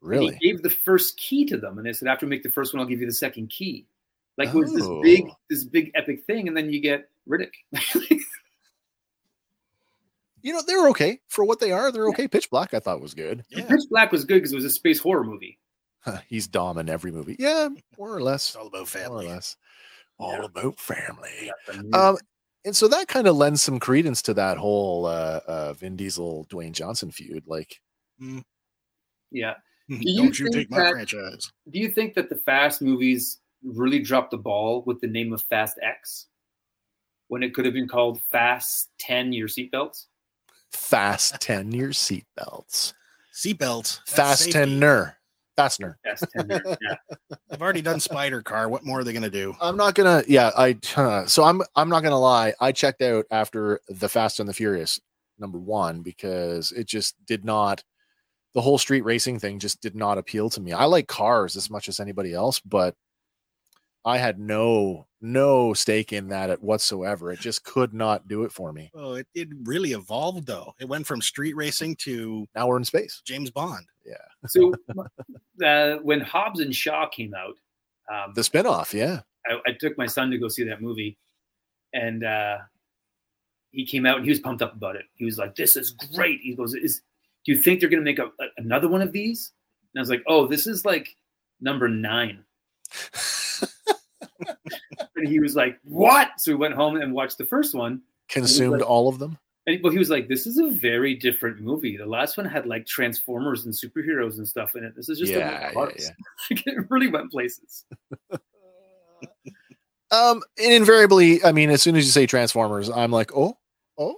Speaker 2: And
Speaker 1: Really,
Speaker 2: He gave the first key to them, and they said, "After we make the first one, I'll give you the second key." Like it was this
Speaker 1: Oh.
Speaker 2: big, this big epic thing, and then you get Riddick.
Speaker 1: you know they're okay for what they are. They're okay. Pitch Black I thought was good.
Speaker 3: Yeah.
Speaker 2: Pitch Black was good because it was a space horror movie.
Speaker 1: He's Dom in every movie. Yeah, more or less.
Speaker 3: it's all about
Speaker 1: More or
Speaker 3: family.
Speaker 1: less. All
Speaker 2: Yeah.
Speaker 1: about family. Um, and so that kind of lends some credence to that whole uh, uh, Vin Diesel Dwayne Johnson feud. Like,
Speaker 2: yeah. you
Speaker 3: Don't you
Speaker 2: think
Speaker 3: take my
Speaker 2: that-
Speaker 3: franchise?
Speaker 2: Do you think that the Fast movies really dropped the ball with the name of Fast X when it could have been called Fast 10 Your Seatbelts?
Speaker 1: fast ten your seatbelts,
Speaker 3: Seatbelt. That's
Speaker 1: fast
Speaker 3: safety.
Speaker 1: tener, fastener.
Speaker 2: Fast 10 year- yeah.
Speaker 3: They've already done Spider Car. What more are they going to do?
Speaker 1: I'm not gonna. Yeah, I. huh, so I'm. I'm not gonna lie. I checked out after the Fast and the Furious number one because it just did not. The whole street racing thing just did not appeal to me. I like cars as much as anybody else, but I had no no stake in that at whatsoever. It just could not do it for me.
Speaker 3: Oh, it, it really evolved though. It went from
Speaker 1: Hmm.
Speaker 3: street racing to
Speaker 1: Now we're in space.
Speaker 3: James Bond.
Speaker 2: So uh, when Hobbs and Shaw came out, um,
Speaker 1: The spinoff, yeah.
Speaker 2: I, I took my son to go see that movie, and uh, he came out and he was pumped up about it. He was like, "This is great." He goes, "Is do you think they're going to make a, a- another one of these?" And I was like, "Oh, this is like number nine. and he was like, "What?" So we went home and watched the first one.
Speaker 1: Consumed all of them.
Speaker 2: And well, he was like, "This is a very different movie. The last one had like transformers and superheroes and stuff in it. This is just
Speaker 1: Yeah, yeah,
Speaker 2: a yeah, it really went places."
Speaker 1: Um, and invariably, I mean, as soon as you say Transformers, I'm like, oh, oh,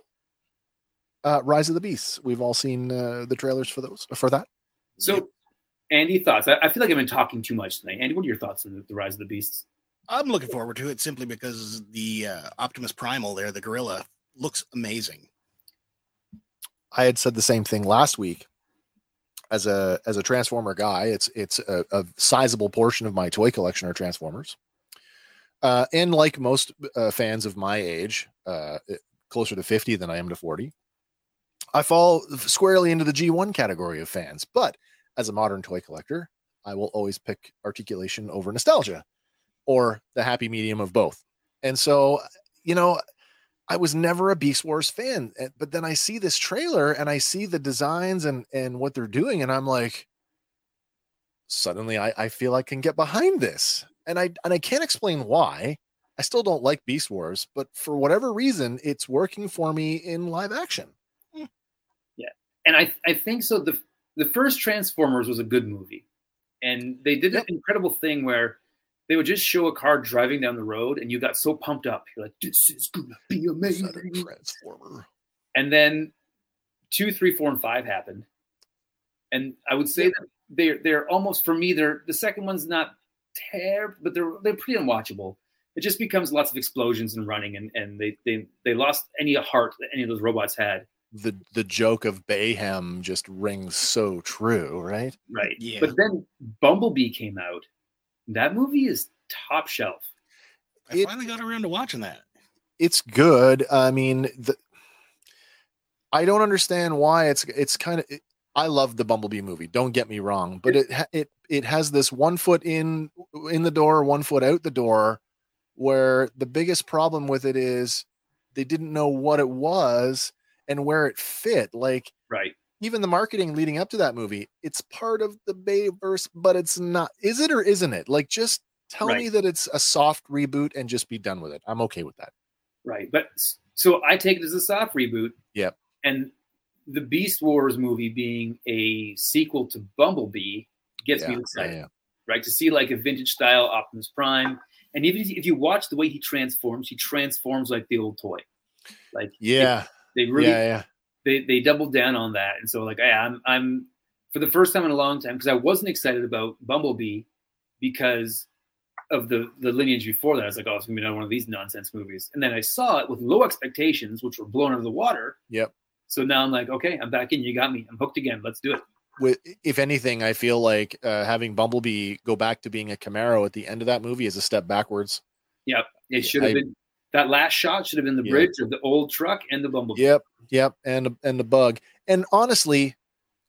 Speaker 1: uh, Rise of the Beasts. We've all seen uh, the trailers for those for that.
Speaker 2: So, Andy, thoughts? I, I feel like I've been talking too much tonight. Andy, what are your thoughts on the, the Rise of the Beasts?
Speaker 3: I'm looking forward to it simply because the uh, Optimus Primal there, the gorilla, looks amazing.
Speaker 1: I had said the same thing last week. As a as a Transformer guy, it's it's a, a sizable portion of my toy collection are Transformers. Uh, and like most uh, fans of my age, uh, closer to fifty than I am to forty, I fall squarely into the G one category of fans. But as a modern toy collector, I will always pick articulation over nostalgia, or the happy medium of both. And so, you know, I was never a Beast Wars fan, eh, but then I see this trailer and I see the designs and and what they're doing, and I'm like, suddenly I, I feel I can get behind this, and I and I can't explain why. I still don't like Beast Wars, but for whatever reason, it's working for me in live action.
Speaker 2: And I, I think so. The the first Transformers was a good movie, and they did
Speaker 1: Yep.
Speaker 2: an incredible thing where they would just show a car driving down the road, and you got so pumped up, you're like, "This is gonna be
Speaker 1: Is that
Speaker 2: amazing!"
Speaker 1: a Transformer.
Speaker 2: And then two, three, four, and five happened. And I would say that they're they're almost for me, they're the second one's not terrible, but they're they're pretty unwatchable. It just becomes lots of explosions and running and, and they, they they lost any heart that any of those robots had.
Speaker 1: The the joke of Bayhem just rings so true, right?
Speaker 2: Right.
Speaker 3: Yeah.
Speaker 2: But then Bumblebee came out. That movie is top shelf.
Speaker 3: I
Speaker 1: It-
Speaker 3: finally got around to watching that.
Speaker 1: it's good. I mean, the, I don't understand why it's it's kind of. I love the Bumblebee movie. Don't get me wrong, but it ha- it it has this one foot in in the door, one foot out the door, where the biggest problem with it is they didn't know what it was and where it fit. Like
Speaker 2: Right.
Speaker 1: even the marketing leading up to that movie, it's part of the Bayverse, but it's not. Is it or isn't it? Like just tell me
Speaker 2: Right.
Speaker 1: that it's a soft reboot and just be done with it. I'm okay with that.
Speaker 2: Right. But s- So I take it as a soft reboot.
Speaker 1: Yep.
Speaker 2: And the Beast Wars movie being a sequel to Bumblebee gets
Speaker 1: yeah,
Speaker 2: me
Speaker 1: yeah,
Speaker 2: excited,
Speaker 1: yeah.
Speaker 2: right? To see like a vintage style Optimus Prime. And even if you- if you watch the way he transforms, he transforms like the old toy. Like
Speaker 1: Yeah,
Speaker 2: they really
Speaker 1: yeah, yeah.
Speaker 2: they they doubled down on that, and so like I, I'm I'm for the first time in a long time because I wasn't excited about Bumblebee because of the the lineage before that. I was like, oh, it's gonna be another one of these nonsense movies, and then I saw it with low expectations, which were blown out of the water.
Speaker 1: Yep.
Speaker 2: So now I'm like, okay, I'm back in. You got me. I'm hooked again. Let's do it.
Speaker 1: With, if anything, I feel like uh, having Bumblebee go back to being a Camaro at the end of that movie is a step backwards.
Speaker 2: It should have
Speaker 1: I-
Speaker 2: been that last shot should have been the
Speaker 1: Yeah.
Speaker 2: bridge of the old truck and the Bumblebee.
Speaker 1: Yep, yep, and and the bug. And honestly,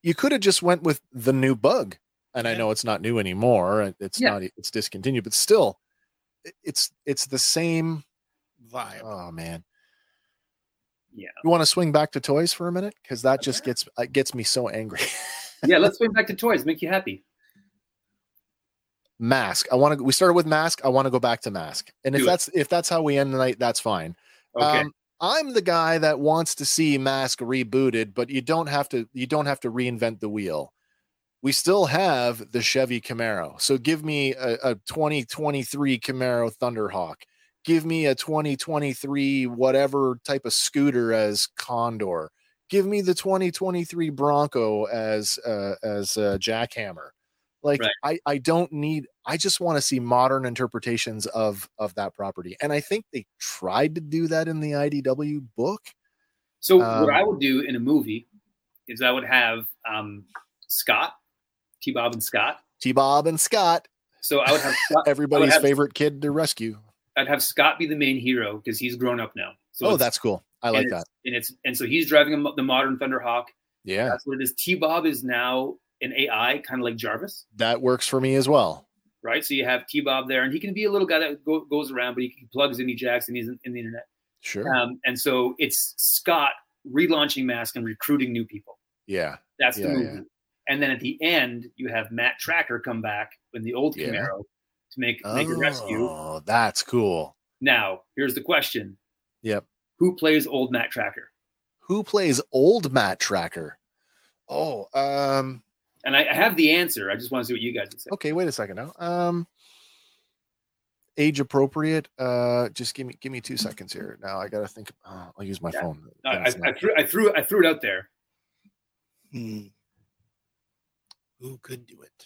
Speaker 1: you could have just went with the new bug. And I
Speaker 3: Yeah.
Speaker 1: know it's not new anymore. and It's
Speaker 2: Yeah.
Speaker 1: not. e, It's discontinued. But still, it- it's it's the same.
Speaker 3: Vibe.
Speaker 1: Oh man,
Speaker 2: Yeah.
Speaker 1: you want to swing back to toys for a minute because that just gets uh, gets me so angry.
Speaker 2: yeah, let's swing back to toys. Make you happy.
Speaker 1: Mask. I want to. We started with mask. I want to go back to mask. And if
Speaker 2: Do it.
Speaker 1: that's if that's how we end the night, that's fine.
Speaker 2: Okay.
Speaker 1: Um, I'm the guy that wants to see Mask rebooted, but you don't have to. You don't have to reinvent the wheel. We still have the Chevy Camaro, so give me a, a 2023 Camaro Thunderhawk. Give me a 2023 whatever type of scooter as Condor. Give me the 2023 Bronco as uh, as uh, Jackhammer. Like
Speaker 2: Right.
Speaker 1: I I don't need. I just want to see modern interpretations of of that property, and I think they tried to do that in the IDW book.
Speaker 2: So
Speaker 1: Um,
Speaker 2: what I would do in a movie is I would have um, Scott, T. Bob and Scott.
Speaker 1: T Bob and Scott,
Speaker 2: So I would have Scott,
Speaker 1: everybody's
Speaker 2: have-
Speaker 1: favorite kid to rescue.
Speaker 2: I'd have Scott be the main hero because he's grown up now. So
Speaker 1: oh,
Speaker 2: it's-
Speaker 1: that's cool. I like
Speaker 2: and
Speaker 1: that.
Speaker 2: it's- And it's and so he's driving a mo- the modern Thunderhawk.
Speaker 1: Yeah,
Speaker 2: That's what it is. T. Bob is now an AI, kind of like Jarvis,
Speaker 1: that works for me as well.
Speaker 2: right? So you have T. Bob there, and he can be a little guy that go, goes around, but he, he plugs in, he jacks, and he's in, in the internet.
Speaker 1: Sure.
Speaker 2: Um, and so it's Scott relaunching Mask and recruiting new people.
Speaker 1: yeah.
Speaker 2: That's the
Speaker 1: Yeah,
Speaker 2: movie.
Speaker 1: yeah.
Speaker 2: And then at the end, you have Matt Tracker come back in the old
Speaker 1: Yeah.
Speaker 2: Camaro to make make a rescue.
Speaker 1: Oh, that's cool.
Speaker 2: Now, here's the question:
Speaker 1: Yep.
Speaker 2: Who plays old Matt Tracker?
Speaker 1: Who plays old Matt Tracker? Oh, um,
Speaker 2: And I, I have the answer. I just want to see what you guys would say.
Speaker 1: okay, wait a second now. Um age appropriate. Uh just give me give me two seconds here. Now I gotta think oh, I'll use my
Speaker 2: Mm. Yeah.
Speaker 1: phone.
Speaker 2: I,
Speaker 1: Then it's
Speaker 2: I, I,
Speaker 1: not-
Speaker 2: threw, I threw I threw it out there.
Speaker 3: Hmm. Who could do it?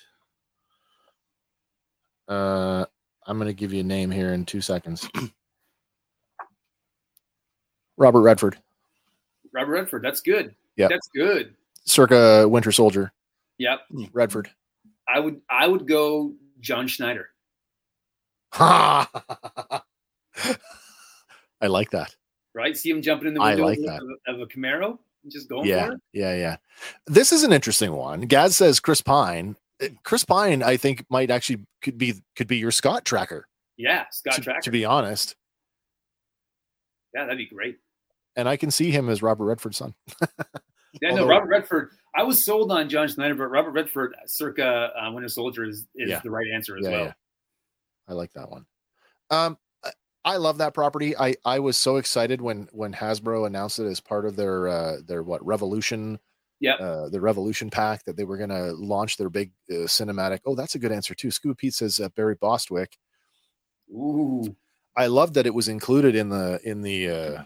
Speaker 1: uh I'm gonna give you a name here in two seconds. Robert Redford,
Speaker 2: Robert Redford. That's good.
Speaker 1: Yeah.
Speaker 2: that's good.
Speaker 1: circa Winter Soldier,
Speaker 2: Yep.
Speaker 1: Redford.
Speaker 2: I would I would go John Schneider.
Speaker 1: Ha! I like that.
Speaker 2: Right? See him jumping in the
Speaker 1: I
Speaker 2: window
Speaker 1: like
Speaker 2: of,
Speaker 1: that.
Speaker 2: a- of a Camaro, and just going
Speaker 1: yeah,
Speaker 2: for it.
Speaker 1: yeah, yeah. This is an interesting one. Gaz says Chris Pine. Uh, Chris Pine, I think, might actually could be could be your Scott tracker.
Speaker 2: Yeah, Scott
Speaker 1: to,
Speaker 2: Tracker.
Speaker 1: to be honest,
Speaker 2: yeah, that'd be great.
Speaker 1: and I can see him as Robert Redford's son.
Speaker 2: Yeah,
Speaker 1: Although-
Speaker 2: no, Robert Redford. I was sold on John Schneider, but Robert Redford, circa uh, Winter Soldier, is, is
Speaker 1: Yeah.
Speaker 2: the right answer as
Speaker 1: Yeah,
Speaker 2: well.
Speaker 1: yeah. I like that one. Um, I- I love that property. I I was so excited when when Hasbro announced it as part of their uh, their what Revolution.
Speaker 2: Yep.
Speaker 1: Uh, the Revolution pack that they were going to launch their big uh, cinematic. Oh, that's a good answer too. Scoop Pete says uh, Barry Bostwick.
Speaker 2: Ooh,
Speaker 1: I love that it was included in the in the uh,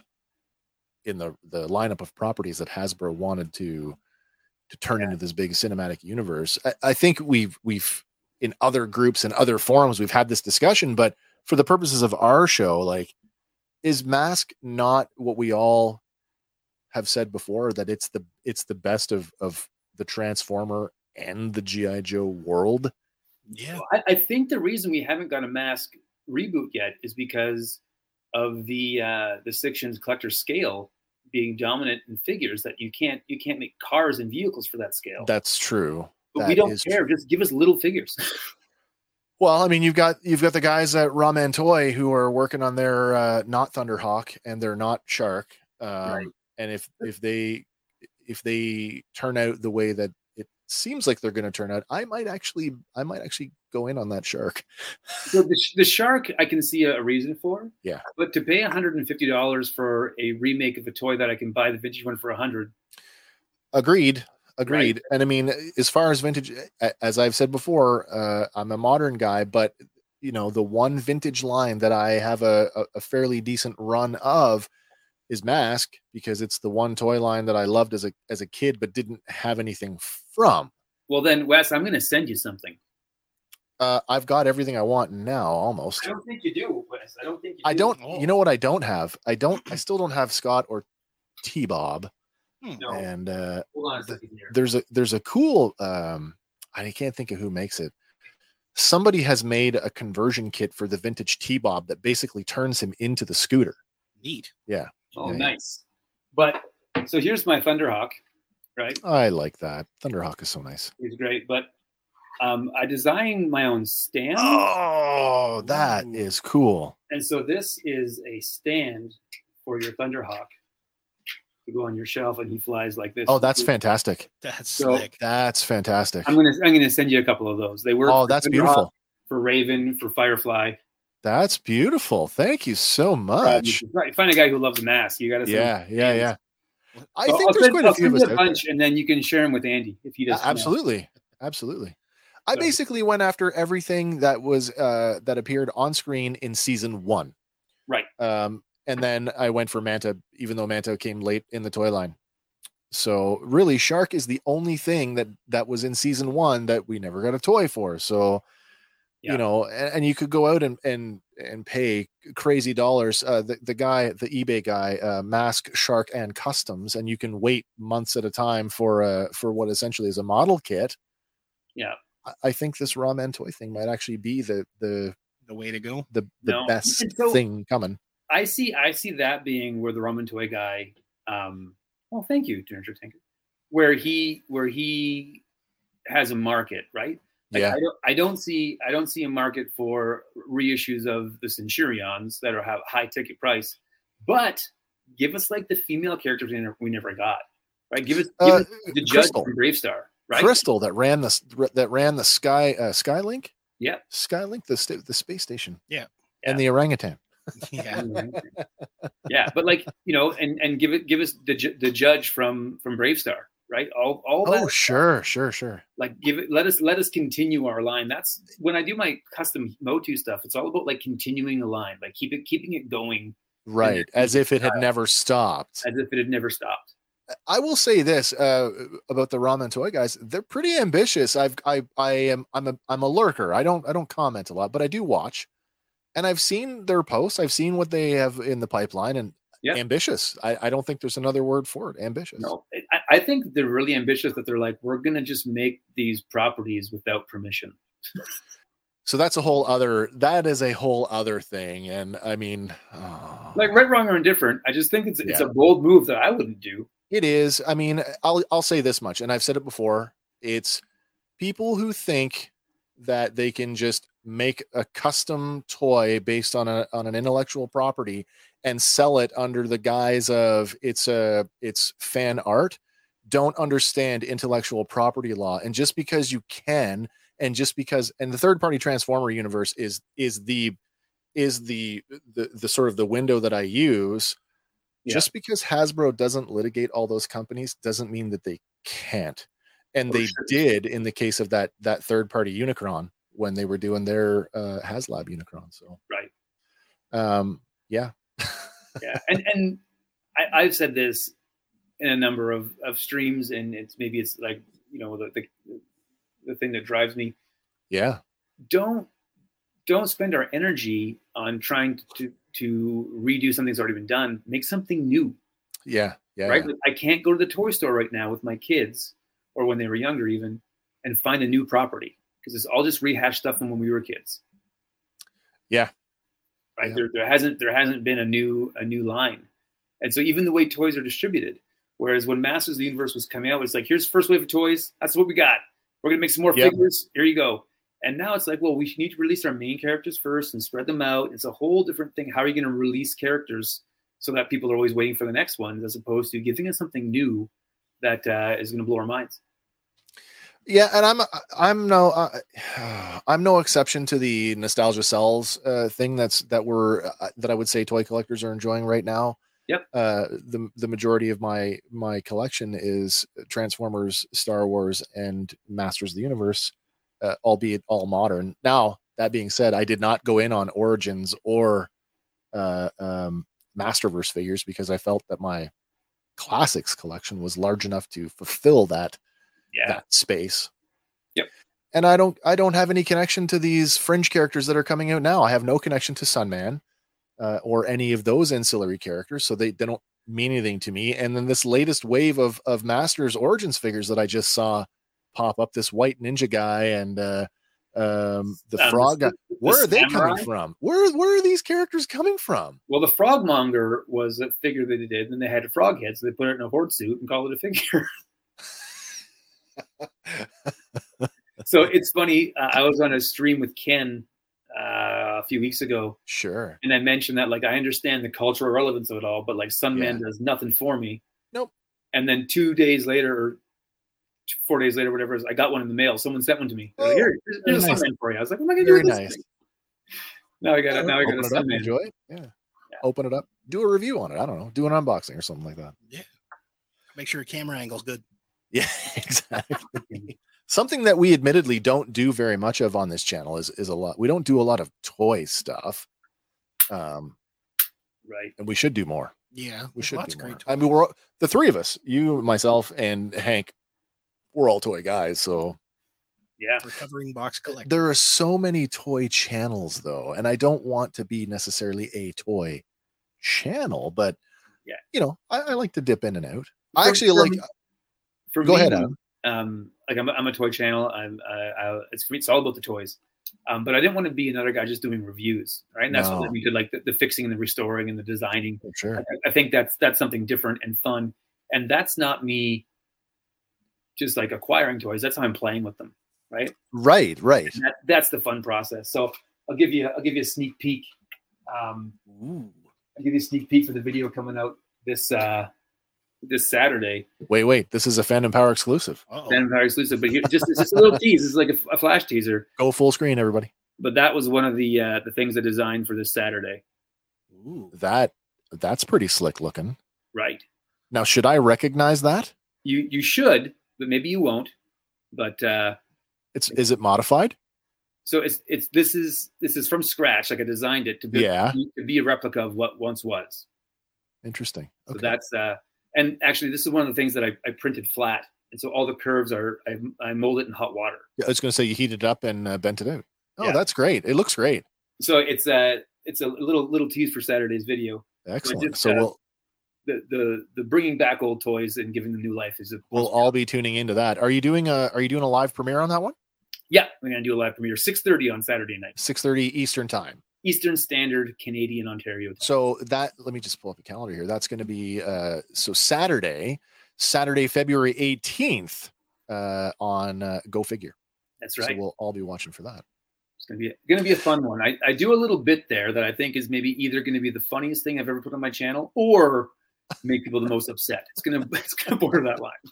Speaker 1: in the the lineup of properties that Hasbro wanted to to turn into this big cinematic universe. I, I think we've we've in other groups and other forums we've had this discussion, but for the purposes of our show, like is Mask not what we all have said before that it's the it's the best of of the Transformer and the GI Joe world?
Speaker 3: Yeah.
Speaker 2: I, I think the reason we haven't got a mask reboot yet is because of the uh, the section's collector scale being dominant in figures that you can't you can't make cars and vehicles for that scale.
Speaker 1: That's true.
Speaker 2: but we
Speaker 1: that
Speaker 2: don't
Speaker 1: is
Speaker 2: care. Just give us little figures.
Speaker 1: Well, I mean, you've got you've got the guys at Ramen Toy who are working on their uh, not Thunderhawk and they're not Shark. Um,
Speaker 2: Right.
Speaker 1: And if if they if they turn out the way that it seems like they're going to turn out. I might actually, I might actually go in on that shark.
Speaker 2: So the, sh- the shark, I can see a, a reason for.
Speaker 1: Yeah.
Speaker 2: But to pay $150 for a remake of a toy that I can buy the vintage one for 100
Speaker 1: Agreed. Agreed. And I mean, as far as vintage, a- as I've said before, uh, I'm a modern guy, but you know, the one vintage line that I have a, a, a fairly decent run of is Mask because it's the one toy line that I loved as a as a kid, but didn't have anything from.
Speaker 2: Well, then, Wes, I'm going to send you something.
Speaker 1: Uh, I've got everything I want now, almost.
Speaker 2: I don't think you do, Wes. I don't think you
Speaker 1: I don't.
Speaker 3: Oh.
Speaker 1: You know what? I don't have. I don't. I still don't have Scott or T Bob,
Speaker 2: No.
Speaker 1: and uh,
Speaker 2: Hold on a second here.
Speaker 1: there's a there's a cool um I can't think of who makes it. Somebody has made a conversion kit for the vintage T Bob that basically turns him into the scooter.
Speaker 3: Neat.
Speaker 2: Oh,
Speaker 1: Yeah.
Speaker 2: nice. But so here's my Thunderhawk, right?
Speaker 1: I like that. Thunderhawk is so nice.
Speaker 2: He's great, but um, I designed my own stand,
Speaker 1: Oh, that is
Speaker 3: Ooh.
Speaker 1: cool.
Speaker 2: and so this is a stand for your Thunderhawk to go on your shelf, and he flies like this.
Speaker 1: Oh, that's fantastic.
Speaker 3: That's
Speaker 2: So-
Speaker 3: slick.
Speaker 1: That's fantastic.
Speaker 2: I'm gonna I'm gonna send you a couple of those. They were
Speaker 1: Oh,
Speaker 2: for
Speaker 1: that's
Speaker 2: Thunderhawk,
Speaker 1: beautiful.
Speaker 2: for Raven for Firefly.
Speaker 1: That's beautiful. Thank you so much.
Speaker 2: Right, find a guy who loves mass. You got to
Speaker 1: Yeah, yeah, yeah. I
Speaker 2: So
Speaker 1: think
Speaker 2: I'll
Speaker 1: there's
Speaker 2: send-
Speaker 1: quite a
Speaker 2: I'll
Speaker 1: few of
Speaker 2: send
Speaker 1: us.
Speaker 2: you
Speaker 1: out there.
Speaker 2: bunch, and then you can share them with Andy if he
Speaker 1: Yeah,
Speaker 2: does.
Speaker 1: absolutely absolutely i
Speaker 2: So-
Speaker 1: basically went after everything that was uh that appeared on screen in season one
Speaker 2: Right.
Speaker 1: um and then i went for manta even though manta came late in the toy line so really shark is the only thing that that was in season one that we never got a toy for so
Speaker 2: Yeah.
Speaker 1: you know and, and you could go out and and and pay crazy dollars uh the, the guy the ebay guy uh mask shark and customs and you can wait months at a time for uh for what essentially is a model kit
Speaker 2: Yeah.
Speaker 1: I- i think this raw man toy thing might actually be the the
Speaker 3: The way to go.
Speaker 1: the, the
Speaker 2: No.
Speaker 1: best
Speaker 2: So-
Speaker 1: thing coming
Speaker 2: I see. I see that being where the Roman toy guy. Um, well, thank you, Ginger Tinker. Where he where he has a market, right? Like,
Speaker 1: yeah
Speaker 2: I don't, I don't see I don't see a market for reissues of the Centurions that are have high ticket price, but give us like the female characters we never, we never got, right? Give us, give
Speaker 1: Uh,
Speaker 2: us the judge
Speaker 1: Crystal.
Speaker 2: from Brave Star, right?
Speaker 1: crystal that ran the s- that ran the sky uh, skylink
Speaker 2: Yeah.
Speaker 1: skylink the sta- the space station
Speaker 3: Yeah.
Speaker 1: and
Speaker 2: Yeah.
Speaker 1: the orangutan
Speaker 3: Yeah.
Speaker 2: yeah, but like you know, and and give it give us the ju- the judge from from Brave Star, right? All all
Speaker 1: oh
Speaker 2: that,
Speaker 1: sure sure sure
Speaker 2: like give it let us let us continue our line. That's when I do my custom Motu stuff. It's all about like continuing the line, like keep it keeping it going
Speaker 1: right as if it
Speaker 2: uh,
Speaker 1: had never stopped
Speaker 2: as if it had never stopped.
Speaker 1: I will say this uh, about the ramen toy guys. They're pretty ambitious. I've I I am I'm a I'm a lurker. I don't I don't comment a lot, but I do watch. And I've seen their posts. I've seen what they have in the pipeline and
Speaker 2: Yeah.
Speaker 1: ambitious. I, I don't think there's another word for it. Ambitious.
Speaker 2: No, I, I think they're really ambitious that they're like we're gonna just make these properties without permission.
Speaker 1: So that's a whole other that is a whole other thing. And I mean oh.
Speaker 2: Like right, wrong, or indifferent. I just think it's it's a bold move that I wouldn't do.
Speaker 1: It is. I mean, eh, I'll I'll say this much, and I've said it before. It's people who think that they can just make a custom toy based on a on an intellectual property and sell it under the guise of it's a it's fan art don't understand intellectual property law and just because you can and just because and the third party transformer universe is is the is the the, the sort of the window that i use
Speaker 2: Yeah.
Speaker 1: just because Hasbro doesn't litigate all those companies doesn't mean that they can't. And
Speaker 2: Oh,
Speaker 1: they
Speaker 2: sure.
Speaker 1: did in the case of that that third party Unicron when they were doing their uh, HasLab Unicron. So
Speaker 2: Right.
Speaker 1: um, yeah,
Speaker 2: yeah and and I, i've said this in a number of, of streams and it's maybe it's like you know the, the the thing that drives me
Speaker 1: yeah,
Speaker 2: don't don't spend our energy on trying to to redo something that's already been done make something new
Speaker 1: yeah, yeah.
Speaker 2: right Like, i can't go to the toy store right now with my kids or when they were younger even and find a new property because it's all just rehashed stuff from when we were kids
Speaker 1: Yeah.
Speaker 2: right
Speaker 1: Yeah.
Speaker 2: There, there hasn't there hasn't been a new a new line and so even the way toys are distributed whereas when masters of the universe was coming out it's like here's the first wave of toys that's what we got we're gonna make some more
Speaker 1: Yeah.
Speaker 2: figures here you go and now it's like well we need to release our main characters first and spread them out it's a whole different thing how are you gonna release characters so that people are always waiting for the next one as opposed to giving us something new that uh, is going to blow our minds
Speaker 1: Yeah, and I'm I'm no uh, I'm no exception to the nostalgia cells uh, thing that's that we're uh, that I would say toy collectors are enjoying right now.
Speaker 2: Yep.
Speaker 1: Uh, the the majority of my my collection is Transformers, Star Wars, and Masters of the Universe, uh, albeit all modern. Now that being said, I did not go in on Origins or uh, um, Masterverse figures because I felt that my classics collection was large enough to fulfill that
Speaker 2: Yeah.
Speaker 1: that space.
Speaker 2: Yep.
Speaker 1: And I don't I don't have any connection to these fringe characters that are coming out now. I have no connection to Sunman uh, or any of those ancillary characters, so they, they don't mean anything to me. And then this latest wave of of Masters Origins figures that I just saw pop up, this white ninja guy and uh, um, the
Speaker 2: Um,
Speaker 1: frog guy.
Speaker 2: the
Speaker 1: Where are they
Speaker 2: samurai?
Speaker 1: coming from? Where where are these characters coming from?
Speaker 2: Well, the frogmonger was a figure that they did, and they had a frog head, so they put it in a horde suit and call it a figure. so it's funny. Uh, I was on a stream with Ken uh, a few weeks ago,
Speaker 1: Sure.
Speaker 2: and I mentioned that like I understand the cultural relevance of it all, but like Sunman does nothing for me.
Speaker 1: Nope.
Speaker 2: And then two days later, or two- four days later, whatever it is, I got one in the mail. Someone sent one to me. They're like,
Speaker 1: Oh,
Speaker 2: Here, here's, here's
Speaker 1: nice.
Speaker 2: a Sunman for you. I was like, what am I gonna
Speaker 1: Very
Speaker 2: do with
Speaker 1: nice.
Speaker 2: this? thing? Now I got it. Now I got
Speaker 1: Open
Speaker 2: a
Speaker 1: it up,
Speaker 2: Sunman.
Speaker 1: enjoy it. Yeah.
Speaker 2: Yeah.
Speaker 1: Open it up. Do a review on it. I don't know. Do an unboxing or something like that.
Speaker 3: Make sure your camera angle's good.
Speaker 1: Yeah, exactly. Something that we admittedly don't do very much of on this channel is is a lot. We don't do a lot of toy stuff. Um,
Speaker 2: Right.
Speaker 1: and we should do more.
Speaker 3: Yeah,
Speaker 1: We
Speaker 3: there's
Speaker 1: should
Speaker 3: lots
Speaker 1: do
Speaker 3: of
Speaker 1: more.
Speaker 3: great.
Speaker 1: I mean, we're all- the three of us, you, myself, and Hank, we're all toy guys. So
Speaker 2: Yeah.
Speaker 3: recovering box collector.
Speaker 1: there are so many toy channels though, and I don't want to be necessarily a toy channel, but
Speaker 2: Yeah.
Speaker 1: you know, I, I like to dip in and out. I
Speaker 2: For-
Speaker 1: actually
Speaker 2: for
Speaker 1: like uh,
Speaker 2: me- For
Speaker 1: go
Speaker 2: me,
Speaker 1: ahead, Adam.
Speaker 2: um, like I'm, a- I'm a toy channel. I'm, uh, I, it's it's all about the toys. Um, but I didn't want to be another guy just doing reviews, right? And that's
Speaker 1: No.
Speaker 2: what we did, like the, the fixing and the restoring and the designing.
Speaker 1: Sure.
Speaker 2: I- I think that's that's something different and fun. And that's not me, just like acquiring toys. That's how I'm playing with them, right?
Speaker 1: Right, right.
Speaker 2: And that, that's the fun process. So I'll give you I'll give you a sneak peek. Um, I'll give you a sneak peek for the video coming out this uh, this Saturday.
Speaker 1: Wait, wait. This is a Phantom Power exclusive.
Speaker 3: Uh-oh.
Speaker 2: Phantom Power exclusive, but here, just it's just a little tease. It's like a, a flash teaser.
Speaker 1: Go full screen, everybody.
Speaker 2: But that was one of the uh, the things I designed for this Saturday,
Speaker 3: Ooh.
Speaker 1: that that's pretty slick looking
Speaker 2: right?
Speaker 1: now should i recognize that
Speaker 2: You you should, but maybe you won't. But uh,
Speaker 1: it's is it modified
Speaker 2: so it's it's this is this is from scratch. Like I designed it to be
Speaker 1: Yeah.
Speaker 2: to be a replica of what once was.
Speaker 1: interesting
Speaker 2: So
Speaker 1: okay
Speaker 2: that's uh, and actually this is one of the things that I, I printed flat, and so all the curves are I, I mold it in hot water.
Speaker 1: Yeah, i was going to say you heated it up and uh, bent it out oh
Speaker 2: Yeah.
Speaker 1: that's great it looks great
Speaker 2: So it's a it's a little little tease for Saturday's video.
Speaker 1: excellent
Speaker 2: just,
Speaker 1: so
Speaker 2: uh,
Speaker 1: we'll
Speaker 2: The the the bringing back old toys and giving them new life is a
Speaker 1: we'll all be tuning into that are you doing a are you doing a live premiere on that one
Speaker 2: Yeah, we're gonna do a live premiere, six thirty on Saturday night,
Speaker 1: 6.30 eastern time
Speaker 2: Eastern Standard Canadian Ontario. time.
Speaker 1: so that let me just pull up the calendar here that's going to be uh so saturday saturday february 18th uh on uh, go figure
Speaker 2: that's right.
Speaker 1: so we'll all be watching for that
Speaker 2: it's gonna be gonna be a fun one. I, I do a little bit there that I think is maybe either gonna be the funniest thing I've ever put on my channel or make people the most upset. It's gonna it's gonna border that line.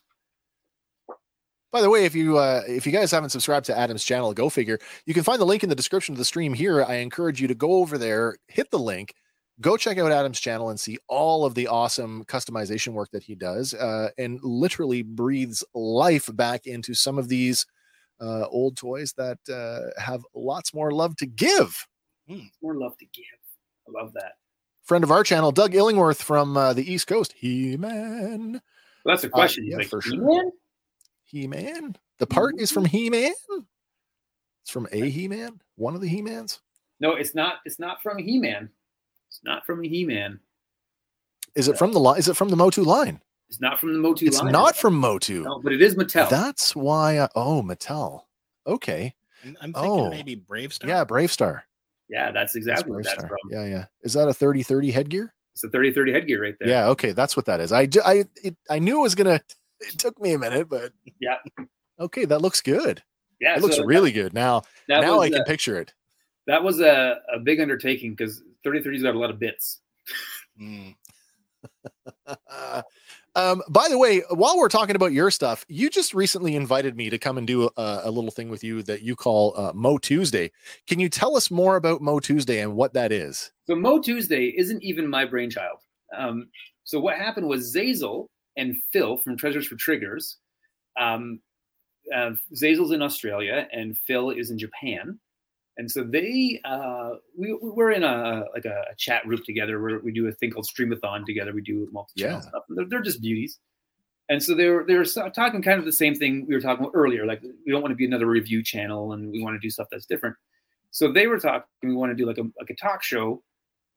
Speaker 1: By the way, if you uh, if you guys haven't subscribed to Adam's channel, go figure. You can find the link in the description of the stream here. I encourage you to go over there, hit the link, go check out Adam's channel, and see all of the awesome customization work that he does, uh, and literally breathes life back into some of these uh, old toys that uh, have lots more love to give.
Speaker 2: It's more love to give. I love that.
Speaker 1: Friend of our channel, Doug Illingworth from uh, the East Coast, He Man,
Speaker 2: Well, that's a question.
Speaker 1: Uh, yeah,
Speaker 2: He's like,
Speaker 1: for sure.
Speaker 2: "Man,
Speaker 1: He Man. The part is from He Man. It's from a He Man, one of the He Mans.
Speaker 2: No, it's not. It's not from He Man. It's not from He Man.
Speaker 1: Is it from the line? Is it from the Motu line?
Speaker 2: It's not from the Motu.
Speaker 1: it's
Speaker 2: line.
Speaker 1: not from Motu.
Speaker 2: No, but it is Mattel.
Speaker 1: That's why. I, oh, Mattel. Okay.
Speaker 3: I'm I'm thinking
Speaker 1: Oh.
Speaker 3: maybe Brave Star.
Speaker 1: Yeah, Brave Star.
Speaker 2: yeah, that's
Speaker 1: That's
Speaker 2: exactly
Speaker 1: Brave
Speaker 2: what that's
Speaker 1: Star.
Speaker 2: from.
Speaker 1: Yeah, yeah. Is that a thirty thirty headgear?
Speaker 2: It's a 30-30 headgear right there.
Speaker 1: Yeah. Okay, that's what that is. I ju- I it, I knew it was gonna. It took me a minute, but
Speaker 2: Yeah.
Speaker 1: Okay, that looks good.
Speaker 2: yeah.
Speaker 1: it looks
Speaker 2: so that-
Speaker 1: really good now.
Speaker 2: that
Speaker 1: now
Speaker 2: was,
Speaker 1: I
Speaker 2: uh,
Speaker 1: can picture it.
Speaker 2: that was a, a big undertaking
Speaker 3: Hmm.
Speaker 2: because 33's got a lot of bits.
Speaker 3: Mm.
Speaker 1: Um, by the way, while we're talking about your stuff, you just recently invited me to come and do a, a little thing with you that you call uh, Mo Tuesday. Can you tell us more about Mo Tuesday and what that is?
Speaker 2: So Mo Tuesday isn't even my brainchild. Um, so what happened was Zazel and Phil from Treasures for Triggers. Um, uh, Zazel's in Australia and Phil is in Japan, and so they uh, we we're in a like a, a chat group together. Where we do a thing called Streamathon together. We do multi-channel
Speaker 1: Yeah.
Speaker 2: stuff. They're, they're just beauties. And so they were they were so- talking kind of the same thing we were talking about earlier. Like we don't want to be another review channel, and we want to do stuff that's different. So they were talking. We want to do like a like a talk show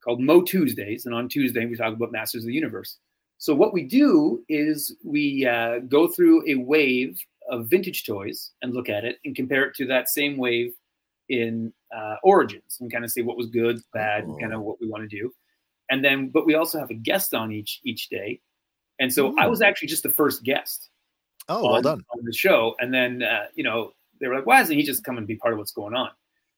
Speaker 2: called Mo Tuesdays, and on Tuesday we talk about Masters of the Universe. So what we do is we uh, go through a wave of vintage toys and look at it and compare it to that same wave in uh, Origins and kind of see what was good, bad,
Speaker 1: Oh.
Speaker 2: and kind of what we want to do. And then, but we also have a guest on each each day. And so I was actually just the first guest
Speaker 1: Hmm. Oh,
Speaker 2: on,
Speaker 1: well done.
Speaker 2: on the show. And then, uh, you know, they were like, why doesn't he just come and be part of what's going on?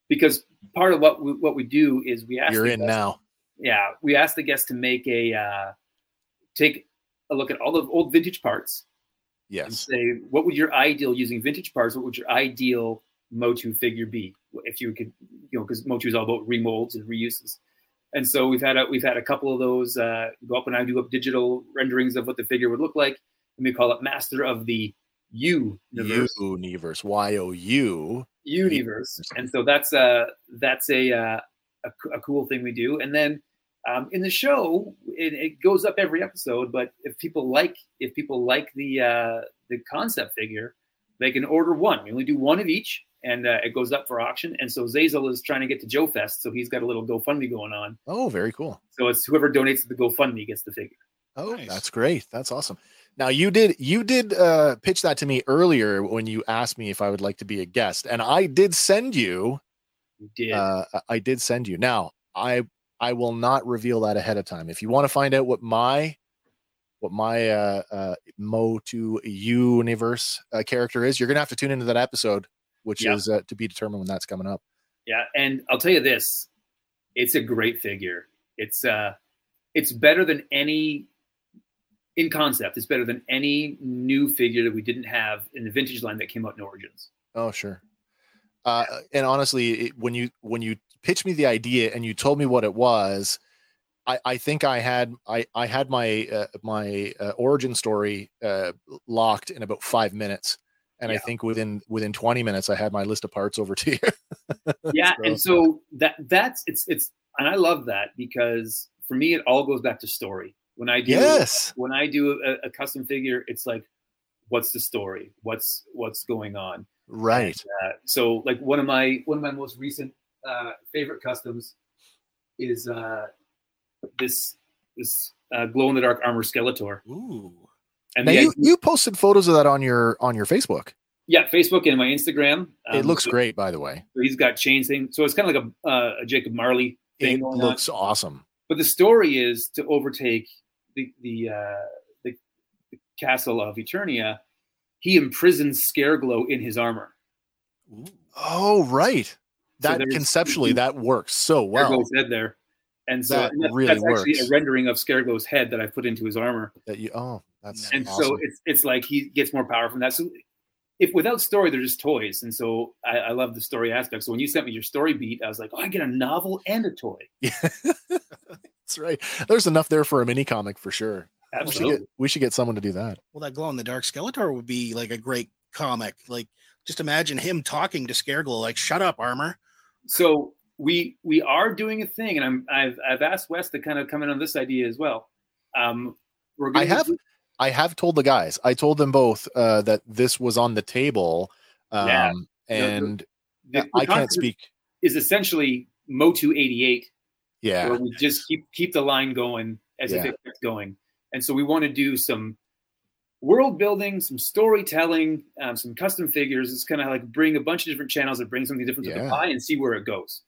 Speaker 2: Because part of what we, what we do is we ask
Speaker 1: You're
Speaker 2: the
Speaker 1: in
Speaker 2: guest-
Speaker 1: now.
Speaker 2: yeah, we asked the guests to make a uh, take a look at all the old vintage parts and
Speaker 1: Yes.
Speaker 2: say what would your ideal using vintage parts? What would your ideal Motu figure be if you could, you know, because Motu is all about remolds and reuses. And so we've had a, we've had a couple of those uh, go up, and I do up digital renderings of what the figure would look like, and we call it Master of the U universe.
Speaker 1: Universe. Y O U.
Speaker 2: universe. And so that's a that's a uh, a, co- a cool thing we do. And then um, in the show, it, it goes up every episode. But if people like if people like the uh, the concept figure, they can order one. We only do one of each, and uh, it goes up for auction. And so Zazel is trying to get to Joe Fest, so he's got a little GoFundMe going on.
Speaker 1: Oh, very cool.
Speaker 2: So it's whoever donates to the GoFundMe gets the figure.
Speaker 1: Oh,
Speaker 3: Nice.
Speaker 1: that's great. That's awesome. Now you did you did uh pitch that to me earlier when you asked me if I would like to be a guest and I did send you
Speaker 2: We did.
Speaker 1: uh I did send you. Now, I I will not reveal that ahead of time. If you want to find out what my what my uh uh Mo to universe uh, character is, you're going to have to tune into that episode which
Speaker 2: Yeah.
Speaker 1: is uh, to be determined when that's coming up.
Speaker 2: Yeah, and I'll tell you this, it's a great figure. It's uh it's better than any in concept, it's better than any new figure that we didn't have in the vintage line that came out in Origins.
Speaker 1: Oh, sure. Uh, and honestly, it, when you when you pitched me the idea and you told me what it was, I, I think I had I, I had my uh, my uh, origin story uh, locked in about five minutes, and I
Speaker 2: Yeah.
Speaker 1: think within within twenty minutes I had my list of parts over to you.
Speaker 2: yeah,
Speaker 1: So-
Speaker 2: and so that that's it's it's and I love that because for me it all goes back to story. When I do
Speaker 1: yes,
Speaker 2: when I do a, a custom figure, it's like what's the story? What's what's going on?
Speaker 1: right.
Speaker 2: Uh, so like one of my one of my most recent uh, favorite customs is uh, this this uh, glow in the dark armor Skeletor.
Speaker 3: Ooh.
Speaker 2: And
Speaker 1: now
Speaker 2: the
Speaker 1: you,
Speaker 2: idea-
Speaker 1: you posted photos of that on your on your Facebook.
Speaker 2: yeah, Facebook and my Instagram.
Speaker 1: it
Speaker 2: Um,
Speaker 1: looks
Speaker 2: so-
Speaker 1: great, by the way.
Speaker 2: so he's got chains thing, so it's kind of like a, uh, a Jacob Marley thing.
Speaker 1: It
Speaker 2: going on.
Speaker 1: looks awesome.
Speaker 2: But the story is to overtake the the uh, the, the castle of Eternia. He imprisons Scareglow in his armor.
Speaker 3: Ooh.
Speaker 1: Oh, right. That
Speaker 2: there's-
Speaker 1: conceptually that works so well.
Speaker 2: Scareglow's head there. And so
Speaker 1: That
Speaker 2: and that-
Speaker 1: really
Speaker 2: that's actually
Speaker 1: works.
Speaker 2: a rendering of Scareglow's head that I put into his armor.
Speaker 1: That you oh that's
Speaker 2: And
Speaker 1: awesome.
Speaker 2: so it's it's like he gets more power from that. So if without story, they're just toys. And so I, I love the story aspect. So when you sent me your story beat, I was like, oh, I get a novel and a toy.
Speaker 1: That's right. There's enough there for a mini comic for sure. We should,
Speaker 2: Absolutely.
Speaker 1: get, we should get someone to do that.
Speaker 3: Well, that glow in the dark Skeletor would be like a great comic. Like, just imagine him talking to Scareglow, like, shut up, armor.
Speaker 2: So we we are doing a thing, and I'm I've I've asked Wes to kind of come in on this idea as well. Um, we're
Speaker 1: I
Speaker 2: gonna
Speaker 1: have-
Speaker 2: do-
Speaker 1: I have told the guys. I told them both uh, that this was on the table, um,
Speaker 2: Yeah.
Speaker 1: and
Speaker 2: the- the
Speaker 1: I can't
Speaker 2: concept
Speaker 1: speak.
Speaker 2: Is essentially Motu eighty eight
Speaker 1: Yeah,
Speaker 2: where we just keep keep the line going as if
Speaker 1: Yeah.
Speaker 2: it kept going. And so we want to do some world building, some storytelling, um, some custom figures. It's kind of like bring a bunch of different channels and bring something different to
Speaker 1: Yeah.
Speaker 2: the pie and see where it goes.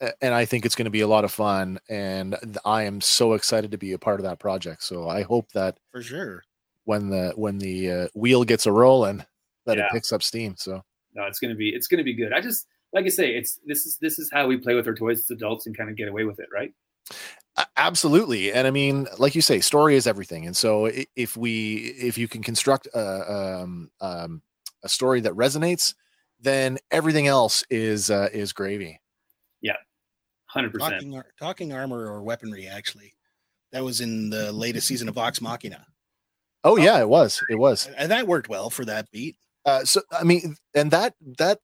Speaker 1: a- and I think it's going to be a lot of fun, and th- I am so excited to be a part of that project. So I hope that
Speaker 3: For sure.
Speaker 1: when the when the uh, wheel gets a rolling, that
Speaker 2: Yeah.
Speaker 1: it picks up steam. So
Speaker 2: No, it's gonna be it's gonna be good. I just like I say, it's this is this is how we play with our toys as adults and kind of get away with it, right?
Speaker 1: A- Absolutely, and I mean, like you say, story is everything. And so, i- if we, if you can construct a um, um, a story that resonates, then everything else is uh, is gravy.
Speaker 2: Hundred percent.
Speaker 3: Talking, ar- talking armor or weaponry, actually. That was in the latest season of Vox Machina.
Speaker 1: Oh yeah, it was, it was.
Speaker 3: And that worked well for that beat.
Speaker 1: Uh, so I mean, and that that,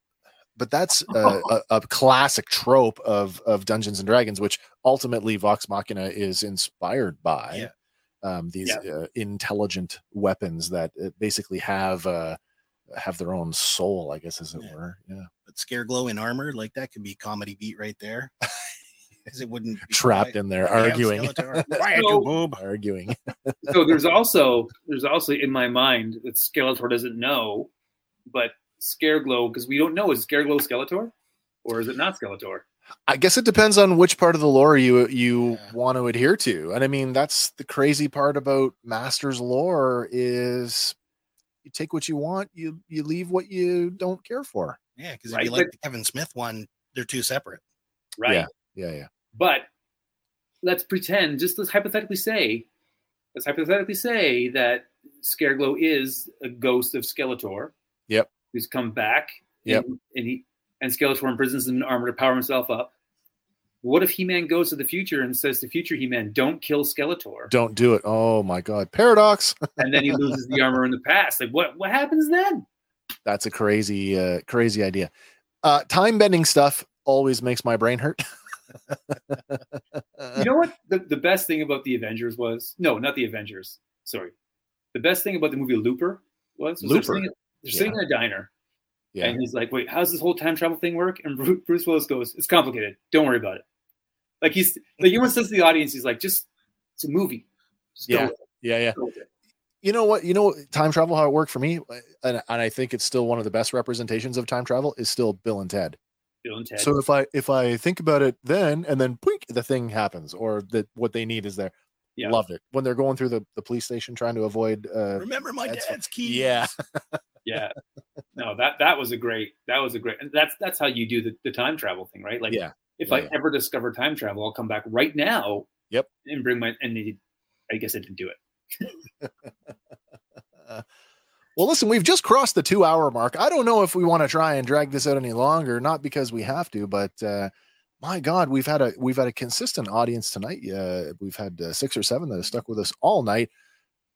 Speaker 1: but that's uh, a, a classic trope of of Dungeons and Dragons, which ultimately Vox Machina is inspired by. Um, these uh, intelligent weapons that uh, basically have uh, have their own soul, I guess, as it
Speaker 3: Yeah.
Speaker 1: were. Yeah.
Speaker 3: But Scareglow in armor, like that could be comedy beat right there. Because it wouldn't be
Speaker 1: Trapped in there,
Speaker 3: Yeah,
Speaker 1: arguing,
Speaker 3: Skeletor. Quiet, you
Speaker 2: So-
Speaker 3: boob.
Speaker 1: arguing.
Speaker 2: So there's also there's also in my mind that Skeletor doesn't know, but Scareglow because we don't know is Scareglow Skeletor, or is it not Skeletor?
Speaker 1: I guess it depends on which part of the lore you you
Speaker 3: Yeah.
Speaker 1: want to adhere to. And I mean, that's the crazy part about Master's lore is you take what you want, you you leave what you don't care for.
Speaker 3: Yeah, because
Speaker 2: Right,
Speaker 3: if you like the Kevin Smith one, they're two separate.
Speaker 2: Right.
Speaker 1: Yeah. Yeah, yeah.
Speaker 2: But let's pretend, just let's hypothetically say, let's hypothetically say that Scareglow is a ghost of Skeletor.
Speaker 1: Yep.
Speaker 2: Who's come back.
Speaker 1: Yep.
Speaker 2: And, and he and Skeletor imprisons him in armor to power himself up. What if He-Man goes to the future and says to future He-Man, "Don't kill Skeletor,"
Speaker 1: Don't do it. Oh my god. Paradox.
Speaker 2: and then he loses the armor in the past? Like, what what happens then?
Speaker 1: That's a crazy uh crazy idea. Uh time bending stuff always makes my brain hurt.
Speaker 2: you know what the, the best thing about the Avengers was? No, not the Avengers. Sorry. The best thing about the movie Looper was, was they're
Speaker 1: Looper.
Speaker 2: sitting- they're sitting in a diner
Speaker 1: Yeah.
Speaker 2: And he's like, wait, how's this whole time travel thing work? And Bru- Bruce Willis goes, it's complicated. Don't worry about it. Like he's like everyone says to the audience, he's like, just it's a movie. Just go
Speaker 1: Yeah.
Speaker 2: with it,
Speaker 1: Yeah, yeah.
Speaker 2: go with it."
Speaker 1: you know what you know what- time travel how it worked for me uh, and, and i think it's still one of the best representations of time travel is still bill and ted
Speaker 2: Bill and Ted.
Speaker 1: so if i if i think about it then and then boink, the thing happens or that what they need is there
Speaker 2: Yeah.
Speaker 1: loved it when they're going through the, the police station trying to avoid uh
Speaker 3: Remember my
Speaker 1: That's-
Speaker 3: dad's key.
Speaker 1: yeah
Speaker 2: yeah. No, that that was a great that was a great and that's that's how you do the, the time travel thing, right? Like
Speaker 1: Yeah.
Speaker 2: if
Speaker 1: Yeah,
Speaker 2: I
Speaker 1: yeah.
Speaker 2: ever discover time travel, I'll come back right now
Speaker 1: Yep.
Speaker 2: and bring my and they, I guess I didn't do it.
Speaker 1: well listen we've just crossed the two hour mark i don't know if we want to try and drag this out any longer not because we have to but uh my god we've had a we've had a consistent audience tonight uh we've had uh, six or seven that have stuck with us all night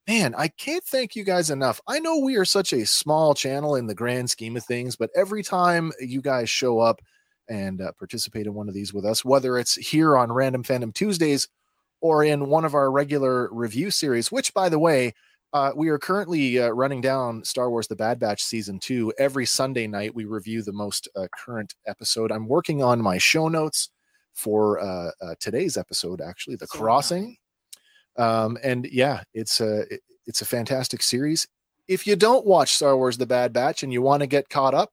Speaker 1: man i can't thank you guys enough i know we are such a small channel in the grand scheme of things but every time you guys show up and uh, participate in one of these with us whether it's here on random fandom tuesdays or in one of our regular review series which by the way uh, we are currently uh, running down Star Wars The Bad Batch Season 2. Every Sunday night, we review the most uh, current episode. I'm working on my show notes for uh, uh, today's episode, actually, The
Speaker 3: So uh,
Speaker 1: Crossing. Um, and yeah, it's a, it- it's a fantastic series. If you don't watch Star Wars The Bad Batch and you want to get caught up,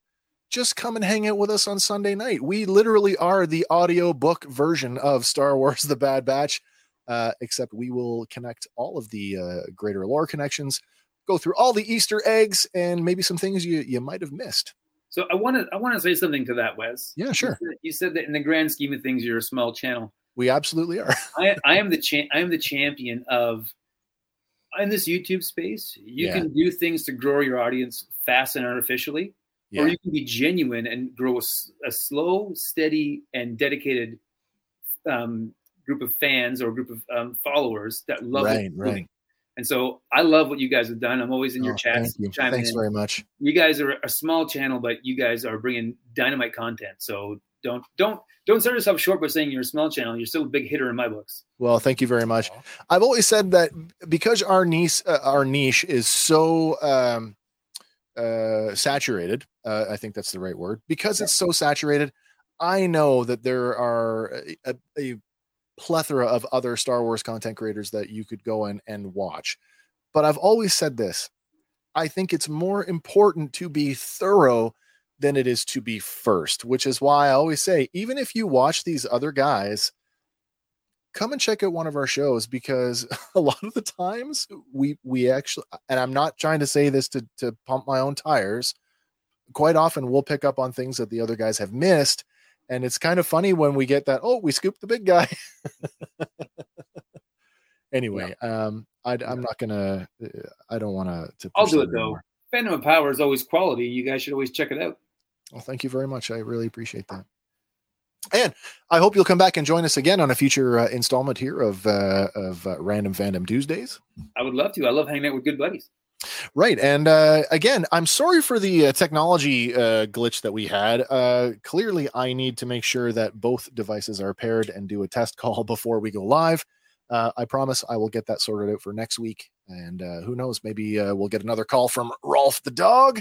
Speaker 1: just come and hang out with us on Sunday night. We literally are the audiobook version of Star Wars The Bad Batch uh, except we will connect all of the uh, greater lore connections, go through all the Easter eggs, and maybe some things you, you might have missed.
Speaker 2: So I wanna I wanna say something to that, Wes.
Speaker 1: Yeah, sure.
Speaker 2: You said that in the grand scheme of things, you're a small channel.
Speaker 1: We absolutely are.
Speaker 2: I, I am the cha- I am the champion of in this YouTube space. You
Speaker 1: Yeah.
Speaker 2: can do things to grow your audience fast and artificially,
Speaker 1: Yeah.
Speaker 2: or you can be genuine and grow a, s- a slow, steady, and dedicated um, group of fans or group of um, followers that love what
Speaker 1: Right,
Speaker 2: you're
Speaker 1: right.
Speaker 2: doing. And so I love what you guys have done. I'm always in your
Speaker 1: Oh,
Speaker 2: chats,
Speaker 1: Thank you.
Speaker 2: chiming
Speaker 1: Thanks
Speaker 2: in.
Speaker 1: very much.
Speaker 2: You guys are a small channel, but you guys are bringing dynamite content. So don't don't don't sell yourself short by saying you're a small channel. You're still a big hitter in my books.
Speaker 1: Well, thank you very much. I've always said that because our niche, uh, our niche is so um, uh, saturated. Uh, I think that's the right word. Because it's so saturated, I know that there are a, a plethora of other Star Wars content creators that you could go in and watch. But I've always said this: I think it's more important to be thorough than it is to be first, which is why I always say, even if you watch these other guys come and check out one of our shows because a lot of the times we we actually and I'm not trying to say this to to pump my own tires. Quite often we'll pick up on things that the other guys have missed and it's kind of funny when we get that oh we scooped the big guy. Anyway, um, I, I'm not gonna. uh, I don't want to.
Speaker 2: I'll
Speaker 1: push
Speaker 2: do
Speaker 1: that
Speaker 2: it, though.
Speaker 1: anymore.
Speaker 2: Phantom of Power is always quality. You guys should always check it out.
Speaker 1: Well, thank you very much. I really appreciate that. And I hope you'll come back and join us again on a future uh, installment here of uh, of uh, Random Fandom Tuesdays.
Speaker 2: I would love to. I love hanging out with good buddies.
Speaker 1: Right. And uh, again, I'm sorry for the uh, technology uh, glitch that we had. Uh, clearly, I need to make sure that both devices are paired and do a test call before we go live. Uh, I promise I will get that sorted out for next week. And uh, who knows, maybe uh, we'll get another call from Rolf the dog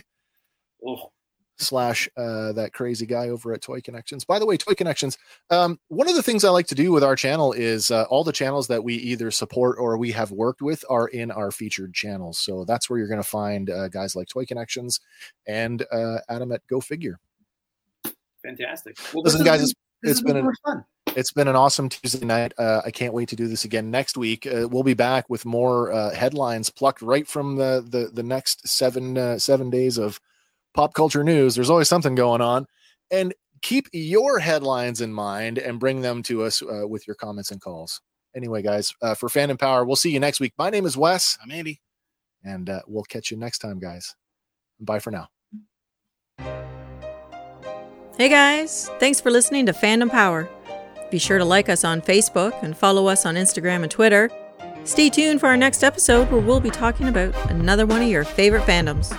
Speaker 2: Oh,
Speaker 1: slash uh, that crazy guy over at Toy Connections. By the way, Toy Connections, um, one of the things I like to do with our channel is uh, all the channels that we either support or we have worked with are in our featured channels. So that's where you're going to find uh, guys like Toy Connections and uh, Adam at Go Figure.
Speaker 2: fantastic. Well,
Speaker 1: Listen,
Speaker 2: this
Speaker 1: guys,
Speaker 2: has
Speaker 1: it's,
Speaker 2: this has
Speaker 1: it's been
Speaker 2: so
Speaker 1: an
Speaker 2: much fun.
Speaker 1: it's been an awesome Tuesday night. Uh, I can't wait to do this again next week. Uh, we'll be back with more uh, headlines plucked right from the the, the next seven uh, seven days of pop culture news. There's always something going on, and keep your headlines in mind and bring them to us uh, with your comments and calls. Anyway, guys, uh, for Fandom Power, we'll see you next week. My name is Wes,
Speaker 3: I'm Andy.
Speaker 1: and uh, we'll catch you next time, guys. Bye for now.
Speaker 5: Hey guys, thanks for listening to Fandom Power. Be sure to like us on Facebook and follow us on Instagram and Twitter. Stay tuned for our next episode where we'll be talking about another one of your favorite fandoms.